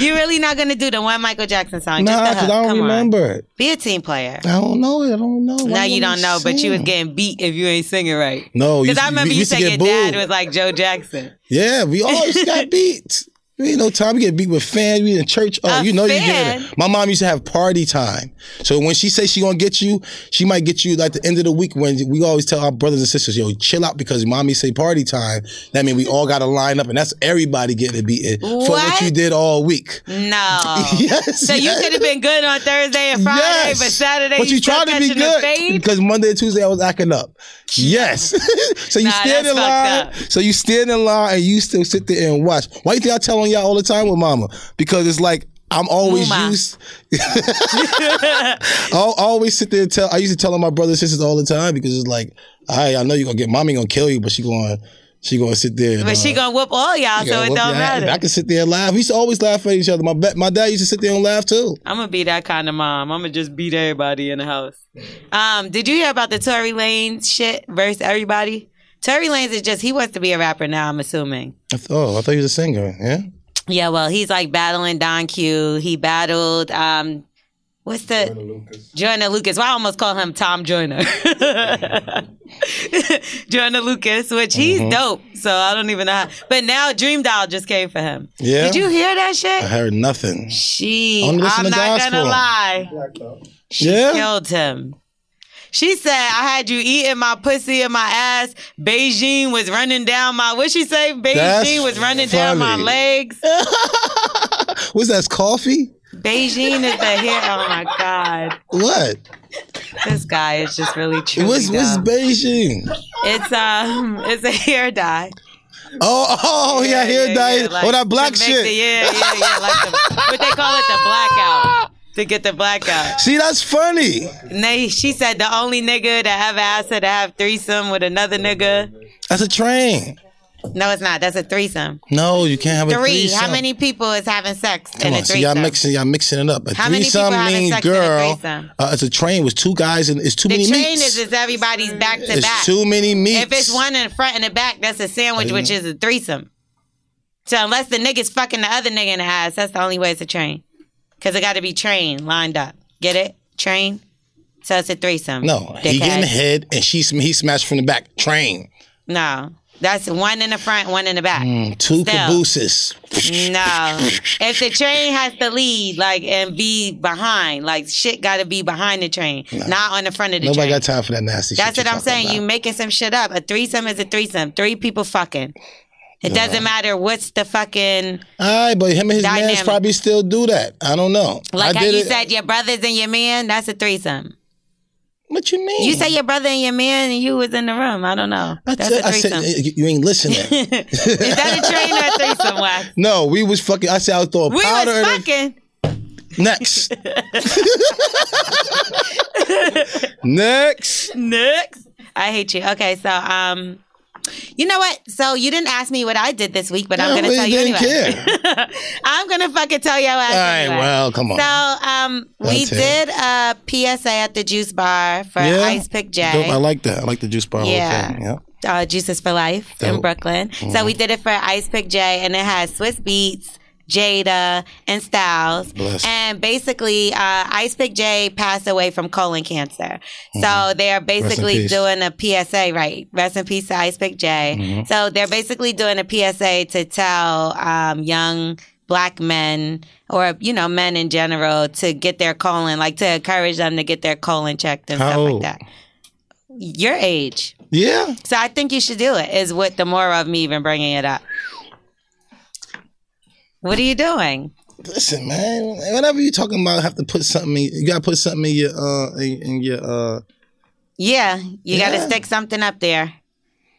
[SPEAKER 2] You're really not gonna do the one Michael Jackson song.
[SPEAKER 3] nah,
[SPEAKER 2] just the
[SPEAKER 3] because I
[SPEAKER 2] hook.
[SPEAKER 3] don't
[SPEAKER 2] Come on.
[SPEAKER 3] remember it.
[SPEAKER 2] Be a team player.
[SPEAKER 3] I don't know it. I don't know.
[SPEAKER 2] Now
[SPEAKER 3] Why
[SPEAKER 2] you
[SPEAKER 3] would
[SPEAKER 2] don't
[SPEAKER 3] we
[SPEAKER 2] know, but you was
[SPEAKER 3] sing?
[SPEAKER 2] getting beat if you ain't singing right.
[SPEAKER 3] No,
[SPEAKER 2] Because I remember
[SPEAKER 3] we
[SPEAKER 2] you
[SPEAKER 3] used to
[SPEAKER 2] said
[SPEAKER 3] get
[SPEAKER 2] your dad
[SPEAKER 3] booed.
[SPEAKER 2] was like Joe Jackson.
[SPEAKER 3] Yeah, we always got beat. We ain't no time. We get beat with fans. We in church. Oh,
[SPEAKER 2] A
[SPEAKER 3] you know you
[SPEAKER 2] fan?
[SPEAKER 3] get it. My mom used to have party time. So when she says she gonna get you, she might get you like the end of the week when we always tell our brothers and sisters, yo, chill out because mommy say party time. That mean we all gotta line up and that's everybody getting beaten for what you
[SPEAKER 2] What?
[SPEAKER 3] did all week.
[SPEAKER 2] No.
[SPEAKER 3] Yes.
[SPEAKER 2] So you
[SPEAKER 3] yes.
[SPEAKER 2] could have been good on Thursday and Friday,
[SPEAKER 3] Yes.
[SPEAKER 2] but Saturday
[SPEAKER 3] But you,
[SPEAKER 2] still
[SPEAKER 3] tried to be
[SPEAKER 2] catching the
[SPEAKER 3] good
[SPEAKER 2] fade?
[SPEAKER 3] because Monday and Tuesday I was acting up. Yes. so you
[SPEAKER 2] Nah,
[SPEAKER 3] stand
[SPEAKER 2] that's
[SPEAKER 3] in line.
[SPEAKER 2] fucked
[SPEAKER 3] So you stand in line and you still sit there and watch. Why you think I tell on y'all all the time with Mama? Because it's like. I'm always
[SPEAKER 2] Muma.
[SPEAKER 3] used. I always sit there and tell. I used to tell my brothers and sisters all the time because it's like, all right, I know you're gonna get mommy gonna kill you, but she going, to she gonna sit there. and,
[SPEAKER 2] But she
[SPEAKER 3] uh,
[SPEAKER 2] gonna whoop all y'all, so
[SPEAKER 3] yeah,
[SPEAKER 2] it
[SPEAKER 3] whoop
[SPEAKER 2] don't
[SPEAKER 3] your ass.
[SPEAKER 2] matter.
[SPEAKER 3] I can sit there and laugh. We used to always laugh at each other. My ba- my dad used to sit there and laugh too.
[SPEAKER 2] I'm gonna be that kind of mom. I'm gonna just beat everybody in the house. Um, did you hear about the Tory Lanez shit versus everybody? Tory Lanez is just he wants to be a rapper now. I'm assuming.
[SPEAKER 3] I th- oh, I thought he was a singer. Yeah.
[SPEAKER 2] Yeah, well, he's like battling Don Q. He battled um, what's the Joyner Lucas? Joyner Lucas. Well, I almost call him Tom Joyner. Joyner Lucas, which he's
[SPEAKER 3] Mm-hmm.
[SPEAKER 2] dope. So I don't even know how. But now Dream Doll just came for him.
[SPEAKER 3] Yeah.
[SPEAKER 2] Did you hear that
[SPEAKER 3] I
[SPEAKER 2] shit?
[SPEAKER 3] heard nothing.
[SPEAKER 2] She. I'm
[SPEAKER 3] Only listen
[SPEAKER 2] not
[SPEAKER 3] to
[SPEAKER 2] gonna
[SPEAKER 3] gospel.
[SPEAKER 2] lie. She
[SPEAKER 3] Yeah.
[SPEAKER 2] killed him. She said, I had you eating my pussy and my ass. Beijing was running down my, what she say? Beijing
[SPEAKER 3] That's
[SPEAKER 2] was running down my
[SPEAKER 3] funny.
[SPEAKER 2] legs.
[SPEAKER 3] What's that? Coffee?
[SPEAKER 2] Beijing is the hair. Oh my God.
[SPEAKER 3] What?
[SPEAKER 2] This guy is just really true.
[SPEAKER 3] What's what's Beijing?
[SPEAKER 2] it's um it's a hair dye.
[SPEAKER 3] Oh, oh, yeah, hair dye.
[SPEAKER 2] like,
[SPEAKER 3] oh, that black
[SPEAKER 2] to make the-
[SPEAKER 3] shit.
[SPEAKER 2] yeah, yeah, yeah. Like the, what they call it, the blackout. To get the blackout.
[SPEAKER 3] See, that's funny.
[SPEAKER 2] And they, she said the only nigga that ever asked her to have threesome with another nigga.
[SPEAKER 3] That's a train.
[SPEAKER 2] No, it's not. That's a threesome.
[SPEAKER 3] No, you can't have a
[SPEAKER 2] Three.
[SPEAKER 3] threesome.
[SPEAKER 2] How many people is having sex
[SPEAKER 3] Come
[SPEAKER 2] in
[SPEAKER 3] on,
[SPEAKER 2] a
[SPEAKER 3] see, y'all
[SPEAKER 2] threesome?
[SPEAKER 3] mixing, y'all mixing it up. A
[SPEAKER 2] How many people
[SPEAKER 3] threesome
[SPEAKER 2] having
[SPEAKER 3] mean
[SPEAKER 2] sex in a
[SPEAKER 3] girl.
[SPEAKER 2] threesome?
[SPEAKER 3] uh, it's a train with two guys and it's too
[SPEAKER 2] the
[SPEAKER 3] many
[SPEAKER 2] chain
[SPEAKER 3] meats.
[SPEAKER 2] is is everybody's back to
[SPEAKER 3] it's
[SPEAKER 2] back.
[SPEAKER 3] too many meats.
[SPEAKER 2] If it's one in the front and the back, that's a sandwich, which is a threesome. So unless the nigga's fucking the other nigga in the ass, that's the only way it's a train. Cause it got to be train lined up. Get it? Train. So it's a threesome.
[SPEAKER 3] no, he getting
[SPEAKER 2] dickhead.
[SPEAKER 3] head and she sm- he smashed from the back. Train.
[SPEAKER 2] No, that's one in the front, one in the back.
[SPEAKER 3] Mm, Two
[SPEAKER 2] Still.
[SPEAKER 3] cabooses.
[SPEAKER 2] No, if the train has to lead, like and be behind, like shit got to be behind the train, not on the front of the
[SPEAKER 3] Nobody
[SPEAKER 2] train.
[SPEAKER 3] got time for that nasty
[SPEAKER 2] That's
[SPEAKER 3] shit.
[SPEAKER 2] what
[SPEAKER 3] you
[SPEAKER 2] I'm
[SPEAKER 3] talking
[SPEAKER 2] saying.
[SPEAKER 3] about.
[SPEAKER 2] You making some shit up. A threesome is a threesome. Three people fucking. It doesn't matter what's the fucking
[SPEAKER 3] All right, but him and his
[SPEAKER 2] Dynamic.
[SPEAKER 3] mans probably still do that. I don't know.
[SPEAKER 2] like
[SPEAKER 3] I
[SPEAKER 2] how
[SPEAKER 3] did
[SPEAKER 2] you
[SPEAKER 3] it-
[SPEAKER 2] said your brothers and your man. That's a threesome.
[SPEAKER 3] What you mean?
[SPEAKER 2] You say your brother and your man, and you was in the room. I don't know.
[SPEAKER 3] I,
[SPEAKER 2] That's
[SPEAKER 3] said-
[SPEAKER 2] a
[SPEAKER 3] I said
[SPEAKER 2] threesome.
[SPEAKER 3] "You- you ain't listening.
[SPEAKER 2] is that a train or a threesome? Wax?
[SPEAKER 3] no, we was fucking. I said I would throw a
[SPEAKER 2] We
[SPEAKER 3] powder.
[SPEAKER 2] was
[SPEAKER 3] in her-
[SPEAKER 2] fucking.
[SPEAKER 3] Next. Next.
[SPEAKER 2] Next. I hate you. Okay, so um, you know what? So you didn't ask me what I did this week, but I'm gonna
[SPEAKER 3] we
[SPEAKER 2] tell you
[SPEAKER 3] didn't
[SPEAKER 2] anyway.
[SPEAKER 3] care.
[SPEAKER 2] I'm gonna fucking tell you what.
[SPEAKER 3] All right, well, come on.
[SPEAKER 2] So um, we
[SPEAKER 3] That's it.
[SPEAKER 2] did a PSA at the juice bar for
[SPEAKER 3] Yeah.
[SPEAKER 2] Ice Pick
[SPEAKER 3] Dope, I
[SPEAKER 2] J.
[SPEAKER 3] like that. I like the juice bar
[SPEAKER 2] Yeah.
[SPEAKER 3] whole thing. Yeah.
[SPEAKER 2] Uh, Juices for Life in
[SPEAKER 3] Dope. Mm-hmm.
[SPEAKER 2] Brooklyn. So we did it for Ice Pick J, and it has Swiss Beats, Jada, and Styles.
[SPEAKER 3] Bless.
[SPEAKER 2] And basically, uh, Ice Pick J passed away from colon cancer. So they are basically
[SPEAKER 3] Mm-hmm. peace.
[SPEAKER 2] doing a PSA, right? Rest in peace to Ice Pick J.
[SPEAKER 3] Mm-hmm.
[SPEAKER 2] So they're basically doing a PSA to tell um, young black men or you know men in general to get their colon like to encourage them to get their colon checked and
[SPEAKER 3] How
[SPEAKER 2] stuff
[SPEAKER 3] old?
[SPEAKER 2] like that your age
[SPEAKER 3] Yeah.
[SPEAKER 2] so I think you should do it. Is what the more of me even bringing it up. What are you doing?
[SPEAKER 3] Listen, man. Whenever you talking about, have to put something. In, you gotta put something in your uh in, in your uh.
[SPEAKER 2] Yeah, you got to
[SPEAKER 3] Yeah.
[SPEAKER 2] stick something up there.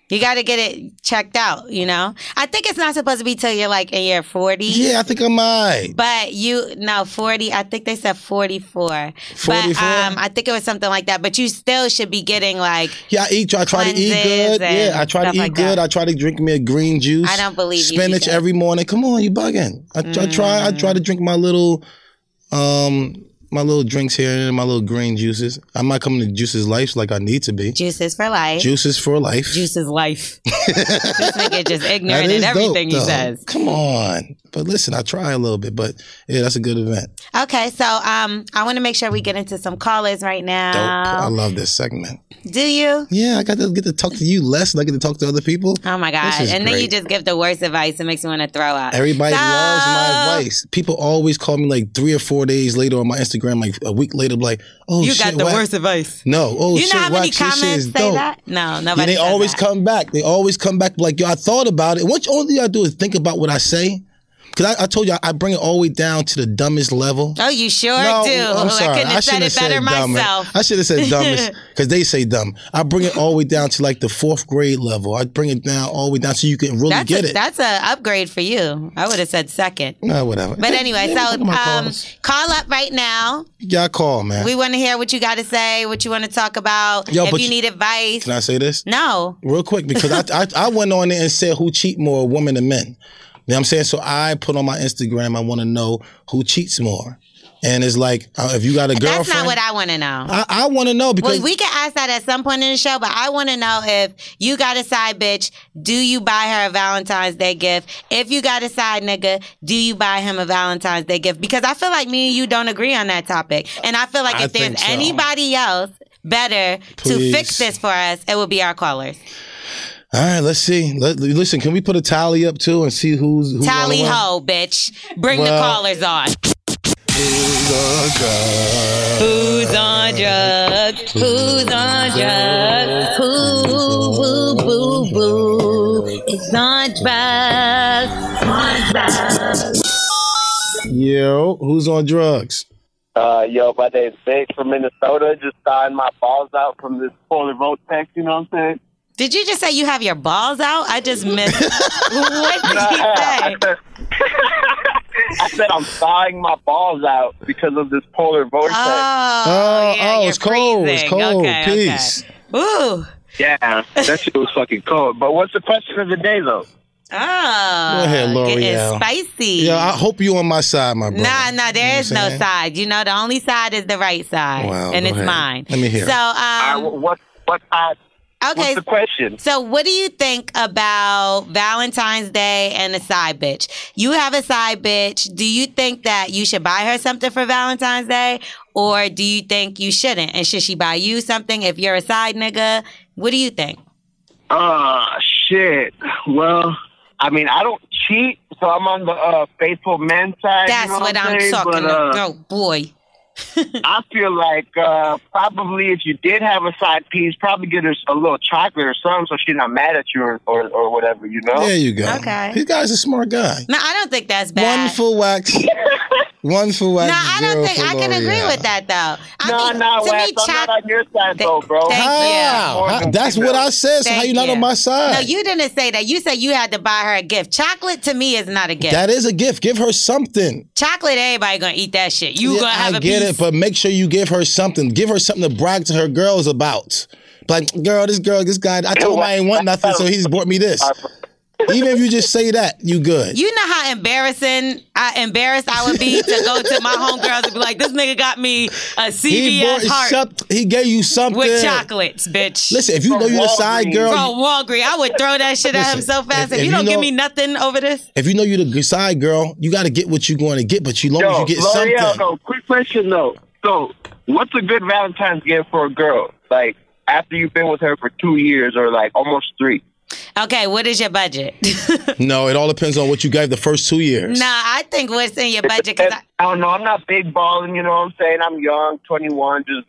[SPEAKER 2] You got to get it checked out. You know, I think it's not supposed to be till you're like in your 40s.
[SPEAKER 3] Yeah, I think I'm alright.
[SPEAKER 2] But you no forty. I think they said forty four. But
[SPEAKER 3] 44?
[SPEAKER 2] um, I think it was something like that. But you still should be getting like
[SPEAKER 3] Yeah, I eat. I try to eat
[SPEAKER 2] Cleanses
[SPEAKER 3] good.
[SPEAKER 2] and
[SPEAKER 3] Yeah, I try to
[SPEAKER 2] stuff
[SPEAKER 3] eat
[SPEAKER 2] like that.
[SPEAKER 3] good. I try to drink me a green juice.
[SPEAKER 2] I don't believe you, Mm-hmm.
[SPEAKER 3] spinach
[SPEAKER 2] DJ.
[SPEAKER 3] every morning. Come on, you bugging. I, I try. I try to drink my little, um, my little drinks here and my little green juices. I'm not coming to juices life like I need to be.
[SPEAKER 2] juices for life.
[SPEAKER 3] Juices for life.
[SPEAKER 2] Juice is life. this nigga just ignorant
[SPEAKER 3] That
[SPEAKER 2] in
[SPEAKER 3] is dope,
[SPEAKER 2] everything he
[SPEAKER 3] though.
[SPEAKER 2] says.
[SPEAKER 3] Come on, but listen, I try a little bit, but yeah, that's a good event.
[SPEAKER 2] Okay, so um, I want to make sure we get into some callers right
[SPEAKER 3] Dope.
[SPEAKER 2] now.
[SPEAKER 3] I love this segment.
[SPEAKER 2] Do you?
[SPEAKER 3] Yeah, I got to get to talk to you less, and I get to talk to other people.
[SPEAKER 2] Oh my god!
[SPEAKER 3] This is
[SPEAKER 2] And then you
[SPEAKER 3] great.
[SPEAKER 2] just give the worst advice. It makes me want to throw up.
[SPEAKER 3] Everybody
[SPEAKER 2] So-
[SPEAKER 3] loves my advice. People always call me like three or four days later on my Instagram, like a week later, like, "Oh
[SPEAKER 2] You
[SPEAKER 3] shit,
[SPEAKER 2] got the
[SPEAKER 3] Wax-
[SPEAKER 2] worst advice.
[SPEAKER 3] No, oh
[SPEAKER 2] you
[SPEAKER 3] shit,
[SPEAKER 2] know how many
[SPEAKER 3] Wax, this shit
[SPEAKER 2] comments
[SPEAKER 3] is
[SPEAKER 2] say
[SPEAKER 3] dope.
[SPEAKER 2] that? No, nobody.
[SPEAKER 3] Yeah, they
[SPEAKER 2] says
[SPEAKER 3] always
[SPEAKER 2] that.
[SPEAKER 3] come back. They always come back like, yo, I thought about it. What only thing I do is think about what I say. Because I, I told you, I, I bring it all the way down to the dumbest level.
[SPEAKER 2] Oh, you sure do.
[SPEAKER 3] I'm
[SPEAKER 2] I
[SPEAKER 3] sorry.
[SPEAKER 2] couldn't have said
[SPEAKER 3] shouldn't
[SPEAKER 2] it better
[SPEAKER 3] dumber.
[SPEAKER 2] myself.
[SPEAKER 3] I should have said dumbest because they say dumb. I bring it all the way down to like the fourth grade level. I bring it down all the way down so you can really
[SPEAKER 2] That's
[SPEAKER 3] get
[SPEAKER 2] a,
[SPEAKER 3] it.
[SPEAKER 2] that's a upgrade for you. I would have said second.
[SPEAKER 3] Nah, whatever.
[SPEAKER 2] But anyway,
[SPEAKER 3] Yeah,
[SPEAKER 2] so
[SPEAKER 3] talking about
[SPEAKER 2] um,
[SPEAKER 3] cars.
[SPEAKER 2] call up right now.
[SPEAKER 3] y'all call, man.
[SPEAKER 2] We want to hear what you got to say, what you want to talk about.
[SPEAKER 3] Yo,
[SPEAKER 2] if
[SPEAKER 3] but
[SPEAKER 2] you
[SPEAKER 3] you-
[SPEAKER 2] need advice,
[SPEAKER 3] Can I say
[SPEAKER 2] Mm.
[SPEAKER 3] this
[SPEAKER 2] no.
[SPEAKER 3] real quick? Because I, I I went on there and said who cheat more, women and men. You know what I'm saying? So I put on my Instagram, I want to know who cheats more. And it's like, uh, if you got a girlfriend. Uh,
[SPEAKER 2] That's not what I want to know.
[SPEAKER 3] I, I want to know because
[SPEAKER 2] Well, we can ask that at some point in the show, but I want to know if you got a side bitch, do you buy her a Valentine's Day gift? If you got a side nigga, do you buy him a Valentine's Day gift? Because I feel like me and you don't agree on that topic. And I feel like
[SPEAKER 3] I
[SPEAKER 2] if there's
[SPEAKER 3] think so.
[SPEAKER 2] anybody else better to
[SPEAKER 3] Please.
[SPEAKER 2] fix this for us, it would be our callers.
[SPEAKER 3] All right, let's see. Let, listen, can we put a tally up too and see who's who's
[SPEAKER 2] Tally ho, bitch. Bring the
[SPEAKER 3] Well-
[SPEAKER 2] callers on. Who's on drugs? Who's on drugs? Who, boo, boo, boo, is on drugs?
[SPEAKER 3] Yo, who's on drugs?
[SPEAKER 4] Uh, yo, my name's Vic from Minnesota. Just thawing my balls out from this polar vortex. You know what I'm saying?
[SPEAKER 2] Did you just say you have your balls out? I just missed. what did you say?
[SPEAKER 4] I said- I said I'm thawing my balls out because of this polar vortex.
[SPEAKER 2] Oh,
[SPEAKER 3] Oh,
[SPEAKER 2] yeah,
[SPEAKER 3] oh,
[SPEAKER 2] you're
[SPEAKER 3] it's cold, it's
[SPEAKER 2] freezing.
[SPEAKER 3] cold.
[SPEAKER 2] Okay,
[SPEAKER 3] Peace.
[SPEAKER 2] Okay. Ooh.
[SPEAKER 4] yeah, that shit was fucking cold. But what's the question of the day, though?
[SPEAKER 2] Oh.
[SPEAKER 3] Go ahead, L'Oreal.
[SPEAKER 2] Getting spicy.
[SPEAKER 3] Yeah, I hope you on my side, my brother.
[SPEAKER 2] Nah, nah,
[SPEAKER 3] You know
[SPEAKER 2] there
[SPEAKER 3] what
[SPEAKER 2] is
[SPEAKER 3] I'm
[SPEAKER 2] no
[SPEAKER 3] saying?
[SPEAKER 2] side. You know, the only side is the right side,
[SPEAKER 3] Wow,
[SPEAKER 2] and
[SPEAKER 3] go
[SPEAKER 2] it's
[SPEAKER 3] ahead.
[SPEAKER 2] mine.
[SPEAKER 3] Let me hear.
[SPEAKER 2] So,
[SPEAKER 4] All right,
[SPEAKER 2] um,
[SPEAKER 4] wh- what what I,
[SPEAKER 2] okay.
[SPEAKER 4] what's the question?
[SPEAKER 2] So, what do you think about Valentine's Day and a side bitch? You have a side bitch. Do you think that you should buy her something for Valentine's Day, or do you think you shouldn't? And should she buy you something if you're a side nigga? What do you think?
[SPEAKER 4] Ah, shit. Well, I mean, I don't cheat, so I'm on the uh, faithful man side.
[SPEAKER 2] That's
[SPEAKER 4] you know
[SPEAKER 2] what I'm
[SPEAKER 4] saying?
[SPEAKER 2] talking
[SPEAKER 4] But, uh,
[SPEAKER 2] about. Oh boy.
[SPEAKER 4] I feel like uh, probably if you did have a side piece, probably get her a little chocolate or something so she's not mad at you or, or, or whatever, you know?
[SPEAKER 3] There you go.
[SPEAKER 2] Okay.
[SPEAKER 3] This guy's a smart guy.
[SPEAKER 2] No, I don't think that's bad.
[SPEAKER 3] One for wax. one for wax.
[SPEAKER 2] No, I
[SPEAKER 3] zero
[SPEAKER 2] don't think
[SPEAKER 3] for
[SPEAKER 2] I can agree
[SPEAKER 3] L'Oreal.
[SPEAKER 2] with that though. I
[SPEAKER 4] No,
[SPEAKER 2] mean,
[SPEAKER 4] no,
[SPEAKER 2] to
[SPEAKER 4] Wes,
[SPEAKER 2] me,
[SPEAKER 4] I'm
[SPEAKER 2] choc-
[SPEAKER 4] not on your side,
[SPEAKER 2] Th-
[SPEAKER 4] though, bro.
[SPEAKER 2] thank you.
[SPEAKER 3] How? How- That's what I said. So how
[SPEAKER 2] Thank
[SPEAKER 3] you not
[SPEAKER 2] you.
[SPEAKER 3] on my side?
[SPEAKER 2] No, you didn't say that. You said you had to buy her a gift. Chocolate to me is not a gift.
[SPEAKER 3] That is a gift. Give her something.
[SPEAKER 2] Chocolate, everybody gonna eat that shit. You
[SPEAKER 3] Yeah,
[SPEAKER 2] gonna have
[SPEAKER 3] I
[SPEAKER 2] a
[SPEAKER 3] get
[SPEAKER 2] piece.
[SPEAKER 3] it, but make sure you give her something. Give her something to brag to her girls about. Like, girl, this girl, this guy, I told him I ain't want nothing, so he just bought me this. Even if you just say that, you good.
[SPEAKER 2] You know how embarrassing, I, embarrassed I would be to go to my homegirls and be like, "This nigga got me a
[SPEAKER 3] he
[SPEAKER 2] CVS heart
[SPEAKER 3] some- he gave you something.
[SPEAKER 2] with chocolates, bitch."
[SPEAKER 3] Listen, if you know you the side
[SPEAKER 4] Walgreens.
[SPEAKER 3] girl,
[SPEAKER 2] Bro, Walgreens, I would throw that shit at him so
[SPEAKER 3] Listen,
[SPEAKER 2] fast.
[SPEAKER 3] if- if
[SPEAKER 2] If, you
[SPEAKER 3] you
[SPEAKER 2] don't give
[SPEAKER 3] know-
[SPEAKER 2] me nothing over this,
[SPEAKER 3] if you know you the side girl, you got to get what you going to get. But you long as
[SPEAKER 4] Yo,
[SPEAKER 3] you get
[SPEAKER 4] L'Oreal,
[SPEAKER 3] something.
[SPEAKER 4] though, quick question though. So, what's a good Valentine's gift for a girl? Like after you've been with her for two years or like almost three.
[SPEAKER 2] okay, what is your budget?
[SPEAKER 3] No, it all depends on what you gave the first two years.
[SPEAKER 2] nah, I think what's in your budget. Cause
[SPEAKER 4] And- I don't know. I'm not big balling. You know what I'm saying? I'm young, 21, just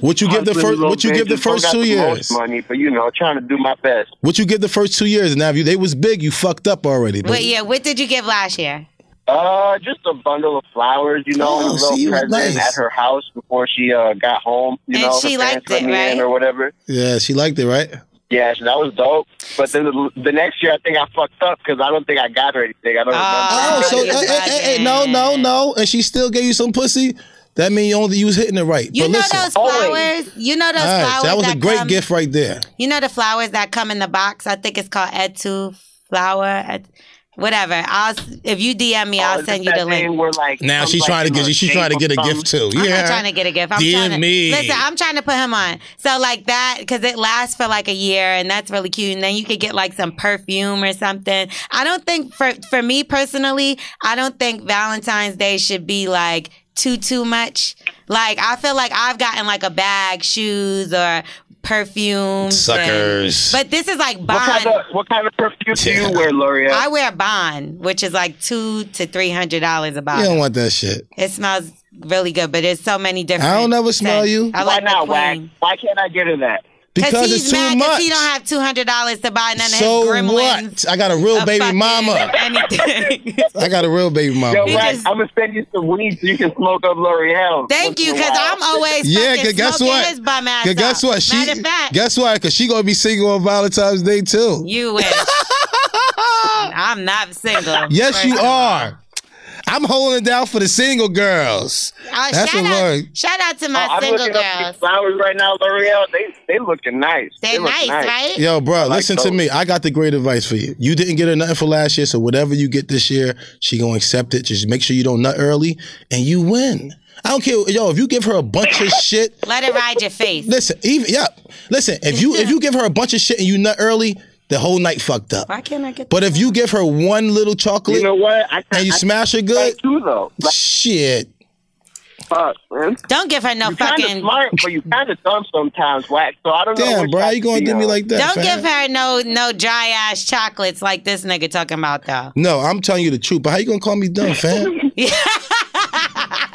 [SPEAKER 3] What you give the
[SPEAKER 4] hustling a
[SPEAKER 3] first?
[SPEAKER 4] little
[SPEAKER 3] What you
[SPEAKER 4] bit,
[SPEAKER 3] give the
[SPEAKER 4] just don't
[SPEAKER 3] first
[SPEAKER 4] got
[SPEAKER 3] two
[SPEAKER 4] the
[SPEAKER 3] years?
[SPEAKER 4] most Money, but you know, trying to do my best.
[SPEAKER 3] What you give the first two years? Now, if you they was big, you fucked up already.
[SPEAKER 2] I,
[SPEAKER 3] But
[SPEAKER 2] wait, yeah, what did you give last year?
[SPEAKER 4] Uh, just a bundle of flowers, you know,
[SPEAKER 3] Oh,
[SPEAKER 4] and a little
[SPEAKER 3] see, you was
[SPEAKER 4] present
[SPEAKER 3] nice.
[SPEAKER 4] at her house before she uh, got home. You
[SPEAKER 2] And
[SPEAKER 4] know,
[SPEAKER 2] she
[SPEAKER 4] her
[SPEAKER 2] liked
[SPEAKER 4] parents let
[SPEAKER 2] it,
[SPEAKER 4] me
[SPEAKER 2] right?
[SPEAKER 4] in or whatever.
[SPEAKER 3] yeah, she liked it, right?
[SPEAKER 4] Yeah, so that was dope. But then the, the next year, I think I fucked up because I don't think I got her anything. I don't
[SPEAKER 2] Ah.
[SPEAKER 3] Oh,
[SPEAKER 4] remember.
[SPEAKER 3] so
[SPEAKER 2] you
[SPEAKER 3] eh, eh, eh, eh, no, no, no, and she still gave you some pussy. That mean you only you was hitting it right.
[SPEAKER 2] You
[SPEAKER 3] but
[SPEAKER 2] know
[SPEAKER 3] listen,
[SPEAKER 2] those
[SPEAKER 4] always.
[SPEAKER 2] flowers. You know those
[SPEAKER 3] all right,
[SPEAKER 2] flowers.
[SPEAKER 3] that was a great
[SPEAKER 2] come-
[SPEAKER 3] gift right there.
[SPEAKER 2] You know the flowers that come in the box. I think it's called Etu flower. Et- whatever. I'll s- if you DM me,
[SPEAKER 4] Oh,
[SPEAKER 2] I'll
[SPEAKER 4] is
[SPEAKER 2] send
[SPEAKER 4] it
[SPEAKER 2] you
[SPEAKER 4] that
[SPEAKER 2] the link.
[SPEAKER 4] thing Where, like,
[SPEAKER 3] Now
[SPEAKER 4] comes,
[SPEAKER 3] she's
[SPEAKER 4] like,
[SPEAKER 3] trying to
[SPEAKER 4] in
[SPEAKER 3] get
[SPEAKER 4] a
[SPEAKER 3] she's trying to
[SPEAKER 4] shape
[SPEAKER 3] get a
[SPEAKER 4] of
[SPEAKER 3] gift
[SPEAKER 4] something?
[SPEAKER 3] too. Yeah,
[SPEAKER 2] I'm not trying to get a gift. I'm
[SPEAKER 3] Dear
[SPEAKER 2] trying to
[SPEAKER 3] me.
[SPEAKER 2] listen. I'm trying to put him on. So like that, because it lasts for like a year, and that's really cute. And then you could get like some perfume or something. I don't think for for me personally, I don't think Valentine's Day should be like too too much. Like I feel like I've gotten like a bag, shoes, or perfume.
[SPEAKER 3] Suckers.
[SPEAKER 2] But this is like
[SPEAKER 4] What
[SPEAKER 2] bond.
[SPEAKER 4] kind of what kind of perfume do
[SPEAKER 3] Yeah.
[SPEAKER 4] you wear, L'Oreal?
[SPEAKER 2] I wear bond, which is like two to three hundred dollars a
[SPEAKER 3] you
[SPEAKER 2] bottle.
[SPEAKER 3] don't want that shit.
[SPEAKER 2] It smells really good, but there's so many different.
[SPEAKER 3] I don't ever smell
[SPEAKER 2] scents.
[SPEAKER 3] you.
[SPEAKER 2] I
[SPEAKER 4] Why
[SPEAKER 2] like
[SPEAKER 4] not,
[SPEAKER 2] the
[SPEAKER 4] Wack?
[SPEAKER 2] queen.
[SPEAKER 4] Why can't I get her that?
[SPEAKER 3] Because
[SPEAKER 2] he's
[SPEAKER 3] it's too
[SPEAKER 2] mad 'cause
[SPEAKER 3] much.
[SPEAKER 2] he don't have two hundred dollars to buy none of
[SPEAKER 3] so
[SPEAKER 2] his gremlins.
[SPEAKER 3] what? I got a real
[SPEAKER 2] a
[SPEAKER 3] baby
[SPEAKER 2] fucking
[SPEAKER 3] mama.
[SPEAKER 2] Anything.
[SPEAKER 3] I got a real baby
[SPEAKER 4] Yo,
[SPEAKER 3] mama.
[SPEAKER 2] He
[SPEAKER 4] Wack,
[SPEAKER 2] just-
[SPEAKER 4] I'm gonna send you some weed so you can smoke up L'Oreal.
[SPEAKER 2] Thank
[SPEAKER 4] once
[SPEAKER 2] you,
[SPEAKER 4] in a
[SPEAKER 2] because
[SPEAKER 4] while.
[SPEAKER 2] I'm always
[SPEAKER 3] Yeah,
[SPEAKER 2] fucking
[SPEAKER 3] cause guess
[SPEAKER 2] smoking
[SPEAKER 3] what?
[SPEAKER 2] his bum ass
[SPEAKER 3] 'Cause guess
[SPEAKER 2] up.
[SPEAKER 3] what? She
[SPEAKER 2] Matter of fact,
[SPEAKER 3] guess what? Cause she gonna be single on Valentine's Day too.
[SPEAKER 2] you wish. I'm not single.
[SPEAKER 3] Yes,
[SPEAKER 2] first
[SPEAKER 3] you
[SPEAKER 2] of all.
[SPEAKER 3] are. I'm holding it down for the single girls.
[SPEAKER 2] Uh,
[SPEAKER 3] That's
[SPEAKER 2] shout
[SPEAKER 3] a
[SPEAKER 2] out,
[SPEAKER 3] word.
[SPEAKER 2] shout out to
[SPEAKER 4] Oh,
[SPEAKER 2] my
[SPEAKER 4] I'm
[SPEAKER 2] single
[SPEAKER 4] looking up
[SPEAKER 2] girls.
[SPEAKER 4] these flowers right now, L'Oreal. They they looking nice.
[SPEAKER 2] They're
[SPEAKER 4] look
[SPEAKER 2] nice, right?
[SPEAKER 3] Yo, bro, listen to
[SPEAKER 4] those.
[SPEAKER 3] me. I got the great advice for you. You didn't get her nothing for last year, so whatever you get this year, she gonna accept it. Just make sure you don't nut early, and you win. I don't care, yo. If you give her a bunch of shit,
[SPEAKER 2] Let it ride your face.
[SPEAKER 3] listen, even yeah, listen. If you if you give her a bunch of shit and you nut early, the whole night fucked up.
[SPEAKER 2] Why can't I get?
[SPEAKER 3] But
[SPEAKER 2] this
[SPEAKER 3] if you give her one little chocolate
[SPEAKER 4] You know what? I
[SPEAKER 3] and you
[SPEAKER 4] I-
[SPEAKER 3] smash her
[SPEAKER 4] I
[SPEAKER 3] good,
[SPEAKER 4] too though. Like,
[SPEAKER 3] shit.
[SPEAKER 4] fuck, man.
[SPEAKER 2] one? don't give her no
[SPEAKER 4] You kind of
[SPEAKER 2] fucking.
[SPEAKER 4] smart, but you kind of dumb sometimes, Wack. So I don't know.
[SPEAKER 3] Damn,
[SPEAKER 4] which
[SPEAKER 3] bro, how
[SPEAKER 4] side
[SPEAKER 3] you gonna
[SPEAKER 4] be
[SPEAKER 3] do me
[SPEAKER 4] on.
[SPEAKER 3] like that?
[SPEAKER 2] Don't
[SPEAKER 3] fam?
[SPEAKER 2] give her no no dry ass chocolates like this nigga talking about though.
[SPEAKER 3] No, I'm telling you the truth. But how you gonna call me dumb, fam?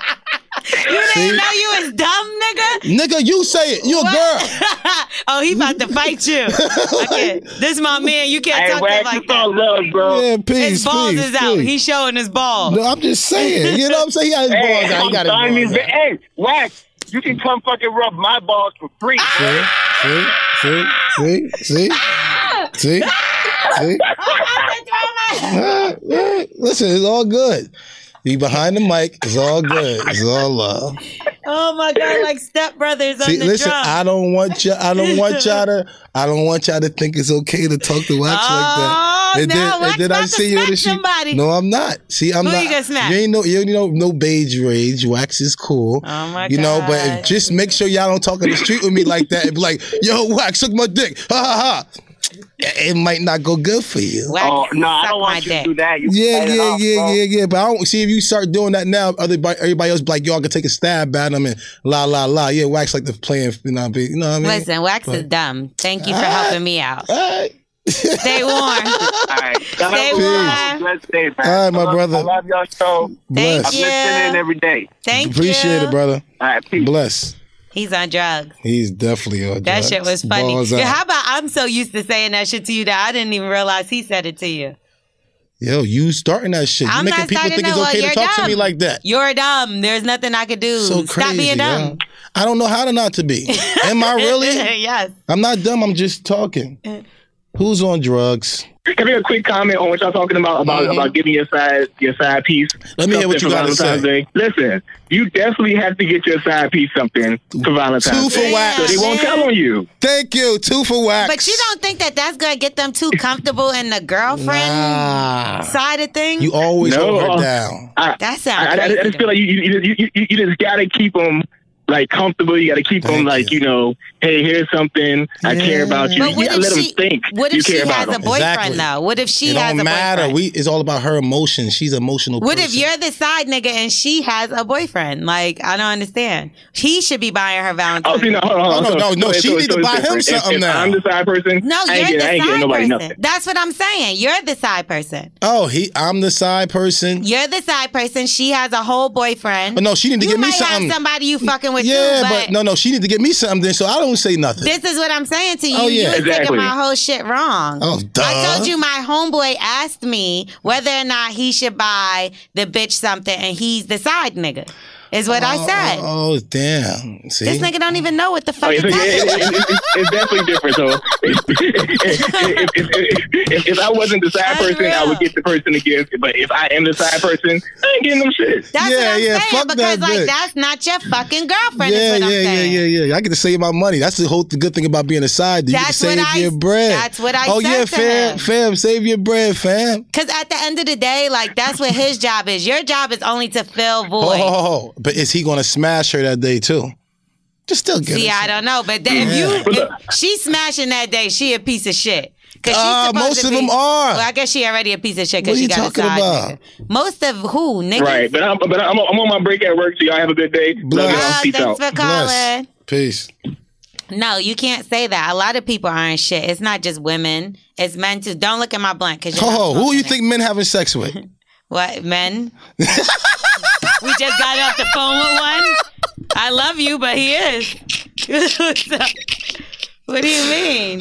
[SPEAKER 2] You
[SPEAKER 3] See?
[SPEAKER 2] didn't know you was dumb, nigga.
[SPEAKER 3] Nigga, you say it. You a girl.
[SPEAKER 2] oh, he about to fight you. Okay, this my man. You can't
[SPEAKER 4] Hey,
[SPEAKER 2] talk to him
[SPEAKER 4] Wack,
[SPEAKER 2] like
[SPEAKER 4] it's all
[SPEAKER 2] that.
[SPEAKER 4] love, bro.
[SPEAKER 3] Yeah, peace.
[SPEAKER 2] His balls
[SPEAKER 3] peace,
[SPEAKER 2] is out.
[SPEAKER 3] peace.
[SPEAKER 2] He's showing his balls.
[SPEAKER 3] No, I'm just saying. You know what I'm saying? He got his
[SPEAKER 4] Hey,
[SPEAKER 3] balls out. He
[SPEAKER 4] I'm
[SPEAKER 3] got his
[SPEAKER 4] signing
[SPEAKER 3] balls
[SPEAKER 4] these-
[SPEAKER 3] out.
[SPEAKER 4] Hey, Wack, you can come fucking rub my balls for free.
[SPEAKER 2] Ah,
[SPEAKER 3] See, see, see, see, see, see. Ah, ah. Listen, it's all good. You behind the mic, it's all good. It's all love.
[SPEAKER 2] oh my god, like stepbrothers on
[SPEAKER 3] See,
[SPEAKER 2] the
[SPEAKER 3] listen,
[SPEAKER 2] drum.
[SPEAKER 3] I don't want you. I don't want y'all to. I don't want y'all to think it's okay to talk to Wax
[SPEAKER 2] Oh,
[SPEAKER 3] like that.
[SPEAKER 2] no, Wax about to smack
[SPEAKER 3] this shit-
[SPEAKER 2] somebody.
[SPEAKER 3] No, I'm not. See, I'm
[SPEAKER 2] Who
[SPEAKER 3] not.
[SPEAKER 2] you gonna smack?
[SPEAKER 3] ain't no. You ain't no no beige rage. Wax is cool.
[SPEAKER 2] Oh, my
[SPEAKER 3] You know, but
[SPEAKER 2] God.
[SPEAKER 3] if, just make sure y'all don't talk in the street with me like that. And be like, yo, Wax, suck my dick. Ha ha ha. It might not go good for you.
[SPEAKER 2] Wax,
[SPEAKER 4] Oh no, I
[SPEAKER 2] suck
[SPEAKER 4] don't
[SPEAKER 2] my
[SPEAKER 4] want you
[SPEAKER 2] dick.
[SPEAKER 4] to do that. You
[SPEAKER 3] Yeah,
[SPEAKER 4] cut it
[SPEAKER 3] yeah,
[SPEAKER 4] off,
[SPEAKER 3] yeah,
[SPEAKER 4] bro.
[SPEAKER 3] yeah, yeah. But I don't see if you start doing that now, other everybody else be like, y'all can take a stab at them and la la la. Yeah, wax like the playing, you know what I mean? You know what I mean?
[SPEAKER 2] Listen, Wax is dumb. Thank you for
[SPEAKER 4] Ah.
[SPEAKER 2] helping me out.
[SPEAKER 3] All right.
[SPEAKER 2] Stay warm.
[SPEAKER 4] All right,
[SPEAKER 2] Stay warm.
[SPEAKER 4] Let's stay, man.
[SPEAKER 3] All right, my
[SPEAKER 4] I love-
[SPEAKER 3] brother.
[SPEAKER 4] I love y'all show.
[SPEAKER 2] Thank
[SPEAKER 3] Bless.
[SPEAKER 4] I'm
[SPEAKER 2] you.
[SPEAKER 4] listening every day.
[SPEAKER 2] Thank
[SPEAKER 3] Appreciate
[SPEAKER 2] you.
[SPEAKER 3] it, brother.
[SPEAKER 4] All right, peace.
[SPEAKER 3] Bless.
[SPEAKER 2] He's on drugs.
[SPEAKER 3] He's definitely on
[SPEAKER 2] That
[SPEAKER 3] drugs.
[SPEAKER 2] shit was funny.
[SPEAKER 3] Balls
[SPEAKER 2] Yeah,
[SPEAKER 3] out.
[SPEAKER 2] how about I'm so used to saying that shit to you that I didn't even realize he said it to you.
[SPEAKER 3] Yo, you starting that shit.
[SPEAKER 2] I'm
[SPEAKER 3] you making
[SPEAKER 2] not
[SPEAKER 3] people
[SPEAKER 2] starting
[SPEAKER 3] think it's
[SPEAKER 2] no-
[SPEAKER 3] okay to
[SPEAKER 2] you're
[SPEAKER 3] talk to
[SPEAKER 2] dumb.
[SPEAKER 3] me like that.
[SPEAKER 2] You're dumb. There's nothing I could do.
[SPEAKER 3] So crazy.
[SPEAKER 2] Stop being
[SPEAKER 3] yo.
[SPEAKER 2] dumb.
[SPEAKER 3] I don't know how to not to be. Am I really?
[SPEAKER 2] yes. Uh.
[SPEAKER 3] I'm not dumb. I'm just talking. Who's on drugs?
[SPEAKER 4] Can I make a quick comment on what y'all talking about about,
[SPEAKER 3] Mhm.
[SPEAKER 4] about giving your side your side piece?
[SPEAKER 3] Let me hear what you
[SPEAKER 4] something for
[SPEAKER 3] gotta
[SPEAKER 4] Valentine's
[SPEAKER 3] say.
[SPEAKER 4] Day? Listen, you definitely have to get your side piece something for Valentine's
[SPEAKER 3] Two for
[SPEAKER 4] Day.
[SPEAKER 3] wax.
[SPEAKER 4] So they won't
[SPEAKER 2] Yeah.
[SPEAKER 4] tell on you.
[SPEAKER 3] Thank you. Two for wax.
[SPEAKER 2] But you don't think that that's gonna get them too comfortable in the girlfriend
[SPEAKER 3] Ah.
[SPEAKER 2] side of things?
[SPEAKER 3] You always
[SPEAKER 4] No,
[SPEAKER 3] hold
[SPEAKER 4] uh,
[SPEAKER 3] her down.
[SPEAKER 4] I,
[SPEAKER 2] that
[SPEAKER 4] I,
[SPEAKER 2] sounds
[SPEAKER 4] I, I
[SPEAKER 2] crazy.
[SPEAKER 4] just feel like you you, you, you, you just gotta keep them like comfortable. You gotta keep them
[SPEAKER 3] Thank
[SPEAKER 4] like
[SPEAKER 3] you.
[SPEAKER 4] you. know, hey, here's something I care about you.
[SPEAKER 2] but
[SPEAKER 4] you
[SPEAKER 2] what
[SPEAKER 4] gotta
[SPEAKER 2] if
[SPEAKER 4] let
[SPEAKER 2] she?
[SPEAKER 4] them think
[SPEAKER 2] what
[SPEAKER 4] you
[SPEAKER 2] if she
[SPEAKER 4] care
[SPEAKER 2] has
[SPEAKER 4] about
[SPEAKER 2] a
[SPEAKER 4] them.
[SPEAKER 2] boyfriend
[SPEAKER 3] Exactly.
[SPEAKER 2] though? What if she
[SPEAKER 3] it
[SPEAKER 2] has
[SPEAKER 3] don't
[SPEAKER 2] a
[SPEAKER 3] matter.
[SPEAKER 2] boyfriend?
[SPEAKER 3] We it's all about her emotions. She's an emotional.
[SPEAKER 2] what if
[SPEAKER 3] person.
[SPEAKER 2] you're the side nigga and she has a boyfriend? Like I don't understand. He should be buying her
[SPEAKER 4] Oh,
[SPEAKER 2] Valentine's.
[SPEAKER 4] you know, hold on, hold on.
[SPEAKER 3] No, no,
[SPEAKER 4] So-
[SPEAKER 3] no, no,
[SPEAKER 4] so-
[SPEAKER 3] she
[SPEAKER 4] so-
[SPEAKER 3] need
[SPEAKER 4] so
[SPEAKER 3] to
[SPEAKER 4] it's
[SPEAKER 3] buy him
[SPEAKER 4] different. If-
[SPEAKER 3] something
[SPEAKER 4] if
[SPEAKER 3] now.
[SPEAKER 4] I'm the side person.
[SPEAKER 2] No, you're
[SPEAKER 4] I ain't
[SPEAKER 2] the
[SPEAKER 4] getting, I ain't getting
[SPEAKER 2] side
[SPEAKER 4] nobody
[SPEAKER 2] person.
[SPEAKER 4] nothing.
[SPEAKER 2] That's what I'm saying. You're the side person.
[SPEAKER 3] Oh, he. I'm the side person.
[SPEAKER 2] You're the side person. She has a whole boyfriend.
[SPEAKER 3] But no, she need to
[SPEAKER 2] you
[SPEAKER 3] get me
[SPEAKER 2] might
[SPEAKER 3] something.
[SPEAKER 2] have somebody you fucking with
[SPEAKER 3] yeah,
[SPEAKER 2] too,
[SPEAKER 3] but, no, no, she need to get me something. Then, so I don't say nothing.
[SPEAKER 2] This is what I'm saying to you.
[SPEAKER 3] Oh, yeah.
[SPEAKER 2] You was taking
[SPEAKER 4] Exactly.
[SPEAKER 2] my whole shit wrong.
[SPEAKER 3] Oh, duh.
[SPEAKER 2] I told you my homeboy asked me whether or not he should buy the bitch something, and he's the side nigga. Is what I said.
[SPEAKER 3] Oh, oh, damn. See,
[SPEAKER 2] This nigga don't even know what the
[SPEAKER 4] Oh,
[SPEAKER 2] fuck.
[SPEAKER 4] it's,
[SPEAKER 2] he's talking
[SPEAKER 4] it-
[SPEAKER 2] about.
[SPEAKER 4] it- it- it- it's definitely different. So, if, if, if, if, if I wasn't the side
[SPEAKER 2] That's
[SPEAKER 4] person, I
[SPEAKER 2] real.
[SPEAKER 4] would get the person to give. But if I am the side person, I ain't getting them shit.
[SPEAKER 2] That's
[SPEAKER 3] Yeah,
[SPEAKER 2] what I'm
[SPEAKER 3] yeah,
[SPEAKER 2] saying
[SPEAKER 3] fuck that
[SPEAKER 2] because like
[SPEAKER 3] bitch.
[SPEAKER 2] that's not your fucking girlfriend.
[SPEAKER 3] yeah,
[SPEAKER 2] is
[SPEAKER 3] yeah,
[SPEAKER 2] what I'm
[SPEAKER 3] yeah,
[SPEAKER 2] saying.
[SPEAKER 3] yeah, yeah, I get to save my money. That's the whole th- good thing about being a side. dude. You
[SPEAKER 2] That's
[SPEAKER 3] can
[SPEAKER 2] what
[SPEAKER 3] save
[SPEAKER 2] I-
[SPEAKER 3] your bread.
[SPEAKER 2] that's what I
[SPEAKER 3] Oh
[SPEAKER 2] said
[SPEAKER 3] yeah,
[SPEAKER 2] to
[SPEAKER 3] fam,
[SPEAKER 2] him.
[SPEAKER 3] fam, save your bread, fam.
[SPEAKER 2] Cause at the end of the day, like that's what his job is. Your job is only to fill
[SPEAKER 3] Oh,
[SPEAKER 2] void.
[SPEAKER 3] but is he gonna smash her that day too? Just still get.
[SPEAKER 2] See,
[SPEAKER 3] her some-
[SPEAKER 2] I don't know, but th- if
[SPEAKER 3] Yeah.
[SPEAKER 2] you if she's smashing that day, she a piece of shit. Cause she's
[SPEAKER 3] Uh,
[SPEAKER 2] supposed
[SPEAKER 3] most
[SPEAKER 2] to
[SPEAKER 3] of
[SPEAKER 2] be-
[SPEAKER 3] them are.
[SPEAKER 2] Well, I guess she already a piece of shit
[SPEAKER 3] What
[SPEAKER 2] because
[SPEAKER 3] are
[SPEAKER 2] she
[SPEAKER 3] you
[SPEAKER 2] got
[SPEAKER 3] talking
[SPEAKER 2] a side
[SPEAKER 3] about?
[SPEAKER 2] nigga. Most of who niggas?
[SPEAKER 4] Right. But I'm, but I'm, I'm on my break at work, so y'all have a good day. Love
[SPEAKER 3] Bless.
[SPEAKER 4] y'all.
[SPEAKER 2] Oh,
[SPEAKER 4] Peace
[SPEAKER 2] thanks
[SPEAKER 4] out.
[SPEAKER 2] for
[SPEAKER 3] Bless.
[SPEAKER 2] calling.
[SPEAKER 3] Peace.
[SPEAKER 2] No, you can't say that. A lot of people aren't shit. It's not just women. It's men too. Don't look at my blunt because
[SPEAKER 3] Oh, who you think men having sex with?
[SPEAKER 2] What men? we just got off the phone with one. I love you, but he is. What's up? what do you mean?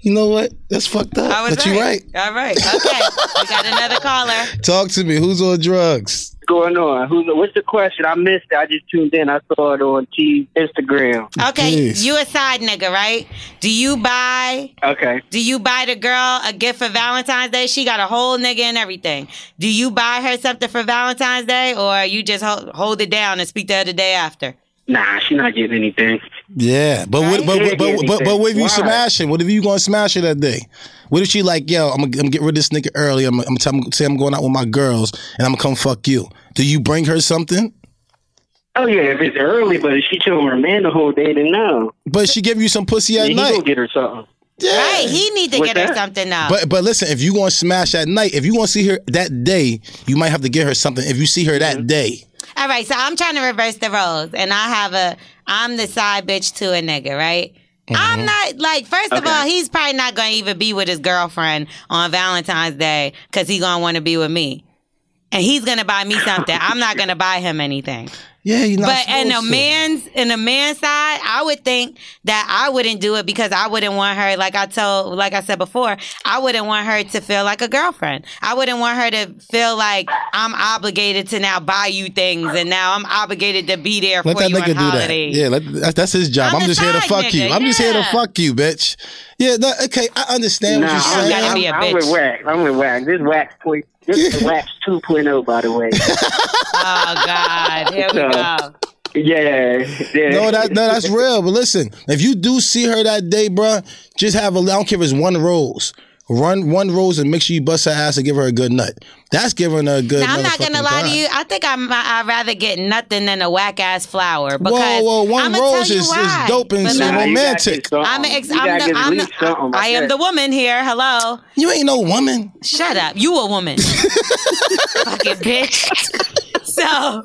[SPEAKER 3] you know what? That's fucked up.
[SPEAKER 2] I was
[SPEAKER 3] but you right.
[SPEAKER 2] All right. Okay. we got another caller.
[SPEAKER 3] Talk to me. Who's on drugs?
[SPEAKER 5] going on? Who's what's the question? I missed it. I just tuned in. I saw it on T Instagram.
[SPEAKER 2] Okay.
[SPEAKER 3] Jeez.
[SPEAKER 2] You a side nigga, right? Do you buy
[SPEAKER 5] Okay.
[SPEAKER 2] do you buy the girl a gift for Valentine's Day? She got a whole nigga and everything. Do you buy her something for Valentine's Day or you just hold, hold it down and speak to her the day after?
[SPEAKER 5] Nah, she not getting anything.
[SPEAKER 3] Yeah, but what, but, but, but, but, but what if you
[SPEAKER 5] Why?
[SPEAKER 3] smash her? What if you gonna smash her that day? What if she like, yo, I'm gonna, I'm gonna get rid of this nigga early. I'm, gonna- I'm gonna tell- say I'm going out with my girls and I'm gonna come fuck you. Do you bring her something?
[SPEAKER 5] Oh yeah, if it's early, but if she chilling with her man the whole day, then no.
[SPEAKER 3] But she give you some pussy at
[SPEAKER 5] Then he
[SPEAKER 3] night.
[SPEAKER 5] gonna get her something.
[SPEAKER 3] yeah.
[SPEAKER 2] Right. He need to
[SPEAKER 5] What's
[SPEAKER 2] get her
[SPEAKER 5] that?
[SPEAKER 2] something now.
[SPEAKER 3] but but listen, if you gonna smash at night, if you gonna see her that day, you might have to get her something. If you see her that day,
[SPEAKER 2] All right, so I'm trying to reverse the roles, and I have a I'm the side bitch to a nigga, right? I'm not like first of
[SPEAKER 5] Okay.
[SPEAKER 2] all, he's probably not gonna even be with his girlfriend on Valentine's Day because he gonna want to be with me, and he's gonna buy me something. I'm not gonna buy him anything.
[SPEAKER 3] yeah, you not.
[SPEAKER 2] But in a
[SPEAKER 3] supposed to.
[SPEAKER 2] man's in a man's side, I would think that I wouldn't do it because I wouldn't want her. Like I told, like I said before, I wouldn't want her to feel like a girlfriend. I wouldn't want her to feel like I'm obligated to now buy you things and now I'm obligated to be there
[SPEAKER 3] Let
[SPEAKER 2] for
[SPEAKER 3] that
[SPEAKER 2] you
[SPEAKER 3] nigga
[SPEAKER 2] on
[SPEAKER 3] do that.
[SPEAKER 2] holidays.
[SPEAKER 3] Yeah, let, that's, that's his job. I'm,
[SPEAKER 2] I'm the
[SPEAKER 3] just here to
[SPEAKER 2] side
[SPEAKER 3] fuck you.
[SPEAKER 2] nigga,
[SPEAKER 3] I'm just here to
[SPEAKER 2] yeah.
[SPEAKER 3] fuck you, bitch. Yeah, no, okay, I understand
[SPEAKER 5] Nah,
[SPEAKER 3] what you're
[SPEAKER 5] I'm,
[SPEAKER 3] saying.
[SPEAKER 2] You gotta
[SPEAKER 5] I'm-
[SPEAKER 2] be a
[SPEAKER 5] I'm
[SPEAKER 2] bitch.
[SPEAKER 5] with Wax. I'm with Wax. This Wax point. This is Wax 2.0, by the way.
[SPEAKER 2] Oh God, here we go.
[SPEAKER 5] yeah. yeah.
[SPEAKER 3] No, that no, that's real. But listen, if you do see her that day, bruh, just have a. I don't care if it's one rose. Run one rose and make sure you bust her ass and give her a good nut. That's giving her a good.
[SPEAKER 2] Now, I'm not gonna
[SPEAKER 3] motherfucking
[SPEAKER 2] lie
[SPEAKER 3] time.
[SPEAKER 2] to you. I think I'm, I- I'd rather get nothing than a whack ass flower. Because
[SPEAKER 3] Whoa, whoa, one
[SPEAKER 2] I'ma
[SPEAKER 3] rose
[SPEAKER 2] tell you
[SPEAKER 3] is, is
[SPEAKER 2] why.
[SPEAKER 3] dope and
[SPEAKER 2] But
[SPEAKER 3] so
[SPEAKER 2] let me-
[SPEAKER 5] Nah, you gotta
[SPEAKER 3] romantic.
[SPEAKER 5] get something.
[SPEAKER 2] I'm the ex-
[SPEAKER 5] You gotta
[SPEAKER 2] I'm
[SPEAKER 5] get
[SPEAKER 2] the,
[SPEAKER 5] at
[SPEAKER 2] I'm
[SPEAKER 5] least something,
[SPEAKER 2] the,
[SPEAKER 5] my
[SPEAKER 2] I am
[SPEAKER 5] friend.
[SPEAKER 2] the woman here. Hello.
[SPEAKER 3] You ain't no woman.
[SPEAKER 2] Shut up. You a woman. Fucking bitch. So,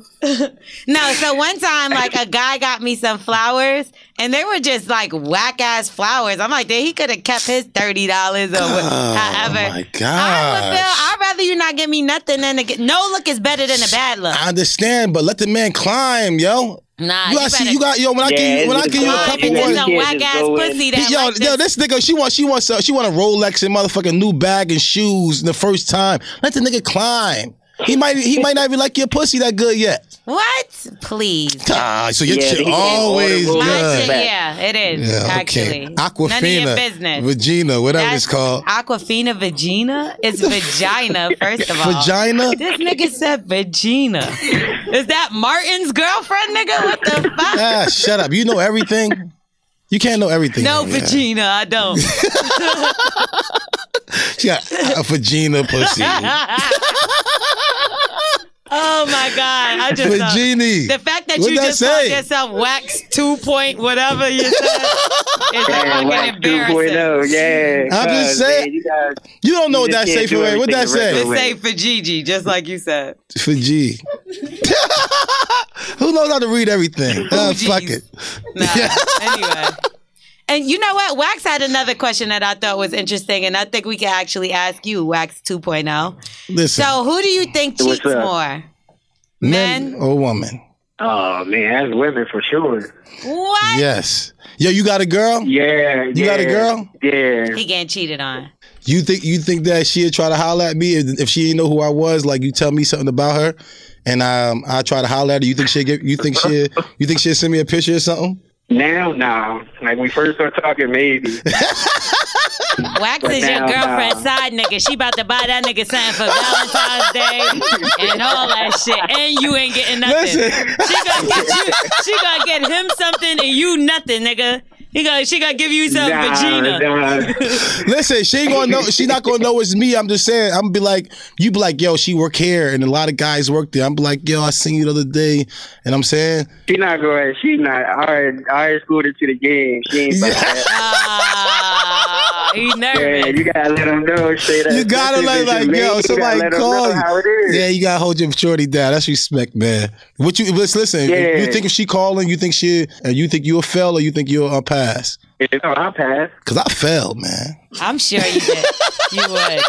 [SPEAKER 2] no, so one time, like, a guy got me some flowers, and they were just like whack ass flowers. I'm like, dude, he could have kept his $30 or
[SPEAKER 3] Oh,
[SPEAKER 2] what, however.
[SPEAKER 3] my
[SPEAKER 2] I would feel,
[SPEAKER 3] gosh.
[SPEAKER 2] I'd rather you not give me nothing than a, no look is better than a bad look.
[SPEAKER 3] I understand, but let the man climb, yo.
[SPEAKER 2] nah,
[SPEAKER 3] You gotta see,
[SPEAKER 2] better-
[SPEAKER 3] you got yo. When I
[SPEAKER 5] Yeah,
[SPEAKER 3] give you, when I
[SPEAKER 5] it's
[SPEAKER 3] give you a
[SPEAKER 5] fine.
[SPEAKER 3] couple
[SPEAKER 5] You
[SPEAKER 2] It's
[SPEAKER 5] gotta
[SPEAKER 3] words,
[SPEAKER 2] just a
[SPEAKER 5] Yeah,
[SPEAKER 2] whack ass
[SPEAKER 5] just go in.
[SPEAKER 2] pussy that
[SPEAKER 3] yo,
[SPEAKER 2] like
[SPEAKER 3] yo,
[SPEAKER 2] this-
[SPEAKER 3] this nigga, she wants, she wants, a, she want a Rolex and motherfucking new bag and shoes the first time. Let the nigga climb. He might he might not even like your pussy that good yet.
[SPEAKER 2] What? Please.
[SPEAKER 3] Ah, so your
[SPEAKER 5] Yeah,
[SPEAKER 3] shit
[SPEAKER 5] he is
[SPEAKER 3] always
[SPEAKER 5] horrible.
[SPEAKER 2] My
[SPEAKER 3] good.
[SPEAKER 2] shit, yeah, it is.
[SPEAKER 3] Yeah,
[SPEAKER 2] Actually.
[SPEAKER 3] okay.
[SPEAKER 2] None of your
[SPEAKER 3] Aquafina,
[SPEAKER 2] business.
[SPEAKER 3] Regina, whatever it's called.
[SPEAKER 2] Aquafina Vagina? It's vagina, first of all.
[SPEAKER 3] Vagina.
[SPEAKER 2] This nigga said vagina. Is that Martin's girlfriend, nigga? What the fuck?
[SPEAKER 3] Ah, shut up. You know everything. You can't know everything.
[SPEAKER 2] No,
[SPEAKER 3] Yeah.
[SPEAKER 2] vagina, I don't.
[SPEAKER 3] She got a vagina pussy.
[SPEAKER 2] oh my God. I just uh,
[SPEAKER 3] Vagini.
[SPEAKER 2] The fact that
[SPEAKER 3] What'd
[SPEAKER 2] you
[SPEAKER 3] that
[SPEAKER 2] just called
[SPEAKER 3] say?
[SPEAKER 2] yourself wax two point whatever you said is
[SPEAKER 5] Man,
[SPEAKER 2] fucking
[SPEAKER 5] Wax oh. 2.0,
[SPEAKER 2] embarrassing.
[SPEAKER 5] yeah.
[SPEAKER 3] I'm just
[SPEAKER 5] cuz, man,
[SPEAKER 3] saying.
[SPEAKER 5] you guys-
[SPEAKER 3] You don't know
[SPEAKER 5] You
[SPEAKER 3] what
[SPEAKER 5] just
[SPEAKER 3] that
[SPEAKER 5] can't
[SPEAKER 3] say for
[SPEAKER 5] do
[SPEAKER 3] real. What that
[SPEAKER 5] everything the
[SPEAKER 3] say?
[SPEAKER 5] regular way.
[SPEAKER 2] Say for Gigi, just like you said.
[SPEAKER 3] For G. Who knows how to read everything? Ah,
[SPEAKER 2] Fuji's.
[SPEAKER 3] fuck it.
[SPEAKER 2] Nah.
[SPEAKER 3] Yeah.
[SPEAKER 2] Anyway. And you know what? Wax had another question that I thought was interesting, and I think we could actually ask you, Wax 2.0.
[SPEAKER 3] Listen,
[SPEAKER 2] So, who do you think
[SPEAKER 5] What's
[SPEAKER 2] cheats
[SPEAKER 5] up?
[SPEAKER 2] more?
[SPEAKER 3] men or women?
[SPEAKER 5] Oh man, that's women for sure.
[SPEAKER 2] What?
[SPEAKER 3] Yes. Yo, you got a girl?
[SPEAKER 5] Yeah,
[SPEAKER 3] You got a girl?
[SPEAKER 5] Yeah.
[SPEAKER 2] He getting cheated on.
[SPEAKER 3] You think you think that she'd try to holler at me if, if she didn't know who I was? Like you tell me something about her, and um, I try to holler at her. You think she get? You think she? You think she'll send me a picture or something?
[SPEAKER 5] Now, now, like we first start talking, maybe.
[SPEAKER 2] Wax is your
[SPEAKER 5] now,
[SPEAKER 2] girlfriend's
[SPEAKER 5] nah.
[SPEAKER 2] side nigga. She about to buy that nigga something for Valentine's Day and all that shit. And you ain't getting nothing.
[SPEAKER 3] Listen.
[SPEAKER 2] She gonna get you. She gonna get him something and you nothing, nigga. He gonna, she gonna give you some vagina.
[SPEAKER 3] Listen, she ain't gonna know. She not gonna know it's me. I'm just saying. I'm be like, you be like, yo, she work here, and a lot of guys work there. I'm be like, yo, I seen you the other day, and I'm saying,
[SPEAKER 5] she not going. She not. I already, I already schooled her to the game. She ain't. about that.
[SPEAKER 2] Ah, he
[SPEAKER 5] Yeah,
[SPEAKER 2] nervous.
[SPEAKER 5] you gotta let them know. Straight up.
[SPEAKER 3] you gotta
[SPEAKER 5] That's
[SPEAKER 3] like,
[SPEAKER 5] your
[SPEAKER 3] like,
[SPEAKER 5] man.
[SPEAKER 3] yo,
[SPEAKER 5] You gotta
[SPEAKER 3] somebody
[SPEAKER 5] let 'em
[SPEAKER 3] call
[SPEAKER 5] know how it
[SPEAKER 3] you.
[SPEAKER 5] is.
[SPEAKER 3] Yeah, you gotta hold your shorty down. That's respect, man. What you? Listen, listen.
[SPEAKER 5] Yeah.
[SPEAKER 3] You think if she calling, you think she, and you think you a fail, or you think you a pass?
[SPEAKER 5] Yeah, no, I pass.
[SPEAKER 3] Cause I failed, man.
[SPEAKER 2] I'm sure you did. You would.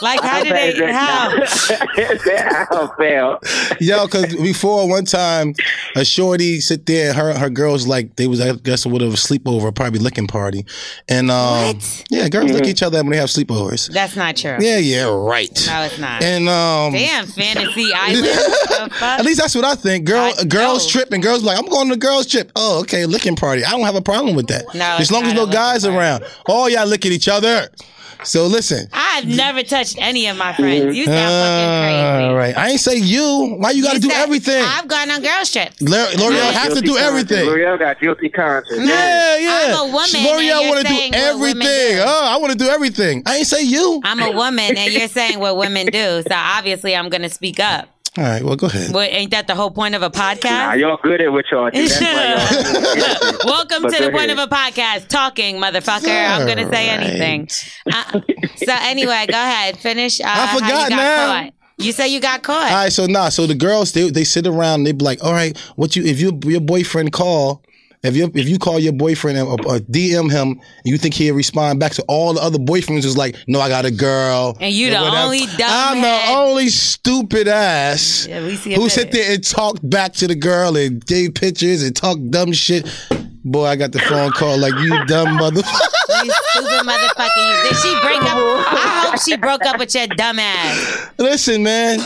[SPEAKER 2] Like how did they? How?
[SPEAKER 5] I'll fail.
[SPEAKER 3] Yo, cause before one time, a shorty sit there and her her girls like they was I guess would have a sleepover, probably licking party, and um
[SPEAKER 2] What?
[SPEAKER 3] yeah, girls lick each other when they have sleepovers.
[SPEAKER 2] That's not true.
[SPEAKER 3] Yeah, yeah, right.
[SPEAKER 2] No, it's not.
[SPEAKER 3] And um,
[SPEAKER 2] Damn, fantasy island. The fuck?
[SPEAKER 3] at least that's what I think. Girl,
[SPEAKER 2] I
[SPEAKER 3] girls
[SPEAKER 2] know.
[SPEAKER 3] trip and girls like I'm going to the girls trip. Oh, okay, licking party. I don't have a problem with that.
[SPEAKER 2] No,
[SPEAKER 3] as
[SPEAKER 2] it's
[SPEAKER 3] long as
[SPEAKER 2] not a
[SPEAKER 3] no
[SPEAKER 2] licking
[SPEAKER 3] guys
[SPEAKER 2] party.
[SPEAKER 3] around. All y'all licking each other. So listen.
[SPEAKER 2] I've never touched any of my friends. You sound fucking crazy.
[SPEAKER 3] All right. I ain't say you. Why you got to Uh,
[SPEAKER 2] You
[SPEAKER 3] do
[SPEAKER 2] said,
[SPEAKER 3] everything?
[SPEAKER 2] I've gone on girl trips.
[SPEAKER 3] L'Oreal L'Oreal has to
[SPEAKER 5] Guilty
[SPEAKER 3] do
[SPEAKER 5] conscience.
[SPEAKER 3] everything.
[SPEAKER 5] L'Oreal got guilty conscience.
[SPEAKER 3] Yeah, yeah.
[SPEAKER 2] I'm a woman, and
[SPEAKER 3] L'Oreal
[SPEAKER 2] you're
[SPEAKER 3] want to do
[SPEAKER 2] saying what women
[SPEAKER 3] everything.
[SPEAKER 2] do.
[SPEAKER 3] Oh, I want to do everything. I ain't say you.
[SPEAKER 2] I'm a woman, and you're saying what women do, so obviously I'm gonna speak up.
[SPEAKER 3] All right. Well, go ahead.
[SPEAKER 2] But ain't that the whole point of a
[SPEAKER 5] Nah,
[SPEAKER 2] podcast?
[SPEAKER 5] y'all good at what y'all do. That's why y'all.
[SPEAKER 2] Welcome
[SPEAKER 5] But
[SPEAKER 2] to the
[SPEAKER 5] go
[SPEAKER 2] point of
[SPEAKER 5] ahead.
[SPEAKER 2] a podcast, talking, motherfucker. I'm gonna say
[SPEAKER 3] Alright.
[SPEAKER 2] anything. Uh, so anyway, go ahead, finish. Uh, how you
[SPEAKER 3] forgot
[SPEAKER 2] got
[SPEAKER 3] now.
[SPEAKER 2] Caught. You say you got caught.
[SPEAKER 3] All right. So nah. So the girls they they sit around. They be like, all right, what you if you your boyfriend call. If you if you call your boyfriend uh, or, or DM him, and you think he'll respond back to all the other boyfriends is like, no, I got a girl.
[SPEAKER 2] And you the only dumb
[SPEAKER 3] I'm
[SPEAKER 2] head.
[SPEAKER 3] the only stupid ass
[SPEAKER 2] Yeah, we see a
[SPEAKER 3] who
[SPEAKER 2] minute.
[SPEAKER 3] sit there and talked back to the girl and gave pictures and talked dumb shit. Boy, I got the phone call like you dumb motherfucker.
[SPEAKER 2] You stupid motherfucker. You. Did she break up? I hope she broke up with your dumb ass.
[SPEAKER 3] Listen, man,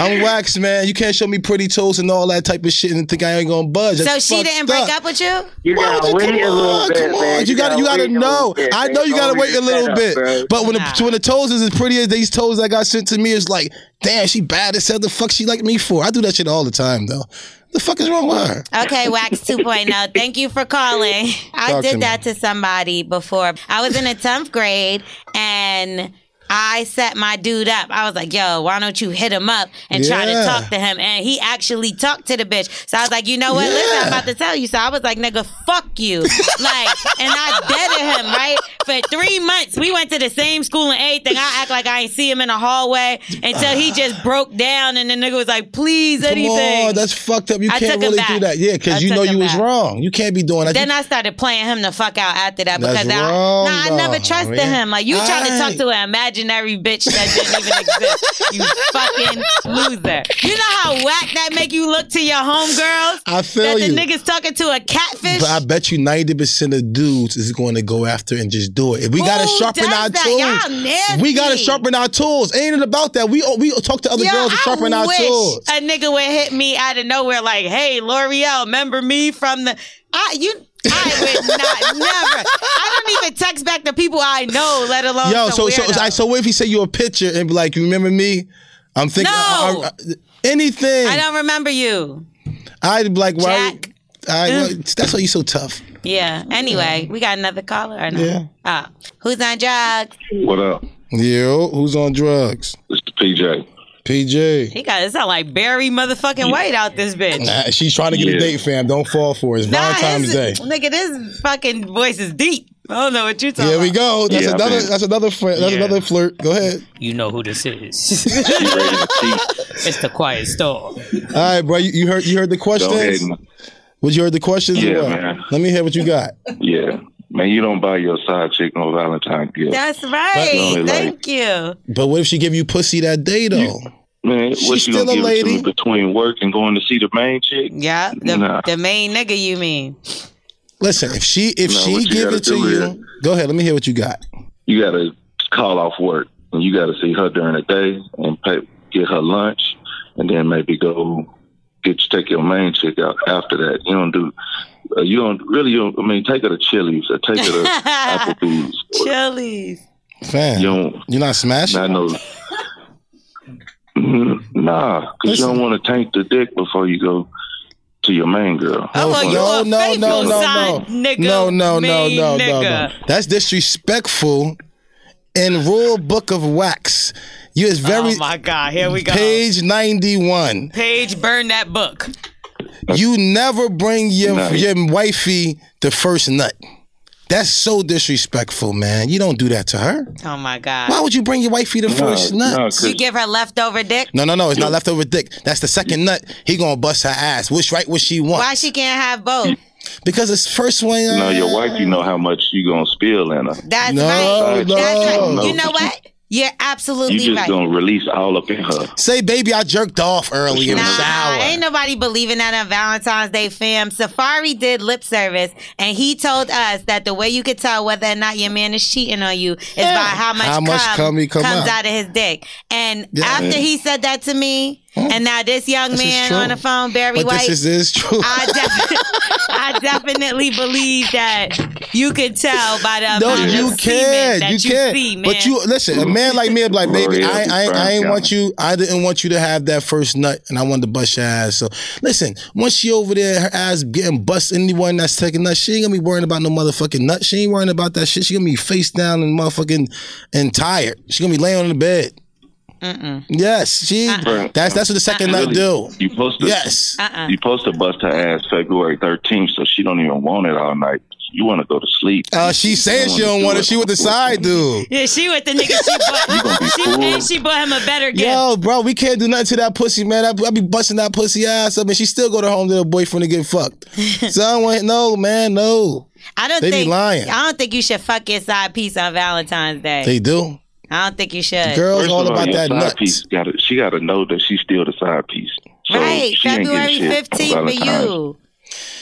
[SPEAKER 3] I'm wax, man. You can't show me pretty toes and all that type of shit and think I ain't gonna budge.
[SPEAKER 2] So
[SPEAKER 3] That's
[SPEAKER 2] she
[SPEAKER 3] fucked
[SPEAKER 2] didn't break
[SPEAKER 3] up
[SPEAKER 2] up with you?
[SPEAKER 5] You
[SPEAKER 3] Why
[SPEAKER 5] gotta
[SPEAKER 3] would you-
[SPEAKER 5] wait a
[SPEAKER 3] come
[SPEAKER 5] little
[SPEAKER 3] on,
[SPEAKER 5] bit,
[SPEAKER 3] come
[SPEAKER 5] man.
[SPEAKER 3] on. You gotta, you gotta
[SPEAKER 5] wait a little
[SPEAKER 3] know.
[SPEAKER 5] bit,
[SPEAKER 3] I
[SPEAKER 5] man.
[SPEAKER 3] know you gotta
[SPEAKER 5] Don't
[SPEAKER 3] wait a
[SPEAKER 5] get set
[SPEAKER 3] little
[SPEAKER 5] up,
[SPEAKER 3] bit.
[SPEAKER 5] bro.
[SPEAKER 3] But when
[SPEAKER 2] Nah.
[SPEAKER 3] the when the toes is as pretty as these toes that got sent to me, it's like, damn, she bad as hell. The fuck she like me for? I do that shit all the time though. The fuck is wrong with her?
[SPEAKER 2] Okay, Wax 2.0. Thank you for calling. I
[SPEAKER 3] Talk to
[SPEAKER 2] did
[SPEAKER 3] me.
[SPEAKER 2] that to somebody before. I was in the 10th grade and I set my dude up. I was like, yo, why don't you hit him up and try to
[SPEAKER 3] Yeah.
[SPEAKER 2] talk to him? And he actually talked to the bitch. So I was like, you know what? Listen, I'm
[SPEAKER 3] Yeah.
[SPEAKER 2] about to tell you. So I was like, nigga, fuck you. like, and I deaded him, right? For three months, we went to the same school and everything. I act like I ain't see him in the hallway until he just broke down and the nigga was like, please,
[SPEAKER 3] Come
[SPEAKER 2] anything.
[SPEAKER 3] on, that's fucked up. You
[SPEAKER 2] I
[SPEAKER 3] can't
[SPEAKER 2] took him
[SPEAKER 3] really
[SPEAKER 2] back.
[SPEAKER 3] do that. Yeah, because
[SPEAKER 2] I
[SPEAKER 3] you
[SPEAKER 2] took
[SPEAKER 3] know
[SPEAKER 2] him
[SPEAKER 3] you was
[SPEAKER 2] back.
[SPEAKER 3] wrong. You can't be doing that.
[SPEAKER 2] Then
[SPEAKER 3] You-
[SPEAKER 2] I started playing him the fuck out after that
[SPEAKER 3] That's
[SPEAKER 2] because I,
[SPEAKER 3] wrong,
[SPEAKER 2] nah, I never
[SPEAKER 3] though,
[SPEAKER 2] trusted
[SPEAKER 3] man.
[SPEAKER 2] him. Like you try to talk
[SPEAKER 3] Aight.
[SPEAKER 2] to an imaginary imaginary bitch that didn't even exist. You fucking loser. You know how whack that make you look to your homegirls?
[SPEAKER 3] I feel
[SPEAKER 2] That the
[SPEAKER 3] you.
[SPEAKER 2] niggas talking to a catfish?
[SPEAKER 3] But I bet you ninety percent of dudes is going to go after and just do it. We gotta
[SPEAKER 2] Who
[SPEAKER 3] sharpen
[SPEAKER 2] does
[SPEAKER 3] our
[SPEAKER 2] that? Y'all
[SPEAKER 3] tools.
[SPEAKER 2] nasty.
[SPEAKER 3] we gotta sharpen our tools. Ain't it about that? We oh, we talk to other
[SPEAKER 2] Yo,
[SPEAKER 3] girls to sharpen
[SPEAKER 2] I
[SPEAKER 3] our
[SPEAKER 2] wish
[SPEAKER 3] tools.
[SPEAKER 2] a nigga would hit me out of nowhere like, "Hey, L'Oreal, remember me from the I you." I would not, never. I don't even text back the people I know, let alone.
[SPEAKER 3] Yo, so
[SPEAKER 2] some
[SPEAKER 3] so
[SPEAKER 2] weirdo.
[SPEAKER 3] I, so what if he sent you a picture and be like, "You remember me?" I'm thinking
[SPEAKER 2] No.
[SPEAKER 3] I- I- anything.
[SPEAKER 2] I don't remember you.
[SPEAKER 3] I'd be like, "Why?"
[SPEAKER 2] Jack.
[SPEAKER 3] I, that's why you so tough.
[SPEAKER 2] Yeah. Anyway, we got another caller or not?
[SPEAKER 3] Yeah.
[SPEAKER 2] Oh. Who's on drugs?
[SPEAKER 6] What up?
[SPEAKER 3] Yo, who's on drugs?
[SPEAKER 6] This is PJ.
[SPEAKER 3] PJ.
[SPEAKER 2] He got it sound like Barry motherfucking White out this bitch.
[SPEAKER 3] Nah, Uh, she's trying to get a
[SPEAKER 6] Yeah.
[SPEAKER 3] date, fam. Don't fall for it. It's
[SPEAKER 2] Nah,
[SPEAKER 3] Valentine's
[SPEAKER 2] his-
[SPEAKER 3] Day.
[SPEAKER 2] Nigga, this fucking voice is deep. I don't know what you talking
[SPEAKER 3] Here we
[SPEAKER 2] about.
[SPEAKER 3] go. That's
[SPEAKER 6] Yeah,
[SPEAKER 3] another.
[SPEAKER 6] man.
[SPEAKER 3] That's another. Fr- that's
[SPEAKER 7] Yeah.
[SPEAKER 3] another flirt. Go ahead.
[SPEAKER 7] You know who this is.
[SPEAKER 6] She ready to cheat.
[SPEAKER 7] it's the quiet storm.
[SPEAKER 3] All right, bro. You, you heard. You heard the
[SPEAKER 6] Go ahead.
[SPEAKER 3] questions.
[SPEAKER 6] and-
[SPEAKER 3] Would you heard the questions? or
[SPEAKER 6] Yeah,
[SPEAKER 3] what?
[SPEAKER 6] man.
[SPEAKER 3] Let me hear what you got.
[SPEAKER 6] Yeah. Man, you don't buy your side chick no Valentine gift.
[SPEAKER 2] That's right.
[SPEAKER 6] That's-
[SPEAKER 2] Thank you.
[SPEAKER 3] But what if she give you pussy that day though?
[SPEAKER 6] Man,
[SPEAKER 3] She's
[SPEAKER 6] what you gonna
[SPEAKER 3] still a
[SPEAKER 6] give it to
[SPEAKER 3] lady.
[SPEAKER 6] me between work and going to see the main chick?
[SPEAKER 2] Yeah, the,
[SPEAKER 6] Nah.
[SPEAKER 2] the main nigga you mean.
[SPEAKER 3] Listen, if she if
[SPEAKER 6] Nah,
[SPEAKER 3] she
[SPEAKER 6] what you
[SPEAKER 3] give
[SPEAKER 6] gotta
[SPEAKER 3] it to
[SPEAKER 6] do
[SPEAKER 3] you,
[SPEAKER 6] is-
[SPEAKER 3] go ahead. Let me hear what you got.
[SPEAKER 6] You gotta call off work and you gotta see her during the day and pay, get her lunch and then maybe go get you take your main chick out after that. You don't do uh, you don't really you don't, I mean take her to Chili's or take her to Applebee's. Or,
[SPEAKER 2] Chili's.
[SPEAKER 3] Fam,
[SPEAKER 6] you
[SPEAKER 3] you
[SPEAKER 6] don't
[SPEAKER 3] are not smashing.
[SPEAKER 6] Not no. Mhm. Nah, because you
[SPEAKER 3] Listen.
[SPEAKER 6] don't want to tank the dick before you go to your main girl.
[SPEAKER 2] Oh, well, you
[SPEAKER 3] no, no,
[SPEAKER 2] a
[SPEAKER 3] no,
[SPEAKER 2] faithful
[SPEAKER 3] no,
[SPEAKER 2] son,
[SPEAKER 3] no,
[SPEAKER 2] nigga,
[SPEAKER 3] no, no, no, no,
[SPEAKER 2] main
[SPEAKER 3] no, no,
[SPEAKER 2] nigga.
[SPEAKER 3] That's disrespectful. In rule book of wax, you is very
[SPEAKER 2] oh my God, here we go. Page,
[SPEAKER 3] page ninety one.
[SPEAKER 2] burn that book.
[SPEAKER 3] You never bring your
[SPEAKER 6] No.
[SPEAKER 3] your wifey the first nut. That's so disrespectful, man. You don't do that to her.
[SPEAKER 2] Oh my God.
[SPEAKER 3] Why would you bring your wifey the first
[SPEAKER 6] no,
[SPEAKER 3] nut?
[SPEAKER 6] 'cause
[SPEAKER 2] you give her leftover dick?
[SPEAKER 3] No, no, no. It's not leftover dick. That's the second nut. He gonna bust her ass. Which right? What she wants?
[SPEAKER 2] Why she can't have both?
[SPEAKER 3] Because it's first one. uh,
[SPEAKER 6] no, your wife, you know how much you gonna spill in her.
[SPEAKER 2] That's
[SPEAKER 3] No,
[SPEAKER 2] right. That's
[SPEAKER 3] no.
[SPEAKER 2] right. You know what? You're absolutely
[SPEAKER 6] You just
[SPEAKER 2] right.
[SPEAKER 6] gonna release all up in her.
[SPEAKER 3] Say, baby, I jerked off early in the
[SPEAKER 2] Nah,
[SPEAKER 3] shower.
[SPEAKER 2] ain't nobody believing that on Valentine's Day, fam. Safari did lip service, and he told us that the way you could tell whether or not your man is cheating on you is by how much,
[SPEAKER 3] How much cum he come
[SPEAKER 2] comes
[SPEAKER 3] out.
[SPEAKER 2] out. of his dick. And
[SPEAKER 3] Yeah.
[SPEAKER 2] after he said that to me, and now this young
[SPEAKER 3] This is
[SPEAKER 2] man
[SPEAKER 3] true.
[SPEAKER 2] on the phone, Barry
[SPEAKER 3] but
[SPEAKER 2] White,
[SPEAKER 3] this is this is true.
[SPEAKER 2] I, def- I definitely believe that you can tell by the
[SPEAKER 3] no,
[SPEAKER 2] amount
[SPEAKER 3] you
[SPEAKER 2] of semen
[SPEAKER 3] can,
[SPEAKER 2] that
[SPEAKER 3] you
[SPEAKER 2] you,
[SPEAKER 3] can.
[SPEAKER 2] see, man.
[SPEAKER 3] But you listen, a man like me, I'm like, baby, I, I, I ain't
[SPEAKER 6] Gloria,
[SPEAKER 3] want you. I didn't want you to have that first nut, and I wanted to bust your ass. So listen, once she over there, her ass getting bust. Anyone that's taking nut, she ain't gonna be worrying about no motherfucking nut. She ain't worrying about that shit. She gonna be face down and motherfucking and tired. She gonna be laying on the bed. Yes, she.
[SPEAKER 6] Uh-uh.
[SPEAKER 3] That's that's what the second nut
[SPEAKER 6] Really,
[SPEAKER 3] do.
[SPEAKER 6] You supposed to
[SPEAKER 3] Yes.
[SPEAKER 2] Uh-uh.
[SPEAKER 6] You supposed to bust her ass February thirteenth, so she don't even want it all night. You want to go to sleep.
[SPEAKER 3] Uh, she saying she don't want it. She with the side dude.
[SPEAKER 2] yeah, she with the nigga she
[SPEAKER 6] gonna
[SPEAKER 2] bought.
[SPEAKER 6] be
[SPEAKER 2] she,
[SPEAKER 6] fooled.
[SPEAKER 2] and she bought him a better gift.
[SPEAKER 3] Yo, bro, we can't do nothing to that pussy, man. I, I be busting that pussy ass up, and she still go to home to her boyfriend to get fucked. so I went, no, man, no.
[SPEAKER 2] I don't
[SPEAKER 3] They be
[SPEAKER 2] think
[SPEAKER 3] lying.
[SPEAKER 2] I don't think you should fuck your side piece on Valentine's Day.
[SPEAKER 3] They do.
[SPEAKER 2] I don't think you should.
[SPEAKER 3] Girls
[SPEAKER 6] First
[SPEAKER 3] all
[SPEAKER 6] of all,
[SPEAKER 3] about
[SPEAKER 6] your
[SPEAKER 3] that
[SPEAKER 6] side
[SPEAKER 3] nut.
[SPEAKER 6] piece. Got to She got to know that she's still the side piece. So
[SPEAKER 2] right,
[SPEAKER 6] she ain't getting
[SPEAKER 2] February
[SPEAKER 6] shit on
[SPEAKER 2] fifteenth for
[SPEAKER 6] Valentine's.
[SPEAKER 2] you.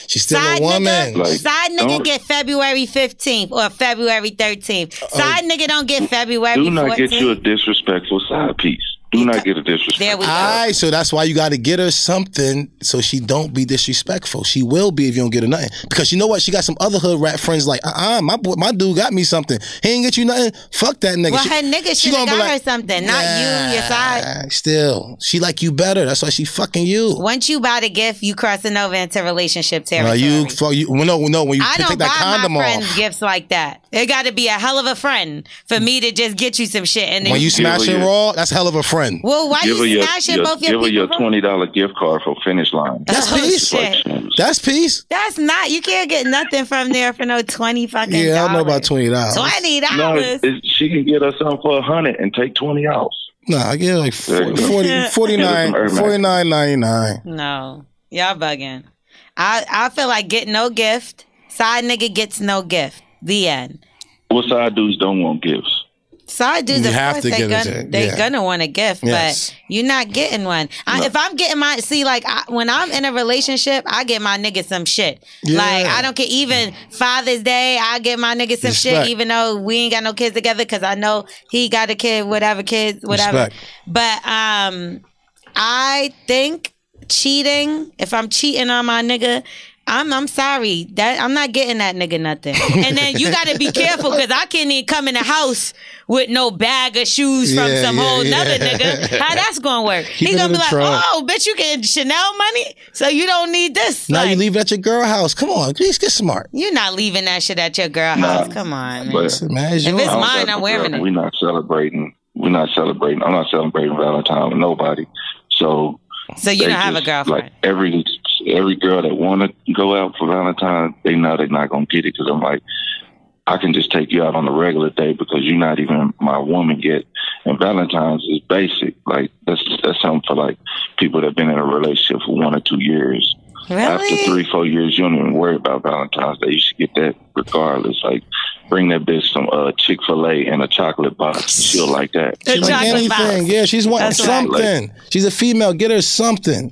[SPEAKER 3] She's still
[SPEAKER 2] Side
[SPEAKER 3] a woman.
[SPEAKER 2] nigga,
[SPEAKER 6] Like,
[SPEAKER 2] side nigga
[SPEAKER 6] don't-
[SPEAKER 2] get February fifteenth or February thirteenth. Side nigga don't get February.
[SPEAKER 6] Do not get you a
[SPEAKER 2] 14th.
[SPEAKER 6] disrespectful side piece. Do not get a
[SPEAKER 2] There
[SPEAKER 6] disrespectful.
[SPEAKER 2] we go.
[SPEAKER 3] all right, so that's why you got to get her something so she don't be disrespectful. She will be if you don't get her nothing. Because you know what? She got some other hood rat friends like, uh-uh, my boy, my dude got me something. He ain't get you nothing. Fuck that nigga.
[SPEAKER 2] well, her nigga
[SPEAKER 3] she
[SPEAKER 2] should have
[SPEAKER 3] gonna
[SPEAKER 2] got
[SPEAKER 3] be
[SPEAKER 2] her something, not you, your side.
[SPEAKER 3] "Nah, Still, she like you better. That's why she fucking you.
[SPEAKER 2] Once you buy the gift, you crossing over into relationship
[SPEAKER 3] Uh,
[SPEAKER 2] territory.
[SPEAKER 3] you, fuck you, well, no, no. When you
[SPEAKER 2] I
[SPEAKER 3] take
[SPEAKER 2] don't
[SPEAKER 3] that
[SPEAKER 2] buy
[SPEAKER 3] condom
[SPEAKER 2] my
[SPEAKER 3] off,
[SPEAKER 2] friends gifts like that. It got to be a hell of a friend for me to just get you some shit and then
[SPEAKER 3] When you smash
[SPEAKER 6] her
[SPEAKER 3] it
[SPEAKER 6] your-
[SPEAKER 3] raw, that's hell of a friend.
[SPEAKER 2] Well, why
[SPEAKER 6] Give her
[SPEAKER 2] you
[SPEAKER 6] your,
[SPEAKER 2] smashing
[SPEAKER 6] your-
[SPEAKER 2] both
[SPEAKER 6] give
[SPEAKER 2] your
[SPEAKER 6] her your
[SPEAKER 2] people?
[SPEAKER 6] twenty dollar gift card for Finish Line.
[SPEAKER 3] That's
[SPEAKER 2] Oh,
[SPEAKER 3] peace.
[SPEAKER 2] shit.
[SPEAKER 3] That's peace.
[SPEAKER 2] That's not. You can't get nothing from there for no twenty fucking.
[SPEAKER 3] Yeah, I don't know about
[SPEAKER 2] dollars.
[SPEAKER 3] twenty dollars.
[SPEAKER 2] Twenty
[SPEAKER 6] No,
[SPEAKER 2] dollars.
[SPEAKER 6] it, it- she can get her something for a hundred and take twenty off.
[SPEAKER 3] Nah, I get like 40,
[SPEAKER 6] There you go.
[SPEAKER 3] 40, 49,
[SPEAKER 6] Give it some Irmax.
[SPEAKER 3] 49.99.
[SPEAKER 2] No, y'all bugging. I I feel like get no gift. Side nigga gets no gift. The end.
[SPEAKER 6] What side dudes don't want gifts?
[SPEAKER 2] Side dudes,
[SPEAKER 3] You
[SPEAKER 2] of
[SPEAKER 3] have
[SPEAKER 2] course,
[SPEAKER 3] to
[SPEAKER 2] they
[SPEAKER 3] give it
[SPEAKER 2] gonna,
[SPEAKER 3] to-
[SPEAKER 2] they
[SPEAKER 3] yeah.
[SPEAKER 2] gonna want a gift,
[SPEAKER 3] Yes.
[SPEAKER 2] but you're not getting one. I, if I'm getting my, see, like I, when I'm in a relationship, I get my nigga some shit.
[SPEAKER 3] Yeah.
[SPEAKER 2] Like I don't care. Even Father's Day, I get my nigga some
[SPEAKER 3] Respect.
[SPEAKER 2] shit, even though we ain't got no kids together, because I know he got a kid, whatever kids, whatever.
[SPEAKER 3] Respect.
[SPEAKER 2] But um, I think cheating. If I'm cheating on my nigga. I'm I'm sorry that I'm not getting that nigga nothing. And then you got to be careful because I can't even come in the house with no bag of shoes from
[SPEAKER 3] Yeah,
[SPEAKER 2] some
[SPEAKER 3] yeah,
[SPEAKER 2] whole
[SPEAKER 3] yeah.
[SPEAKER 2] nother nigga. How that's gonna work?
[SPEAKER 3] Keep
[SPEAKER 2] he
[SPEAKER 3] it
[SPEAKER 2] gonna
[SPEAKER 3] in
[SPEAKER 2] be
[SPEAKER 3] the
[SPEAKER 2] like,
[SPEAKER 3] trunk.
[SPEAKER 2] oh, bitch, you getting Chanel money, so you don't need this.
[SPEAKER 3] Now
[SPEAKER 2] like,
[SPEAKER 3] you leave it at your girl house. Come on, please get smart.
[SPEAKER 2] You're not leaving that shit at your girl
[SPEAKER 6] Nah.
[SPEAKER 2] house. Come on, man.
[SPEAKER 6] But
[SPEAKER 3] Man, it's
[SPEAKER 2] If
[SPEAKER 3] yours.
[SPEAKER 2] it's
[SPEAKER 6] I don't
[SPEAKER 2] mine,
[SPEAKER 6] got
[SPEAKER 2] I'm
[SPEAKER 6] no
[SPEAKER 2] wearing
[SPEAKER 6] girl.
[SPEAKER 2] it.
[SPEAKER 6] We're not celebrating. We're not celebrating. I'm not celebrating Valentine with nobody. So
[SPEAKER 2] so you
[SPEAKER 6] they
[SPEAKER 2] don't have a
[SPEAKER 6] just,
[SPEAKER 2] girlfriend.
[SPEAKER 6] Like every every girl that want to go out for Valentine's, they know they're not gonna get it because I'm like, I can just take you out on a regular day because you're not even my woman yet. And Valentine's is basic. Like that's that's something for like people that've been in a relationship for one or two years. After
[SPEAKER 2] really?
[SPEAKER 6] three, four years, you don't even worry about Valentine's Day. You should get that regardless. Like, bring that bitch some uh, Chick Fil A and a chocolate box, shit like that.
[SPEAKER 2] The
[SPEAKER 3] She like
[SPEAKER 2] chocolate
[SPEAKER 3] anything.
[SPEAKER 2] box.
[SPEAKER 3] Yeah, she's wanting
[SPEAKER 2] That's right.
[SPEAKER 3] something. She's a female. Get her something.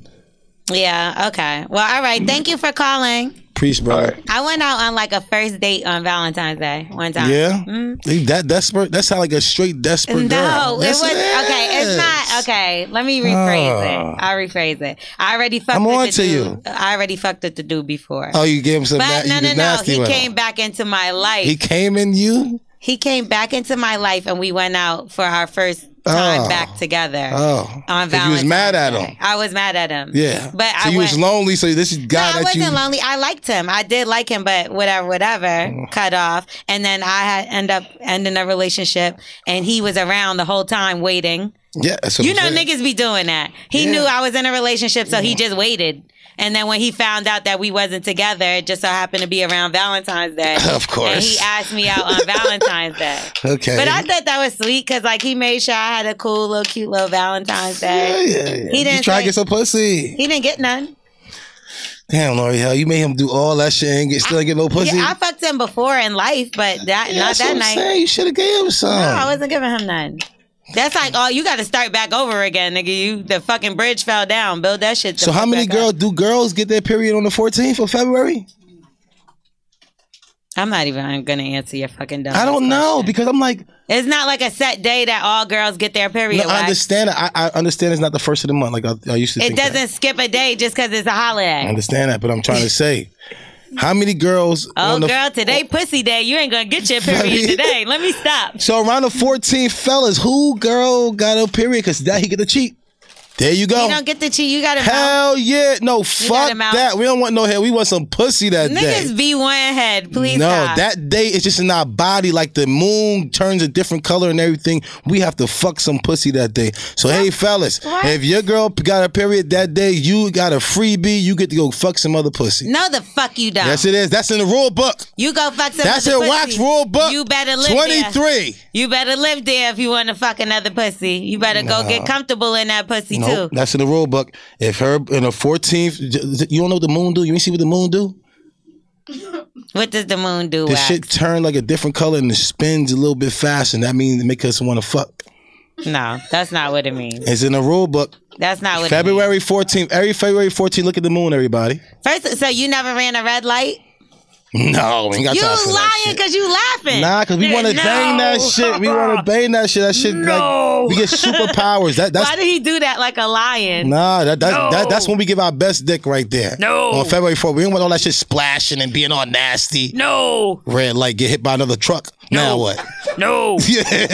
[SPEAKER 2] Yeah. Okay. Well, all right. Thank you for calling.
[SPEAKER 3] Preach, brother.
[SPEAKER 2] I went out on like a first date on Valentine's Day one time.
[SPEAKER 3] Yeah,
[SPEAKER 2] Mm.
[SPEAKER 3] that desperate. That sound like a straight desperate girl.
[SPEAKER 2] No,
[SPEAKER 3] Yes,
[SPEAKER 2] it was okay. It's
[SPEAKER 3] is.
[SPEAKER 2] not okay. Let me rephrase
[SPEAKER 3] Oh.
[SPEAKER 2] it. I rephrase it. I already fucked.
[SPEAKER 3] I'm
[SPEAKER 2] with
[SPEAKER 3] on
[SPEAKER 2] the
[SPEAKER 3] to
[SPEAKER 2] dude.
[SPEAKER 3] you.
[SPEAKER 2] I already fucked with the dude before.
[SPEAKER 3] Oh, you gave him some.
[SPEAKER 2] but
[SPEAKER 3] na-
[SPEAKER 2] no,
[SPEAKER 3] you
[SPEAKER 2] no,
[SPEAKER 3] the
[SPEAKER 2] no.
[SPEAKER 3] nasty
[SPEAKER 2] He
[SPEAKER 3] one.
[SPEAKER 2] came back into my life.
[SPEAKER 3] He
[SPEAKER 2] He,
[SPEAKER 3] came in you.
[SPEAKER 2] came back into my life, and we went out for our first time
[SPEAKER 3] Oh.
[SPEAKER 2] back together
[SPEAKER 3] Oh,
[SPEAKER 2] on
[SPEAKER 3] But
[SPEAKER 2] Valentine's.
[SPEAKER 3] you was mad at
[SPEAKER 2] Day.
[SPEAKER 3] him.
[SPEAKER 2] I was mad at him.
[SPEAKER 3] Yeah,
[SPEAKER 2] but
[SPEAKER 3] so
[SPEAKER 2] I
[SPEAKER 3] you
[SPEAKER 2] went,
[SPEAKER 3] was lonely. So this is guy
[SPEAKER 2] no, I
[SPEAKER 3] that
[SPEAKER 2] wasn't
[SPEAKER 3] you.
[SPEAKER 2] lonely. I liked him. I did like him, but whatever,
[SPEAKER 3] Mm.
[SPEAKER 2] whatever. Cut off, and then I had end up ending a relationship, and he was around the whole time waiting.
[SPEAKER 3] Yeah, that's what
[SPEAKER 2] You
[SPEAKER 3] I'm
[SPEAKER 2] know,
[SPEAKER 3] saying.
[SPEAKER 2] niggas be doing that. He
[SPEAKER 3] Yeah.
[SPEAKER 2] knew I was in a relationship, so he just waited. And then when he found out that we wasn't together, it just so happened to be around Valentine's Day.
[SPEAKER 3] Of course.
[SPEAKER 2] and he asked me out on Valentine's Day.
[SPEAKER 3] Okay,
[SPEAKER 2] But I thought that was sweet because, like, he made sure I had a cool little, cute little Valentine's
[SPEAKER 3] Yeah,
[SPEAKER 2] Day.
[SPEAKER 3] yeah, yeah.
[SPEAKER 2] He
[SPEAKER 3] you
[SPEAKER 2] didn't
[SPEAKER 3] try to
[SPEAKER 2] say-
[SPEAKER 3] get some pussy.
[SPEAKER 2] He didn't get none.
[SPEAKER 3] Damn, Lori, hell, you made him do all that shit and get still get no pussy.
[SPEAKER 2] Yeah, I fucked him before in life, but that
[SPEAKER 3] Yeah,
[SPEAKER 2] not
[SPEAKER 3] that's what
[SPEAKER 2] that
[SPEAKER 3] I'm
[SPEAKER 2] night.
[SPEAKER 3] saying. You should have gave him some.
[SPEAKER 2] No, I wasn't giving him none. That's like, oh, you got to start back over again, nigga. You the fucking bridge fell down. Build that shit. the
[SPEAKER 3] so how
[SPEAKER 2] fuck
[SPEAKER 3] many
[SPEAKER 2] back up.
[SPEAKER 3] girls do girls get their period on the 14th of February?
[SPEAKER 2] I'm not even gonna answer your fucking dumb.
[SPEAKER 3] I don't know because I'm like,
[SPEAKER 2] It's not like a set day that all girls get their period.
[SPEAKER 3] no, I
[SPEAKER 2] Wack.
[SPEAKER 3] understand. I, I understand it's not the first of the month. Like I, I used to.
[SPEAKER 2] it
[SPEAKER 3] think that.
[SPEAKER 2] doesn't skip a day just because it's a
[SPEAKER 3] I
[SPEAKER 2] holiday.
[SPEAKER 3] understand that, but I'm trying to say, how many girls?
[SPEAKER 2] Oh,
[SPEAKER 3] on the,
[SPEAKER 2] girl, today pussy day. You ain't gonna get your period today. Let me stop.
[SPEAKER 3] So around the 14th, fellas, who girl got a period? Because that he get to cheat. There you
[SPEAKER 2] You
[SPEAKER 3] go.
[SPEAKER 2] don't get to cheat. You got to.
[SPEAKER 3] Oh. Hell yeah! No,
[SPEAKER 2] got
[SPEAKER 3] fuck
[SPEAKER 2] him out.
[SPEAKER 3] that. We don't want no hair. We want some pussy that day.
[SPEAKER 2] Niggas be one head, please.
[SPEAKER 3] no,
[SPEAKER 2] stop.
[SPEAKER 3] that day it's just in our body. Like the moon turns a different color and everything. We have to fuck some pussy that day. So hey, fellas,
[SPEAKER 2] What?
[SPEAKER 3] if your girl got a period that day, you got a freebie. You get to go fuck some other pussy.
[SPEAKER 2] No, the fuck you don't.
[SPEAKER 3] Yes, it is. That's in the rule book.
[SPEAKER 2] You go fuck some
[SPEAKER 3] That's
[SPEAKER 2] other
[SPEAKER 3] in
[SPEAKER 2] pussy.
[SPEAKER 3] Wax Rule Book.
[SPEAKER 2] You better live there.
[SPEAKER 3] 23.
[SPEAKER 2] You better live there if you want to fuck another pussy. You better go get comfortable in that pussy
[SPEAKER 3] Nope,
[SPEAKER 2] too.
[SPEAKER 3] that's in the rule book. If her in the 14th, j- you don't know what the moon do. You ain't see what the moon do.
[SPEAKER 2] What does the moon do?
[SPEAKER 3] The
[SPEAKER 2] Wax?
[SPEAKER 3] shit turn like a different color and it spins a little bit faster. And that means it make us want to fuck.
[SPEAKER 2] No, that's not what it means.
[SPEAKER 3] It's in the rule book.
[SPEAKER 2] That's not what It means.
[SPEAKER 3] February 14th. Every February 14th, look at the moon, everybody.
[SPEAKER 2] First, so you never ran a red light?
[SPEAKER 3] No, we ain't got
[SPEAKER 2] You
[SPEAKER 3] time for that
[SPEAKER 2] lying
[SPEAKER 3] shit.
[SPEAKER 2] because you laughing.
[SPEAKER 3] Nah, cause we want to
[SPEAKER 2] No.
[SPEAKER 3] bang that shit. We want to bang that shit. That shit like we get superpowers. That that's
[SPEAKER 2] Why did he do that like a lion?
[SPEAKER 3] Nah, that, that, that that's when we give our best dick right there. No. On February 4th. We don't want all that shit splashing and being all nasty. No. Red light, get hit by another truck. Now what? No. yeah.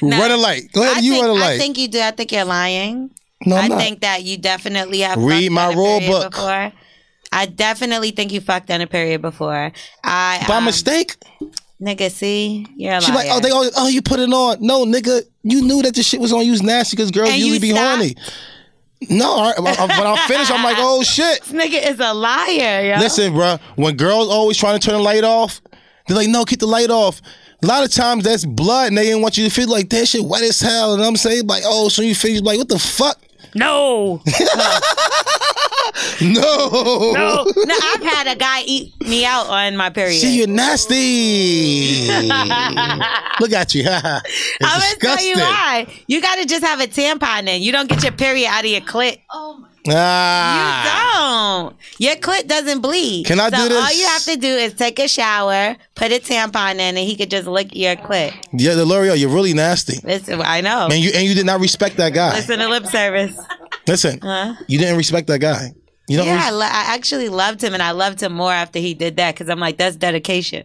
[SPEAKER 3] Run a light. Go ahead,
[SPEAKER 2] I
[SPEAKER 3] you
[SPEAKER 2] think,
[SPEAKER 3] run a
[SPEAKER 2] I
[SPEAKER 3] light.
[SPEAKER 2] think you do. I think you're lying.
[SPEAKER 3] no, I'm
[SPEAKER 2] I
[SPEAKER 3] not.
[SPEAKER 2] think that you definitely have
[SPEAKER 3] Read
[SPEAKER 2] fucked
[SPEAKER 3] my
[SPEAKER 2] on a
[SPEAKER 3] rule
[SPEAKER 2] period
[SPEAKER 3] book.
[SPEAKER 2] before. I definitely think you fucked on a period before. I
[SPEAKER 3] by
[SPEAKER 2] um,
[SPEAKER 3] mistake.
[SPEAKER 2] nigga, see, you're a
[SPEAKER 3] She like,
[SPEAKER 2] liar.
[SPEAKER 3] oh, they always, oh, you put it on. No, nigga, you knew that the shit was on. You was nasty because girls
[SPEAKER 2] And you
[SPEAKER 3] usually be
[SPEAKER 2] stopped?
[SPEAKER 3] horny. No, I, I, when I'm finished, I'm like, oh shit.
[SPEAKER 2] nigga is a liar, yo.
[SPEAKER 3] Listen, bruh, when girls always trying to turn the light off, they're like, no, keep the light off. A lot of times that's blood and they didn't want you to feel like that shit wet as hell. And I'm saying, like, oh, so you feel like, what the fuck?
[SPEAKER 7] No.
[SPEAKER 3] No.
[SPEAKER 7] No.
[SPEAKER 2] No, I've had a guy eat me out on my period.
[SPEAKER 3] See, you're nasty. Look at you. it's
[SPEAKER 2] I'm gonna tell you
[SPEAKER 3] disgusting.
[SPEAKER 2] why. You gotta just have a tampon in. You don't get your period out of your clit.
[SPEAKER 3] Ah.
[SPEAKER 2] You don't. Your clit doesn't bleed.
[SPEAKER 3] Can I
[SPEAKER 2] so
[SPEAKER 3] do this?
[SPEAKER 2] All you have to do is take a shower, put a tampon in, and he could just lick your clit.
[SPEAKER 3] Yeah, the L'Oreal, you're really nasty.
[SPEAKER 2] Listen, I know.
[SPEAKER 3] Man, you and you did not respect that guy. Listen,
[SPEAKER 2] Listen to lip service.
[SPEAKER 3] you didn't respect that guy. You don't.
[SPEAKER 2] Yeah, I,
[SPEAKER 3] res-
[SPEAKER 2] lo- I actually loved him, and I loved him more after he did that because I'm like, that's dedication.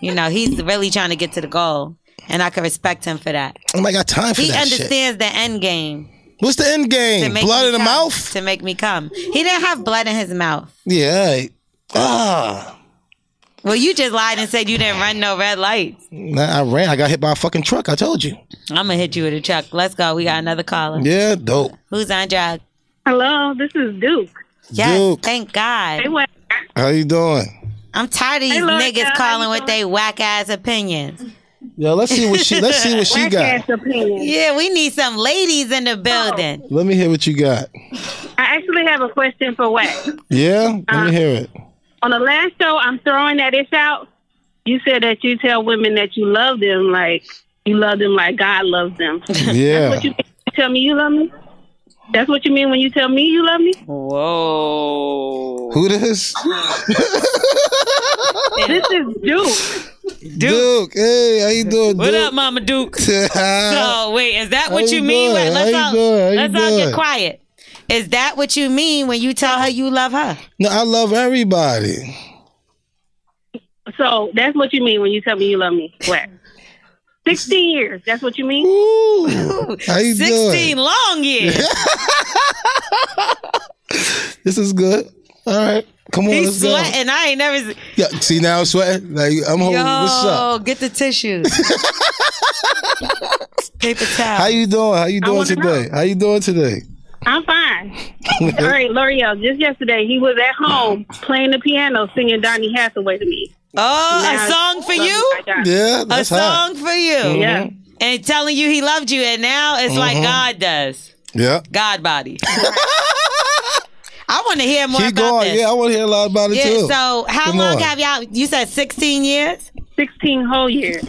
[SPEAKER 2] You know, he's really trying to get to the goal, and I can respect him for that.
[SPEAKER 3] oh my god, time for
[SPEAKER 2] He
[SPEAKER 3] that shit.
[SPEAKER 2] understands the end game.
[SPEAKER 3] What's the end
[SPEAKER 2] to
[SPEAKER 3] game?
[SPEAKER 2] make
[SPEAKER 3] Blood
[SPEAKER 2] me
[SPEAKER 3] in the
[SPEAKER 2] come-
[SPEAKER 3] mouth?
[SPEAKER 2] to make me come. He didn't have blood in his mouth.
[SPEAKER 3] Yeah. alright. Ah.
[SPEAKER 2] Well, you just lied and said you didn't run no red lights.
[SPEAKER 3] Nah, I ran. I got hit by a fucking truck. I told you.
[SPEAKER 2] I'm gonna hit you with a truck. Let's go. We got another caller.
[SPEAKER 3] Yeah, dope.
[SPEAKER 2] Who's on drug?
[SPEAKER 8] Hello, this is Duke.
[SPEAKER 2] Yes,
[SPEAKER 3] Duke.
[SPEAKER 2] thank God.
[SPEAKER 8] Anyway,
[SPEAKER 3] How you doing?
[SPEAKER 2] I'm tired of these
[SPEAKER 8] Lord,
[SPEAKER 2] niggas
[SPEAKER 8] how
[SPEAKER 2] calling
[SPEAKER 8] you
[SPEAKER 2] with
[SPEAKER 8] doing?
[SPEAKER 2] they whack ass opinions.
[SPEAKER 3] Yo, let's see what she. Let's see what she
[SPEAKER 8] whack
[SPEAKER 3] got.
[SPEAKER 8] ass opinion.
[SPEAKER 2] Yeah, we need some ladies in
[SPEAKER 8] Oh.
[SPEAKER 2] the building.
[SPEAKER 3] Let me hear what you got.
[SPEAKER 8] I actually have a question for Wax.
[SPEAKER 3] Yeah, let me hear it.
[SPEAKER 8] On the last show, I'm throwing that ish out. You said that you tell women that you love them like you love them like God loves them.
[SPEAKER 3] Yeah.
[SPEAKER 8] you tell me you love me. That's what you mean when you tell me you love me.
[SPEAKER 7] Whoa.
[SPEAKER 3] Who this?
[SPEAKER 8] This is Duke.
[SPEAKER 3] Duke. Hey, how you doing,
[SPEAKER 7] What up,
[SPEAKER 3] Duke?
[SPEAKER 7] Mama Duke?
[SPEAKER 2] So wait, is that what
[SPEAKER 3] How
[SPEAKER 2] you
[SPEAKER 3] you
[SPEAKER 2] mean?
[SPEAKER 3] doing?
[SPEAKER 2] Wait, let's
[SPEAKER 3] How you
[SPEAKER 2] all,
[SPEAKER 3] doing? How you
[SPEAKER 2] let's all
[SPEAKER 3] doing?
[SPEAKER 2] get quiet. Is that what you mean when you tell her you love her?
[SPEAKER 3] no, I love everybody.
[SPEAKER 8] So that's what you mean when you tell me you love me. Wax. Sixteen years. That's what you mean.
[SPEAKER 3] Ooh. How you
[SPEAKER 2] 16
[SPEAKER 3] doing?
[SPEAKER 2] long years.
[SPEAKER 3] This is good. All right. Come on, let's
[SPEAKER 2] He's
[SPEAKER 3] go.
[SPEAKER 2] sweating. I ain't never. se-
[SPEAKER 3] Yeah, see now I'm sweating. Like I'm holding.
[SPEAKER 2] Yo,
[SPEAKER 3] What's up?
[SPEAKER 2] get the tissues. Paper towel.
[SPEAKER 3] How you doing? How you doing
[SPEAKER 8] wanna
[SPEAKER 3] today? How you doing today?
[SPEAKER 8] I'm fine. All right, L'Oreal. Just yesterday, he was at home playing the piano, singing Donny Hathaway to me.
[SPEAKER 2] oh,
[SPEAKER 8] Now-
[SPEAKER 2] a song for you?
[SPEAKER 3] Yeah,
[SPEAKER 2] A
[SPEAKER 3] that's hot. Mm-hmm.
[SPEAKER 2] song for you.
[SPEAKER 8] Yeah.
[SPEAKER 2] And telling you he loved you, and now it's like God does.
[SPEAKER 3] Yeah.
[SPEAKER 2] God body. I want to hear more
[SPEAKER 3] Keep
[SPEAKER 2] about
[SPEAKER 3] going.
[SPEAKER 2] this.
[SPEAKER 3] Yeah, I want to hear a lot about it
[SPEAKER 2] Yeah,
[SPEAKER 3] too.
[SPEAKER 2] so how
[SPEAKER 3] Come
[SPEAKER 2] long
[SPEAKER 3] on.
[SPEAKER 2] have y'all? You said 16 years?
[SPEAKER 8] 16 whole years.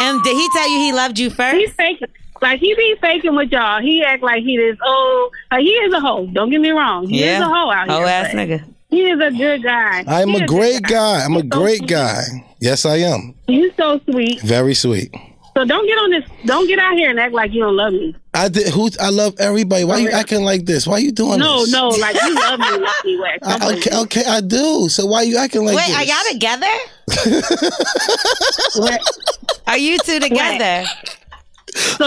[SPEAKER 2] And did he tell you he loved you first?
[SPEAKER 8] He's faking. Like, he be faking with y'all. He act like he is old. Like, he is a hoe. Don't get me wrong. He is a hoe out
[SPEAKER 2] Hoe
[SPEAKER 8] here.
[SPEAKER 2] ass
[SPEAKER 8] but
[SPEAKER 2] nigga.
[SPEAKER 8] He is a good guy.
[SPEAKER 3] I'm
[SPEAKER 8] He
[SPEAKER 3] a
[SPEAKER 8] good
[SPEAKER 3] great guy. I'm a great guy. Yes, I am.
[SPEAKER 8] He's so sweet.
[SPEAKER 3] Very sweet.
[SPEAKER 8] So don't get on this. Don't get out here and act like you don't love me.
[SPEAKER 3] I did. Who? I love everybody. Why you acting like this? Why you doing
[SPEAKER 8] No,
[SPEAKER 3] this?
[SPEAKER 8] no. Like, you love me, love me, Wax. That's
[SPEAKER 3] I,
[SPEAKER 8] what
[SPEAKER 3] okay, okay, I do. So why you acting like
[SPEAKER 2] Wait,
[SPEAKER 3] this?
[SPEAKER 2] are y'all together? Are you two together?
[SPEAKER 8] So,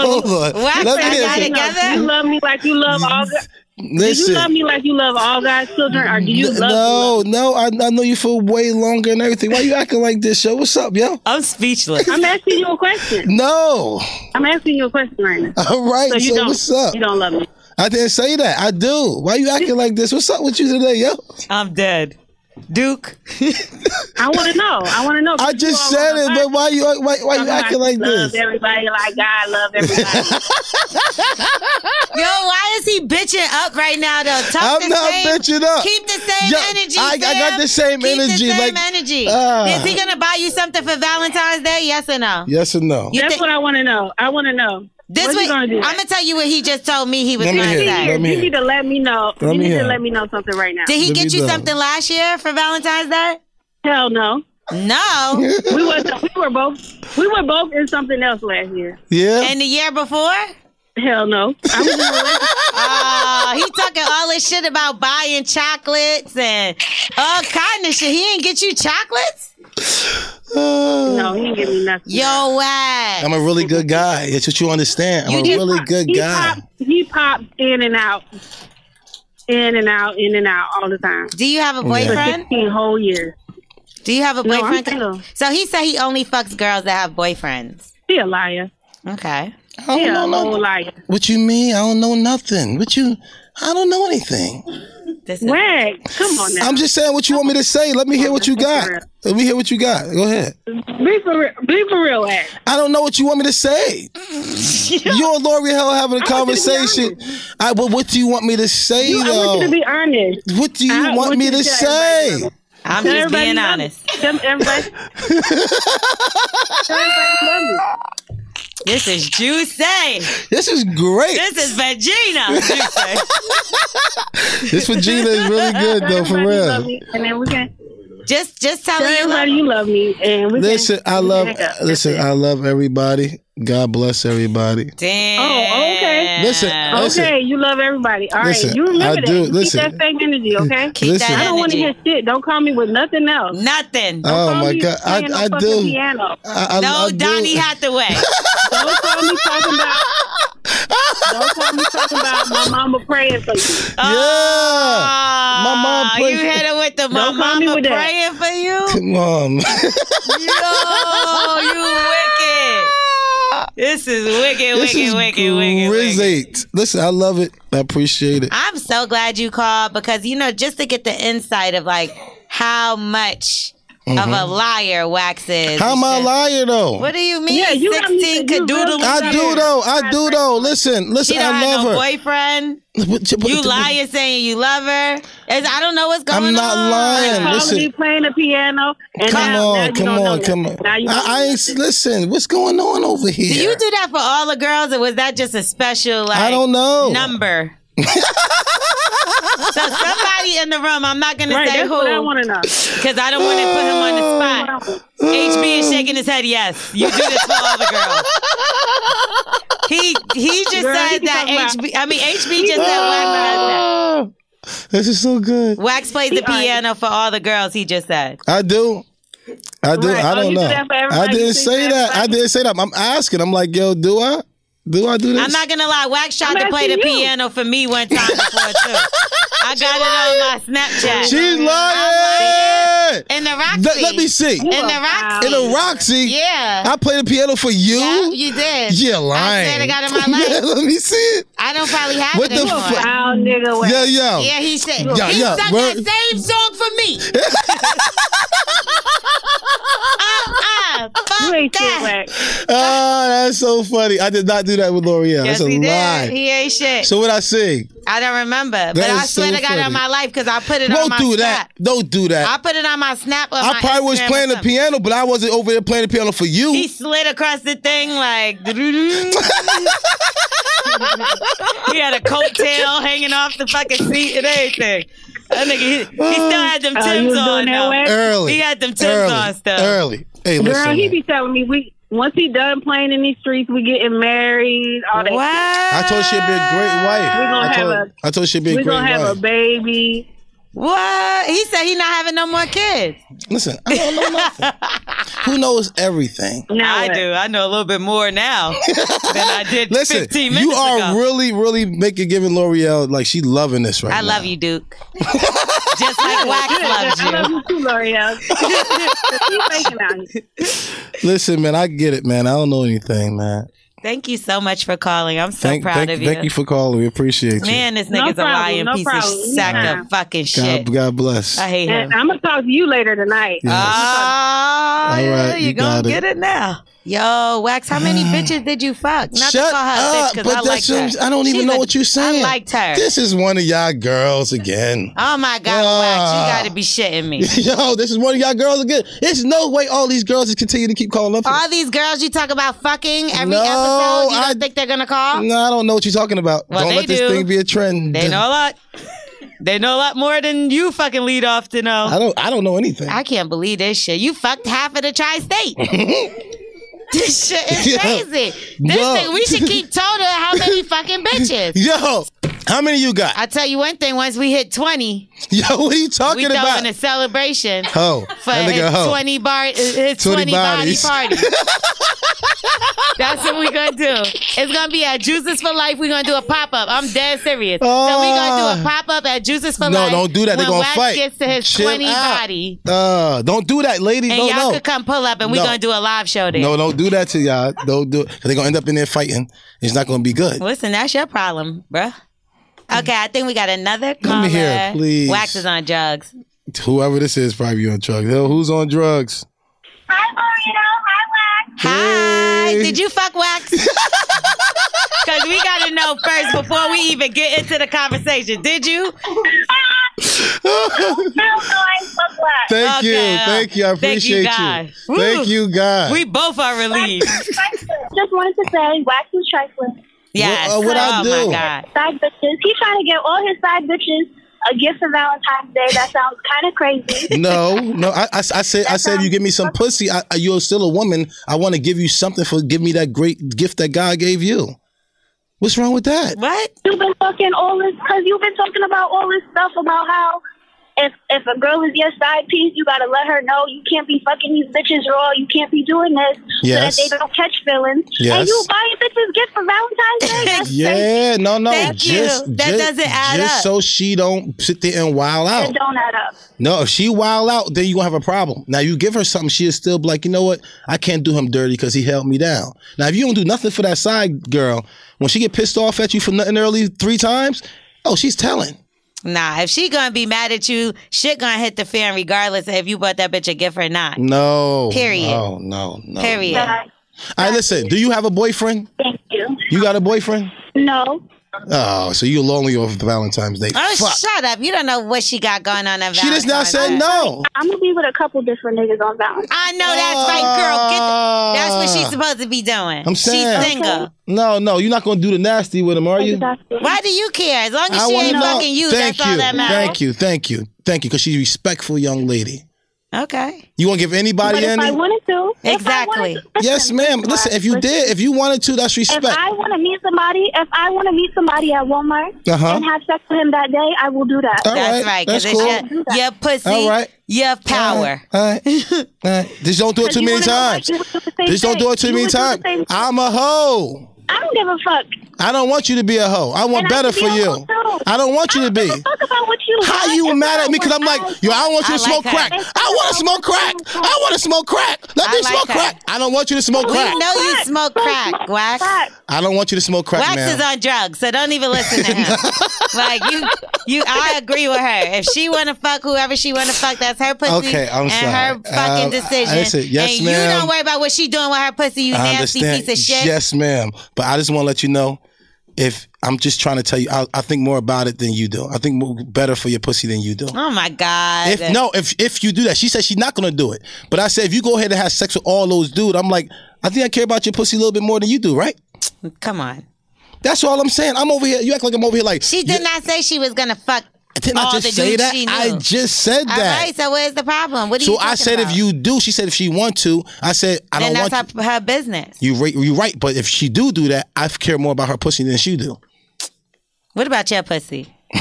[SPEAKER 3] Hold on.
[SPEAKER 2] Why
[SPEAKER 3] Let
[SPEAKER 2] I
[SPEAKER 3] me
[SPEAKER 2] got
[SPEAKER 3] hear
[SPEAKER 2] it.
[SPEAKER 3] some-
[SPEAKER 8] you, know, do you love me like you love all. gu- Do you
[SPEAKER 3] Listen.
[SPEAKER 8] love me like you love all guys' children, or do you
[SPEAKER 3] N-
[SPEAKER 8] love?
[SPEAKER 3] no, no, I, I know you for way longer and everything. Why you acting like this, yo? What's up, yo?
[SPEAKER 2] I'm speechless.
[SPEAKER 8] I'm asking you a question.
[SPEAKER 3] No.
[SPEAKER 8] I'm asking you a question right now.
[SPEAKER 3] All right.
[SPEAKER 8] So
[SPEAKER 3] So,
[SPEAKER 8] you don't.
[SPEAKER 3] what's up?
[SPEAKER 8] You don't love me.
[SPEAKER 3] I didn't say that. I do. Why you acting like this? What's up with you today, yo?
[SPEAKER 2] I'm dead. Duke.
[SPEAKER 8] I want to know. I want to know.
[SPEAKER 3] I just said it, but why you why, why you acting like
[SPEAKER 8] love
[SPEAKER 3] this?
[SPEAKER 8] Everybody like God love everybody.
[SPEAKER 2] Yo, why is he bitching up right now though? Talk
[SPEAKER 3] I'm
[SPEAKER 2] the
[SPEAKER 3] not
[SPEAKER 2] same,
[SPEAKER 3] bitching up.
[SPEAKER 2] Keep the same
[SPEAKER 3] Yo,
[SPEAKER 2] energy.
[SPEAKER 3] I- I got
[SPEAKER 2] Sam.
[SPEAKER 3] the same
[SPEAKER 2] Keep
[SPEAKER 3] energy,
[SPEAKER 2] The same
[SPEAKER 3] like,
[SPEAKER 2] energy.
[SPEAKER 3] ah.
[SPEAKER 2] is he gonna buy you something for Valentine's Day? Yes or no?
[SPEAKER 3] Yes or no?
[SPEAKER 2] You
[SPEAKER 8] That's
[SPEAKER 2] thi-
[SPEAKER 8] what I want to know. I want to know.
[SPEAKER 2] this
[SPEAKER 8] what
[SPEAKER 2] way,
[SPEAKER 8] you gonna do?
[SPEAKER 2] I'm gonna tell you what he just told me he was
[SPEAKER 3] Let
[SPEAKER 2] gonna
[SPEAKER 3] me hear it.
[SPEAKER 2] say.
[SPEAKER 3] Let me
[SPEAKER 8] you
[SPEAKER 3] hear.
[SPEAKER 8] need to let me know.
[SPEAKER 3] Let
[SPEAKER 8] you
[SPEAKER 3] me
[SPEAKER 8] need
[SPEAKER 3] hear.
[SPEAKER 8] to let me know something right now.
[SPEAKER 2] Did he
[SPEAKER 3] Let
[SPEAKER 2] get
[SPEAKER 3] me
[SPEAKER 2] you
[SPEAKER 3] know.
[SPEAKER 2] something last year for Valentine's Day?
[SPEAKER 8] Hell no.
[SPEAKER 2] No.
[SPEAKER 8] We was we were both we were both in something else last year.
[SPEAKER 3] Yeah.
[SPEAKER 2] and the year before?
[SPEAKER 8] Hell no. I was in a relationship.
[SPEAKER 2] Oh, he talking all this shit about buying chocolates and all kind of shit. He didn't get you chocolates?
[SPEAKER 3] Uh,
[SPEAKER 8] no, he didn't give me nothing.
[SPEAKER 2] Yo, what?
[SPEAKER 3] I'm a really good guy. That's what you understand. I'm
[SPEAKER 2] You
[SPEAKER 3] a
[SPEAKER 2] just-
[SPEAKER 3] really good
[SPEAKER 8] he
[SPEAKER 3] guy.
[SPEAKER 8] Popped, he popped in and out, in and out, in and out all the time.
[SPEAKER 2] Do you have a
[SPEAKER 8] For
[SPEAKER 2] boyfriend?
[SPEAKER 8] 16 whole years.
[SPEAKER 2] Do you have a
[SPEAKER 8] No, I'm
[SPEAKER 2] boyfriend?
[SPEAKER 8] single.
[SPEAKER 2] so he said he only fucks girls that have boyfriends.
[SPEAKER 8] He a liar.
[SPEAKER 2] Okay.
[SPEAKER 3] I don't
[SPEAKER 8] He a
[SPEAKER 3] know
[SPEAKER 8] whole
[SPEAKER 3] nothing.
[SPEAKER 8] liar.
[SPEAKER 3] What you mean? I don't know nothing. What you? I don't know anything.
[SPEAKER 2] This is
[SPEAKER 8] Wag, come on now.
[SPEAKER 3] I'm just saying what you want me to say. Let me hear what you got. Let me hear what you got. Go ahead.
[SPEAKER 8] Be for real, be for real, Wag.
[SPEAKER 3] I don't know what you want me to say. you and Lori Hill having a
[SPEAKER 8] I want you to be
[SPEAKER 3] conversation. I, but what do you want me to say,
[SPEAKER 8] You- I want you
[SPEAKER 3] though?
[SPEAKER 8] to be honest.
[SPEAKER 3] what do you
[SPEAKER 8] I
[SPEAKER 3] want,
[SPEAKER 8] want
[SPEAKER 3] me
[SPEAKER 8] you
[SPEAKER 3] to,
[SPEAKER 8] to tell
[SPEAKER 3] say?
[SPEAKER 8] everybody.
[SPEAKER 2] I'm
[SPEAKER 8] Tell
[SPEAKER 2] just
[SPEAKER 8] everybody
[SPEAKER 2] being
[SPEAKER 8] you love me.
[SPEAKER 2] honest.
[SPEAKER 8] Tell everybody. Tell everybody you love me.
[SPEAKER 2] This is Juicy.
[SPEAKER 3] This is great.
[SPEAKER 2] This is Vagina. Juicy.
[SPEAKER 3] This Vagina is really good, though, for
[SPEAKER 8] Everybody you love
[SPEAKER 3] real.
[SPEAKER 8] me, and then we can
[SPEAKER 2] just just tell
[SPEAKER 8] tell
[SPEAKER 2] her you love
[SPEAKER 8] everybody you love me, and we
[SPEAKER 3] Listen,
[SPEAKER 8] can.
[SPEAKER 3] I love.
[SPEAKER 8] hang up.
[SPEAKER 3] Listen, I love everybody. God bless everybody.
[SPEAKER 2] Damn.
[SPEAKER 8] Oh, okay.
[SPEAKER 3] Listen, listen.
[SPEAKER 8] Okay, you love everybody. All right,
[SPEAKER 3] Listen,
[SPEAKER 8] you remember
[SPEAKER 3] I
[SPEAKER 8] that.
[SPEAKER 3] do-
[SPEAKER 8] You
[SPEAKER 3] listen.
[SPEAKER 8] Keep that same energy, okay?
[SPEAKER 2] Keep
[SPEAKER 3] Listen.
[SPEAKER 2] that
[SPEAKER 8] I don't want to hear
[SPEAKER 2] energy.
[SPEAKER 8] shit. Don't call me with nothing else.
[SPEAKER 2] Nothing.
[SPEAKER 3] Oh
[SPEAKER 8] Don't call
[SPEAKER 3] my
[SPEAKER 8] me
[SPEAKER 3] God, I,
[SPEAKER 8] playing no
[SPEAKER 3] I
[SPEAKER 8] fucking
[SPEAKER 3] do. I,
[SPEAKER 8] Piano.
[SPEAKER 3] I,
[SPEAKER 2] no
[SPEAKER 3] I do.
[SPEAKER 2] Donnie Hathaway.
[SPEAKER 8] Don't call me talking about. Don't call me talking about my mama praying for you.
[SPEAKER 3] Yeah. Oh,
[SPEAKER 2] my
[SPEAKER 3] mom
[SPEAKER 2] Ah, You
[SPEAKER 3] plays-
[SPEAKER 2] hit her with the my
[SPEAKER 8] Don't call me
[SPEAKER 2] mama
[SPEAKER 8] with that.
[SPEAKER 2] praying for you.
[SPEAKER 3] Come on.
[SPEAKER 2] Yo, you wicked. This is wicked,
[SPEAKER 3] this
[SPEAKER 2] wicked,
[SPEAKER 3] is
[SPEAKER 2] wicked, wicked, wicked.
[SPEAKER 3] grizzled. Listen, I love it. I appreciate it.
[SPEAKER 2] I'm so glad you called because you know just to get the insight of like how much of a liar Wax is.
[SPEAKER 3] Mm-hmm. How am I a
[SPEAKER 2] It's just-
[SPEAKER 3] liar though?
[SPEAKER 2] What do you mean?
[SPEAKER 8] Yeah, you got me
[SPEAKER 2] sixteen
[SPEAKER 8] saying you
[SPEAKER 2] cadoodle.
[SPEAKER 8] really
[SPEAKER 3] I do though. I do though. Listen,
[SPEAKER 2] She
[SPEAKER 3] listen.
[SPEAKER 2] don't
[SPEAKER 3] I
[SPEAKER 2] have
[SPEAKER 3] love
[SPEAKER 2] no
[SPEAKER 3] her.
[SPEAKER 2] boyfriend.
[SPEAKER 3] But- but-
[SPEAKER 2] You
[SPEAKER 3] but-
[SPEAKER 2] lying, saying you love her. It's, I don't know what's going on.
[SPEAKER 3] I'm not lying.
[SPEAKER 8] Calling
[SPEAKER 3] Listen.
[SPEAKER 8] me playing the piano. And
[SPEAKER 3] Come
[SPEAKER 8] now, now
[SPEAKER 3] on,
[SPEAKER 8] you
[SPEAKER 3] come
[SPEAKER 8] don't know
[SPEAKER 3] on,
[SPEAKER 8] that.
[SPEAKER 3] come on.
[SPEAKER 8] Now you don't
[SPEAKER 3] I, I
[SPEAKER 8] know
[SPEAKER 3] ain't listen. What's going on over here?
[SPEAKER 2] Do you do that for all the girls, or was that just a special like
[SPEAKER 3] I don't know.
[SPEAKER 2] number? so somebody in the room, I'm not gonna
[SPEAKER 8] Right,
[SPEAKER 2] say
[SPEAKER 8] that's what I
[SPEAKER 2] who
[SPEAKER 8] want to know.
[SPEAKER 2] because I don't want to put him on the spot. HB is shaking his head. Yes, you do this for all the girls. He he just
[SPEAKER 8] Girl,
[SPEAKER 2] said
[SPEAKER 8] he
[SPEAKER 2] that
[SPEAKER 8] talking
[SPEAKER 2] HB. I mean HB just said wax does that.
[SPEAKER 3] Ah, this is so good.
[SPEAKER 2] Wax plays the piano for all the girls. He just said.
[SPEAKER 3] I do. I do.
[SPEAKER 8] Right.
[SPEAKER 3] I
[SPEAKER 8] Oh,
[SPEAKER 3] don't
[SPEAKER 8] you do
[SPEAKER 3] know.
[SPEAKER 8] that for
[SPEAKER 3] I
[SPEAKER 8] everybody. You
[SPEAKER 3] didn't
[SPEAKER 8] think
[SPEAKER 3] say
[SPEAKER 8] that's
[SPEAKER 3] that. I
[SPEAKER 8] right.
[SPEAKER 3] didn't say that. I'm asking. I'm like, yo, do I? Do I do this?
[SPEAKER 2] I'm not gonna lie, Wax tried
[SPEAKER 8] I'm
[SPEAKER 2] to play the
[SPEAKER 8] asking you.
[SPEAKER 2] piano for me one time before too. I got it on my Snapchat.
[SPEAKER 3] She's lying.
[SPEAKER 2] in the Roxy.
[SPEAKER 3] Let, let me see.
[SPEAKER 2] In the Roxy.
[SPEAKER 3] In a Roxy,
[SPEAKER 2] Yeah.
[SPEAKER 3] I play the piano for you.
[SPEAKER 2] yeah, you did.
[SPEAKER 3] You're lying.
[SPEAKER 2] I swear to God in my
[SPEAKER 3] Yeah,
[SPEAKER 2] life.
[SPEAKER 3] let me see it.
[SPEAKER 2] I don't probably have
[SPEAKER 3] What
[SPEAKER 2] it
[SPEAKER 3] the
[SPEAKER 2] anymore.
[SPEAKER 3] fuck?
[SPEAKER 8] Wow, nigga. Wait.
[SPEAKER 3] Yeah, yeah.
[SPEAKER 2] Yeah, he said
[SPEAKER 3] Yeah,
[SPEAKER 2] he
[SPEAKER 3] yeah,
[SPEAKER 2] sung
[SPEAKER 3] word.
[SPEAKER 2] that same song for me. uh, uh,
[SPEAKER 8] You
[SPEAKER 2] fuck
[SPEAKER 8] ain't shit,
[SPEAKER 2] that.
[SPEAKER 8] whack.
[SPEAKER 3] Oh, that's so funny. I did not do that with L'Oreal.
[SPEAKER 2] Yes,
[SPEAKER 3] that's a
[SPEAKER 2] he
[SPEAKER 3] lie.
[SPEAKER 2] did. He ain't shit.
[SPEAKER 3] So what I sing?
[SPEAKER 2] I don't remember, but
[SPEAKER 3] That
[SPEAKER 2] I
[SPEAKER 3] is
[SPEAKER 2] swear
[SPEAKER 3] so
[SPEAKER 2] to God on
[SPEAKER 3] funny.
[SPEAKER 2] my life because I put it on
[SPEAKER 3] Don't
[SPEAKER 2] my
[SPEAKER 3] do that.
[SPEAKER 2] Snap.
[SPEAKER 3] Don't do
[SPEAKER 2] I
[SPEAKER 3] that.
[SPEAKER 2] put it on my Snap. on
[SPEAKER 3] I,
[SPEAKER 2] my
[SPEAKER 3] probably was
[SPEAKER 2] Instagram or
[SPEAKER 3] playing the
[SPEAKER 2] something.
[SPEAKER 3] piano, but I wasn't over there playing the piano for you.
[SPEAKER 2] He slid across the thing like. he had a coattail hanging off the fucking seat and everything. That nigga, he, he still had them
[SPEAKER 8] Oh, you
[SPEAKER 2] Tim's
[SPEAKER 8] was
[SPEAKER 2] on
[SPEAKER 8] doing that,
[SPEAKER 2] though.
[SPEAKER 8] Wag?
[SPEAKER 3] early.
[SPEAKER 2] He had them Tim's
[SPEAKER 3] early,
[SPEAKER 2] on still.
[SPEAKER 3] Early. Hey, listen.
[SPEAKER 8] Girl, he
[SPEAKER 3] man.
[SPEAKER 8] be telling me we once he done playing in these streets, we getting married, all that.
[SPEAKER 2] Wow.
[SPEAKER 8] shit.
[SPEAKER 3] I told she'd be a great wife.
[SPEAKER 8] We gonna
[SPEAKER 3] I told,
[SPEAKER 8] have
[SPEAKER 3] I told she'd be a
[SPEAKER 8] We
[SPEAKER 3] great
[SPEAKER 8] gonna have
[SPEAKER 3] wife.
[SPEAKER 8] a baby.
[SPEAKER 2] What? He said he not having no more kids.
[SPEAKER 3] listen, I don't know nothing. Who knows everything?
[SPEAKER 8] Now
[SPEAKER 2] I
[SPEAKER 8] what?
[SPEAKER 2] do. I know a little bit more now than I did
[SPEAKER 3] Listen,
[SPEAKER 2] 15 minutes
[SPEAKER 3] you are
[SPEAKER 2] ago.
[SPEAKER 3] really, really making giving L'Oreal like she loving this right
[SPEAKER 2] I
[SPEAKER 3] now.
[SPEAKER 2] love you, Duke. Just like Wax loves
[SPEAKER 8] I love
[SPEAKER 2] you.
[SPEAKER 8] you too, L'Oreal. Keep making out here.
[SPEAKER 3] Listen, man, I get it, man. I don't know anything, man.
[SPEAKER 2] Thank you so much for calling. I'm so
[SPEAKER 3] Thank,
[SPEAKER 2] proud
[SPEAKER 3] thank,
[SPEAKER 2] of you.
[SPEAKER 3] thank you for calling. We appreciate you.
[SPEAKER 2] Man, this
[SPEAKER 8] No
[SPEAKER 2] nigga's a
[SPEAKER 8] problem,
[SPEAKER 2] lying
[SPEAKER 8] no
[SPEAKER 2] piece of
[SPEAKER 8] problem.
[SPEAKER 2] sack
[SPEAKER 8] Yeah.
[SPEAKER 2] of fucking shit.
[SPEAKER 3] God, God bless.
[SPEAKER 2] I hate him.
[SPEAKER 8] And I'm gonna talk to you later tonight.
[SPEAKER 3] Yes.
[SPEAKER 2] Oh,
[SPEAKER 3] All
[SPEAKER 2] yeah,
[SPEAKER 3] right,
[SPEAKER 2] you
[SPEAKER 3] you
[SPEAKER 2] gonna
[SPEAKER 3] got it. Ah.
[SPEAKER 2] get it now. Yo, Wax, how many bitches did you fuck? Not to call her a bitch, 'cause I liked her.
[SPEAKER 3] I don't even
[SPEAKER 2] She's
[SPEAKER 3] know
[SPEAKER 2] a-
[SPEAKER 3] what you're saying.
[SPEAKER 2] I liked her.
[SPEAKER 3] This is one of y'all girls again.
[SPEAKER 2] oh my God,
[SPEAKER 3] Ah.
[SPEAKER 2] Wax, you gotta be shitting me.
[SPEAKER 3] Yo, this is one of y'all girls again. There's no way all these girls just continue to keep calling up. here.
[SPEAKER 2] All these girls you talk about fucking every
[SPEAKER 3] No,
[SPEAKER 2] episode, you don't
[SPEAKER 3] I-
[SPEAKER 2] think they're gonna call?
[SPEAKER 3] no, I don't know what you're talking about.
[SPEAKER 2] Well,
[SPEAKER 3] don't
[SPEAKER 2] they
[SPEAKER 3] let this
[SPEAKER 2] do.
[SPEAKER 3] thing be a trend.
[SPEAKER 2] They know a lot. They know a lot more than you fucking lead off to know.
[SPEAKER 3] I don't. I don't know anything.
[SPEAKER 2] I can't believe this shit. You fucked half of the tri-state. this shit is
[SPEAKER 3] Yeah.
[SPEAKER 2] crazy. This
[SPEAKER 3] No.
[SPEAKER 2] thing, we should keep total how many fucking bitches.
[SPEAKER 3] Yo, how many you got?
[SPEAKER 2] I tell you one thing: once we hit twenty,
[SPEAKER 3] Yo, what are you
[SPEAKER 2] we
[SPEAKER 3] talking about?
[SPEAKER 2] throwing a celebration
[SPEAKER 3] Ho,
[SPEAKER 2] for
[SPEAKER 3] that
[SPEAKER 2] his
[SPEAKER 3] nigga ho.
[SPEAKER 2] twenty bar, his
[SPEAKER 3] 20
[SPEAKER 2] twenty, body
[SPEAKER 3] bodies.
[SPEAKER 2] party. That's what we're gonna do. It's gonna be at Juices for Life. We're gonna do a pop up. I'm dead serious. so we're gonna do a
[SPEAKER 3] Ah.
[SPEAKER 2] pop up at Juices for
[SPEAKER 3] No,
[SPEAKER 2] Life.
[SPEAKER 3] don't do that. They're gonna
[SPEAKER 2] when Wax
[SPEAKER 3] fight.
[SPEAKER 2] Gets to his
[SPEAKER 3] Chill
[SPEAKER 2] twenty
[SPEAKER 3] out.
[SPEAKER 2] body.
[SPEAKER 3] Uh, don't do that, ladies.
[SPEAKER 2] And
[SPEAKER 3] no,
[SPEAKER 2] y'all
[SPEAKER 3] no.
[SPEAKER 2] could come pull up and we're
[SPEAKER 3] No.
[SPEAKER 2] gonna do a live show there.
[SPEAKER 3] No, don't do that to y'all. Don't do it. They're gonna end up in there fighting. It's not gonna be good.
[SPEAKER 2] Listen, that's your problem, bruh. Okay, I think we got another caller.
[SPEAKER 3] Let me hear it, please.
[SPEAKER 2] Wax is on drugs.
[SPEAKER 3] Whoever this is, probably on drugs. Hell, who's on drugs?
[SPEAKER 2] Hi. Did you fuck Wax? Because we got to know first before we even get into the conversation. Did you?
[SPEAKER 3] Thank you,
[SPEAKER 2] Okay.
[SPEAKER 3] thank you. I
[SPEAKER 2] uh, Thank you,
[SPEAKER 3] appreciate
[SPEAKER 2] God.
[SPEAKER 3] you. Thank
[SPEAKER 2] Woo.
[SPEAKER 3] you, God.
[SPEAKER 2] We both are relieved.
[SPEAKER 9] Just wanted to say, Wax was trifling.
[SPEAKER 2] Yes.
[SPEAKER 3] What- uh, what I
[SPEAKER 2] oh,
[SPEAKER 3] do?
[SPEAKER 2] my God.
[SPEAKER 9] Side bitches. He trying to get all his side bitches a gift for Valentine's Day. That sounds kind of crazy.
[SPEAKER 3] No, no. I, I, I said, I said, you give me some pussy. I, I- you're still a woman. I want to give you something for give me that great gift that God gave you. What's wrong with that?
[SPEAKER 2] What?
[SPEAKER 9] You've been talking all this because you've been talking about all this stuff about how if if a girl is your side piece, you gotta let her know you can't be fucking these bitches raw. You can't be doing this
[SPEAKER 3] Yes.
[SPEAKER 9] so that they don't catch feelings.
[SPEAKER 3] Yes.
[SPEAKER 9] And you buying bitches gift for Valentine's Day. That's crazy.
[SPEAKER 3] Yeah, no, no.
[SPEAKER 2] Thank you.
[SPEAKER 3] just,
[SPEAKER 2] That
[SPEAKER 3] just,
[SPEAKER 2] doesn't add
[SPEAKER 3] just
[SPEAKER 2] up.
[SPEAKER 3] so she don't sit there and wild
[SPEAKER 9] That
[SPEAKER 3] out.
[SPEAKER 9] don't add up.
[SPEAKER 3] No, if she wild out, then you gonna have a problem. Now you give her something, she is still be like, you know what? I can't do him dirty because he held me down. Now if you don't do nothing for that side girl, when she get pissed off at you for nothing early three times, oh, she's telling.
[SPEAKER 2] Nah, if she gonna be mad at you, shit gonna hit the fan regardless if you bought that bitch a gift or not.
[SPEAKER 3] No.
[SPEAKER 2] Period.
[SPEAKER 3] No, no, no.
[SPEAKER 2] Period.
[SPEAKER 9] That-
[SPEAKER 3] All right, listen. Do you have a boyfriend?
[SPEAKER 9] thank you.
[SPEAKER 3] You got a boyfriend?
[SPEAKER 9] No.
[SPEAKER 3] Oh, so you're lonely over Valentine's Day.
[SPEAKER 2] Oh,
[SPEAKER 3] Fuck.
[SPEAKER 2] shut up! You don't know what she got going on. on
[SPEAKER 3] she just now
[SPEAKER 2] Valentine's
[SPEAKER 3] said
[SPEAKER 2] Day.
[SPEAKER 3] no.
[SPEAKER 9] I'm gonna be with a couple different niggas on Valentine's.
[SPEAKER 2] I know that's right, girl. Get the, that's what she's supposed to be doing.
[SPEAKER 3] I'm saying.
[SPEAKER 2] she's single.
[SPEAKER 3] No, no, you're not gonna do the nasty with him, are you?
[SPEAKER 2] Why do you care? As long as
[SPEAKER 3] I
[SPEAKER 2] she
[SPEAKER 3] wanna
[SPEAKER 2] ain't
[SPEAKER 3] know.
[SPEAKER 2] fucking you,
[SPEAKER 3] Thank
[SPEAKER 2] that's
[SPEAKER 3] you.
[SPEAKER 2] all that matters.
[SPEAKER 3] Thank you, thank you, thank you, because she's a respectful young lady.
[SPEAKER 2] Okay.
[SPEAKER 3] You want to give anybody
[SPEAKER 9] But if
[SPEAKER 3] any?
[SPEAKER 9] I wanted to, if I
[SPEAKER 2] Exactly.
[SPEAKER 9] wanted to- listen,
[SPEAKER 3] yes, ma'am. Listen, if you did, if you wanted to, that's
[SPEAKER 9] If
[SPEAKER 3] respect.
[SPEAKER 9] I want to meet somebody, if I want to meet somebody at Walmart
[SPEAKER 3] Uh-huh. Oh,
[SPEAKER 9] and have sex with him that day, I will do that.
[SPEAKER 3] All
[SPEAKER 2] That's right.
[SPEAKER 3] right,
[SPEAKER 2] 'cause
[SPEAKER 3] that's cool.
[SPEAKER 2] it's your, your pussy,
[SPEAKER 3] All right.
[SPEAKER 2] your
[SPEAKER 3] All
[SPEAKER 2] power.
[SPEAKER 3] right, all right. all right. Just don't do it
[SPEAKER 9] Because
[SPEAKER 3] too
[SPEAKER 9] you
[SPEAKER 3] many
[SPEAKER 9] wanna know why
[SPEAKER 3] times.
[SPEAKER 9] you would do the same
[SPEAKER 3] Just don't do
[SPEAKER 9] thing.
[SPEAKER 3] it too
[SPEAKER 9] You
[SPEAKER 3] many
[SPEAKER 9] would do the
[SPEAKER 3] times.
[SPEAKER 9] same-
[SPEAKER 3] I'm a hoe.
[SPEAKER 9] I don't give a fuck.
[SPEAKER 3] I don't want you to be a hoe. I want
[SPEAKER 9] And I
[SPEAKER 3] better
[SPEAKER 9] could be
[SPEAKER 3] for
[SPEAKER 9] a
[SPEAKER 3] you.
[SPEAKER 9] hoe, too.
[SPEAKER 3] I don't want you to
[SPEAKER 9] I
[SPEAKER 3] be.
[SPEAKER 9] don't give a fuck about what you.
[SPEAKER 3] How
[SPEAKER 9] like.
[SPEAKER 3] you
[SPEAKER 9] It's
[SPEAKER 3] mad
[SPEAKER 9] not
[SPEAKER 3] at me? Cause
[SPEAKER 9] what
[SPEAKER 3] I'm like, yo, I don't want you
[SPEAKER 2] I
[SPEAKER 3] to
[SPEAKER 2] like
[SPEAKER 3] smoke
[SPEAKER 2] her.
[SPEAKER 3] crack. I want to smoke crack. I want to smoke crack. Let
[SPEAKER 2] I
[SPEAKER 3] me
[SPEAKER 2] like
[SPEAKER 3] smoke
[SPEAKER 2] her.
[SPEAKER 3] crack. I don't want you to smoke
[SPEAKER 2] We
[SPEAKER 3] crack.
[SPEAKER 2] know you smoke crack, Wax.
[SPEAKER 3] I don't want you to smoke crack,
[SPEAKER 2] Wax
[SPEAKER 3] ma'am.
[SPEAKER 2] is on drugs, so don't even listen to him. like you, you, I agree with her. If she want to fuck whoever she want to fuck, that's her pussy
[SPEAKER 3] Okay, I'm
[SPEAKER 2] and her
[SPEAKER 3] sorry. Um,
[SPEAKER 2] fucking decision.
[SPEAKER 3] listen, yes,
[SPEAKER 2] and you
[SPEAKER 3] ma'am.
[SPEAKER 2] don't worry about what she doing with her pussy. You
[SPEAKER 3] I
[SPEAKER 2] nasty
[SPEAKER 3] understand.
[SPEAKER 2] piece of shit.
[SPEAKER 3] Yes, ma'am. But I just want to let you know, if I'm just trying to tell you, I, I think more about it than you do. I think more, better for your pussy than you do.
[SPEAKER 2] Oh my god.
[SPEAKER 3] If no, if if you do that, she said she's not gonna do it. But I said if you go ahead and have sex with all those dudes, I'm like, I think I care about your pussy a little bit more than you do, right?
[SPEAKER 2] come on.
[SPEAKER 3] That's all I'm saying. I'm over here. You act like I'm over here. Like
[SPEAKER 2] She did
[SPEAKER 3] you-
[SPEAKER 2] not say she was gonna fuck.
[SPEAKER 3] Didn't
[SPEAKER 2] all
[SPEAKER 3] I
[SPEAKER 2] the
[SPEAKER 3] just say
[SPEAKER 2] dudes
[SPEAKER 3] that?
[SPEAKER 2] Oh, she knew.
[SPEAKER 3] I just said
[SPEAKER 2] All
[SPEAKER 3] that.
[SPEAKER 2] right, so where's the problem? What do you?
[SPEAKER 3] so I
[SPEAKER 2] talking
[SPEAKER 3] said
[SPEAKER 2] about?
[SPEAKER 3] if you do, she said if she want to. I said I
[SPEAKER 2] then
[SPEAKER 3] don't
[SPEAKER 2] that's
[SPEAKER 3] want.
[SPEAKER 2] her, her business.
[SPEAKER 3] You right, you right, but if she do do that, I care more about her pussy than she do.
[SPEAKER 2] What about your pussy?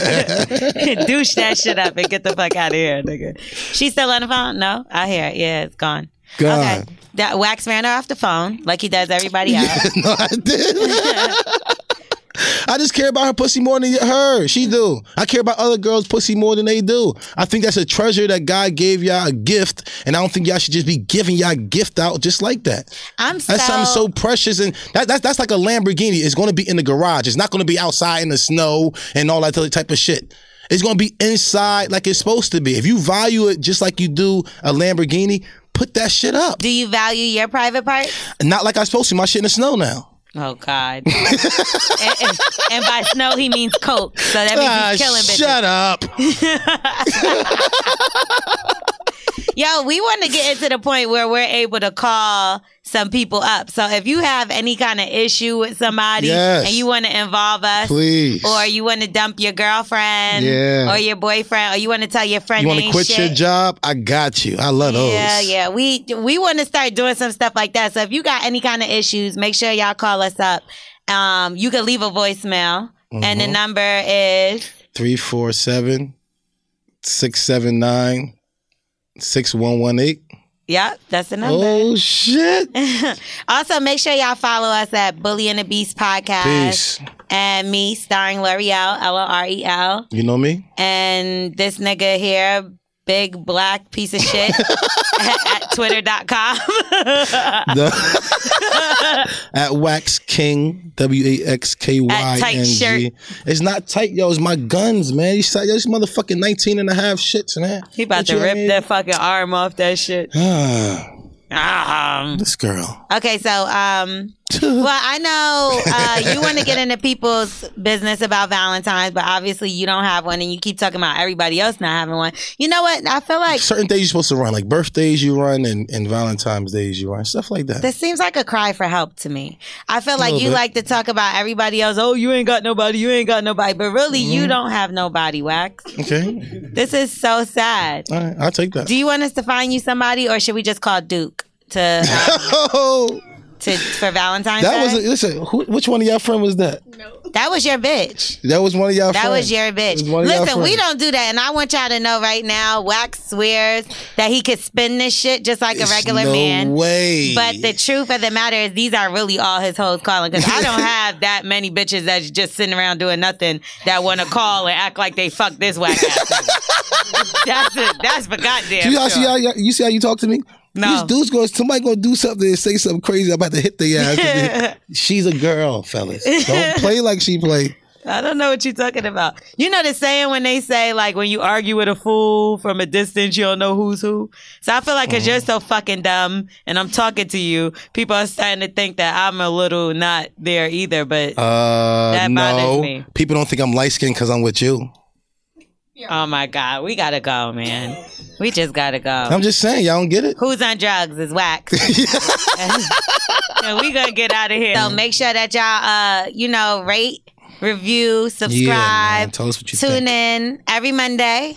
[SPEAKER 2] Douche that shit up and get the fuck out of here, nigga. She's still on the phone? No? I hear it. Yeah, it's gone.
[SPEAKER 3] God.
[SPEAKER 2] Okay. That wax ran her off the phone like he does everybody else.
[SPEAKER 3] no, I did. I just care about her pussy more than her. She do. I care about other girls' pussy more than they do. I think that's a treasure that God gave y'all a gift, and I don't think y'all should just be giving y'all gift out just like that.
[SPEAKER 2] I'm so,
[SPEAKER 3] That's something so precious, and that, that's that's like a Lamborghini. It's going to be in the garage. It's not going to be outside in the snow and all that other type of shit. It's going to be inside like it's supposed to be. If you value it just like you do a Lamborghini, put that shit up.
[SPEAKER 2] Do you value your private parts?
[SPEAKER 3] Not like I supposed to. My shit in the snow now.
[SPEAKER 2] Oh God. and, and- and by snow he means coke. So that means
[SPEAKER 3] Ah,
[SPEAKER 2] he's killing bitches.
[SPEAKER 3] shut up.
[SPEAKER 2] Yo, we want to get into the point where we're able to call some people up. So if you have any kind of issue with somebody
[SPEAKER 3] Yes.
[SPEAKER 2] and you want to involve us,
[SPEAKER 3] Please.
[SPEAKER 2] or you want to dump your girlfriend,
[SPEAKER 3] Yeah.
[SPEAKER 2] or your boyfriend, or you want to tell your friend
[SPEAKER 3] You want
[SPEAKER 2] they
[SPEAKER 3] to
[SPEAKER 2] ain't
[SPEAKER 3] quit your
[SPEAKER 2] shit.
[SPEAKER 3] job? I got you. I love those.
[SPEAKER 2] Yeah, yeah. We we want to start doing some stuff like that. So if you got any kind of issues, make sure y'all call us up. Um, you can leave a voicemail,
[SPEAKER 3] Uh-huh.
[SPEAKER 2] and the number is
[SPEAKER 3] 347 679 6118.
[SPEAKER 2] yep, that's the number.
[SPEAKER 3] Oh, shit.
[SPEAKER 2] Also, make sure y'all follow us at Bully and the Beast podcast
[SPEAKER 3] Peace.
[SPEAKER 2] and me starring L'Oreal L O R E L
[SPEAKER 3] You know me?
[SPEAKER 2] and this nigga here. big black piece of shit at, at twitter.com. Uh,
[SPEAKER 3] At Wax King, W A X K Y
[SPEAKER 2] At
[SPEAKER 3] N
[SPEAKER 2] tight
[SPEAKER 3] G.
[SPEAKER 2] shirt.
[SPEAKER 3] It's not tight, yo. It's my guns, man. These, yo, these motherfucking 19 and a half shits, man.
[SPEAKER 2] he about
[SPEAKER 3] What
[SPEAKER 2] to
[SPEAKER 3] you
[SPEAKER 2] rip
[SPEAKER 3] mean?
[SPEAKER 2] that fucking arm off that shit.
[SPEAKER 3] Ah,
[SPEAKER 2] Um,
[SPEAKER 3] this girl.
[SPEAKER 2] okay, so um, well, I know uh, you want to get into people's business about Valentine's, but obviously you don't have one, and you keep talking about everybody else not having one. You know what? I feel like
[SPEAKER 3] Certain days you're supposed to run, like birthdays you run and, and Valentine's days you run, stuff like that.
[SPEAKER 2] This seems like a cry for help to me. I feel like
[SPEAKER 3] little
[SPEAKER 2] you
[SPEAKER 3] bit.
[SPEAKER 2] like to talk about everybody else. Oh, you ain't got nobody. You ain't got nobody. But really,
[SPEAKER 3] Mm-hmm.
[SPEAKER 2] you don't have nobody, Wax.
[SPEAKER 3] Okay.
[SPEAKER 2] This is so sad.
[SPEAKER 3] All right. I'll take that.
[SPEAKER 2] Do you want us to find you somebody, or should we just call Duke to uh,
[SPEAKER 3] oh,
[SPEAKER 2] to for Valentine's
[SPEAKER 3] that was,
[SPEAKER 2] Day?
[SPEAKER 3] a, listen, who, which one of y'all friend was that?
[SPEAKER 2] that was your bitch.
[SPEAKER 3] That was one of y'all
[SPEAKER 2] That
[SPEAKER 3] friends.
[SPEAKER 2] was your bitch.
[SPEAKER 3] It was one of y'all
[SPEAKER 2] Listen, we
[SPEAKER 3] friends.
[SPEAKER 2] don't do that, and I want y'all to know right now. Wax swears that he could spin this shit just like
[SPEAKER 3] It's
[SPEAKER 2] a regular
[SPEAKER 3] no
[SPEAKER 2] man.
[SPEAKER 3] way.
[SPEAKER 2] But the truth of the matter is, these are really all his hoes calling because I don't have that many bitches that's just sitting around doing nothing that want to call and act like they fuck this whack ass. nigga. that's it. That's for goddamn.
[SPEAKER 3] You, how see
[SPEAKER 2] sure.
[SPEAKER 3] how, y'all- you see how you talk to me?
[SPEAKER 2] No.
[SPEAKER 3] These dudes going, somebody going to do something and say something crazy. I'm about to hit the ass. She's a girl, fellas. Don't play like she play.
[SPEAKER 2] I don't know what you're talking about. You know the saying when they say like when you argue with a fool from a distance, you don't know who's who. So I feel like because
[SPEAKER 3] Mm.
[SPEAKER 2] you're so fucking dumb and I'm talking to you, people are starting to think that I'm a little not there either. But
[SPEAKER 3] Uh,
[SPEAKER 2] That bothers
[SPEAKER 3] no.
[SPEAKER 2] me.
[SPEAKER 3] People don't think I'm light skinned because I'm with you.
[SPEAKER 2] oh my god, we gotta go, man. We just gotta go.
[SPEAKER 3] I'm just saying, y'all don't get it.
[SPEAKER 2] Who's on drugs is wax. and we gonna get out of here. So make sure that y'all, uh, you know, rate, review, subscribe,
[SPEAKER 3] man. Tell us what you
[SPEAKER 2] tune
[SPEAKER 3] think.
[SPEAKER 2] in every Monday,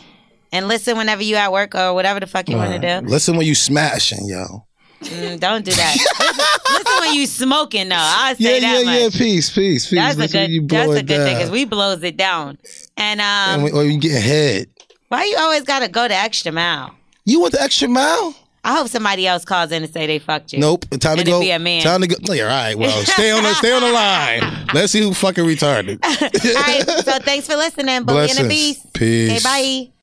[SPEAKER 2] and listen whenever you at work or whatever the fuck you want to do.
[SPEAKER 3] Listen when you smashing, yo.
[SPEAKER 2] Mm, don't do that. listen, listen when you smoking though. I
[SPEAKER 3] yeah,
[SPEAKER 2] say that
[SPEAKER 3] yeah, yeah.
[SPEAKER 2] much.
[SPEAKER 3] Peace, peace, peace.
[SPEAKER 2] That's a
[SPEAKER 3] Listen when
[SPEAKER 2] good.
[SPEAKER 3] you
[SPEAKER 2] That's
[SPEAKER 3] blow
[SPEAKER 2] a
[SPEAKER 3] it
[SPEAKER 2] good thing because
[SPEAKER 3] down.
[SPEAKER 2] we blows it down. And um,
[SPEAKER 3] And we- or you get head.
[SPEAKER 2] why you always gotta go the extra mile?
[SPEAKER 3] You want the extra mile?
[SPEAKER 2] I hope somebody else calls in and say they fucked you.
[SPEAKER 3] Nope. Time to
[SPEAKER 2] And to
[SPEAKER 3] go.
[SPEAKER 2] be a man.
[SPEAKER 3] Time to go. No, you're all right. Well, stay on the stay on the line. Let's see who fucking retarded.
[SPEAKER 2] All right. So thanks for listening. Bully and the
[SPEAKER 3] Blessings.
[SPEAKER 2] Beast.
[SPEAKER 3] Peace.
[SPEAKER 2] Okay, bye.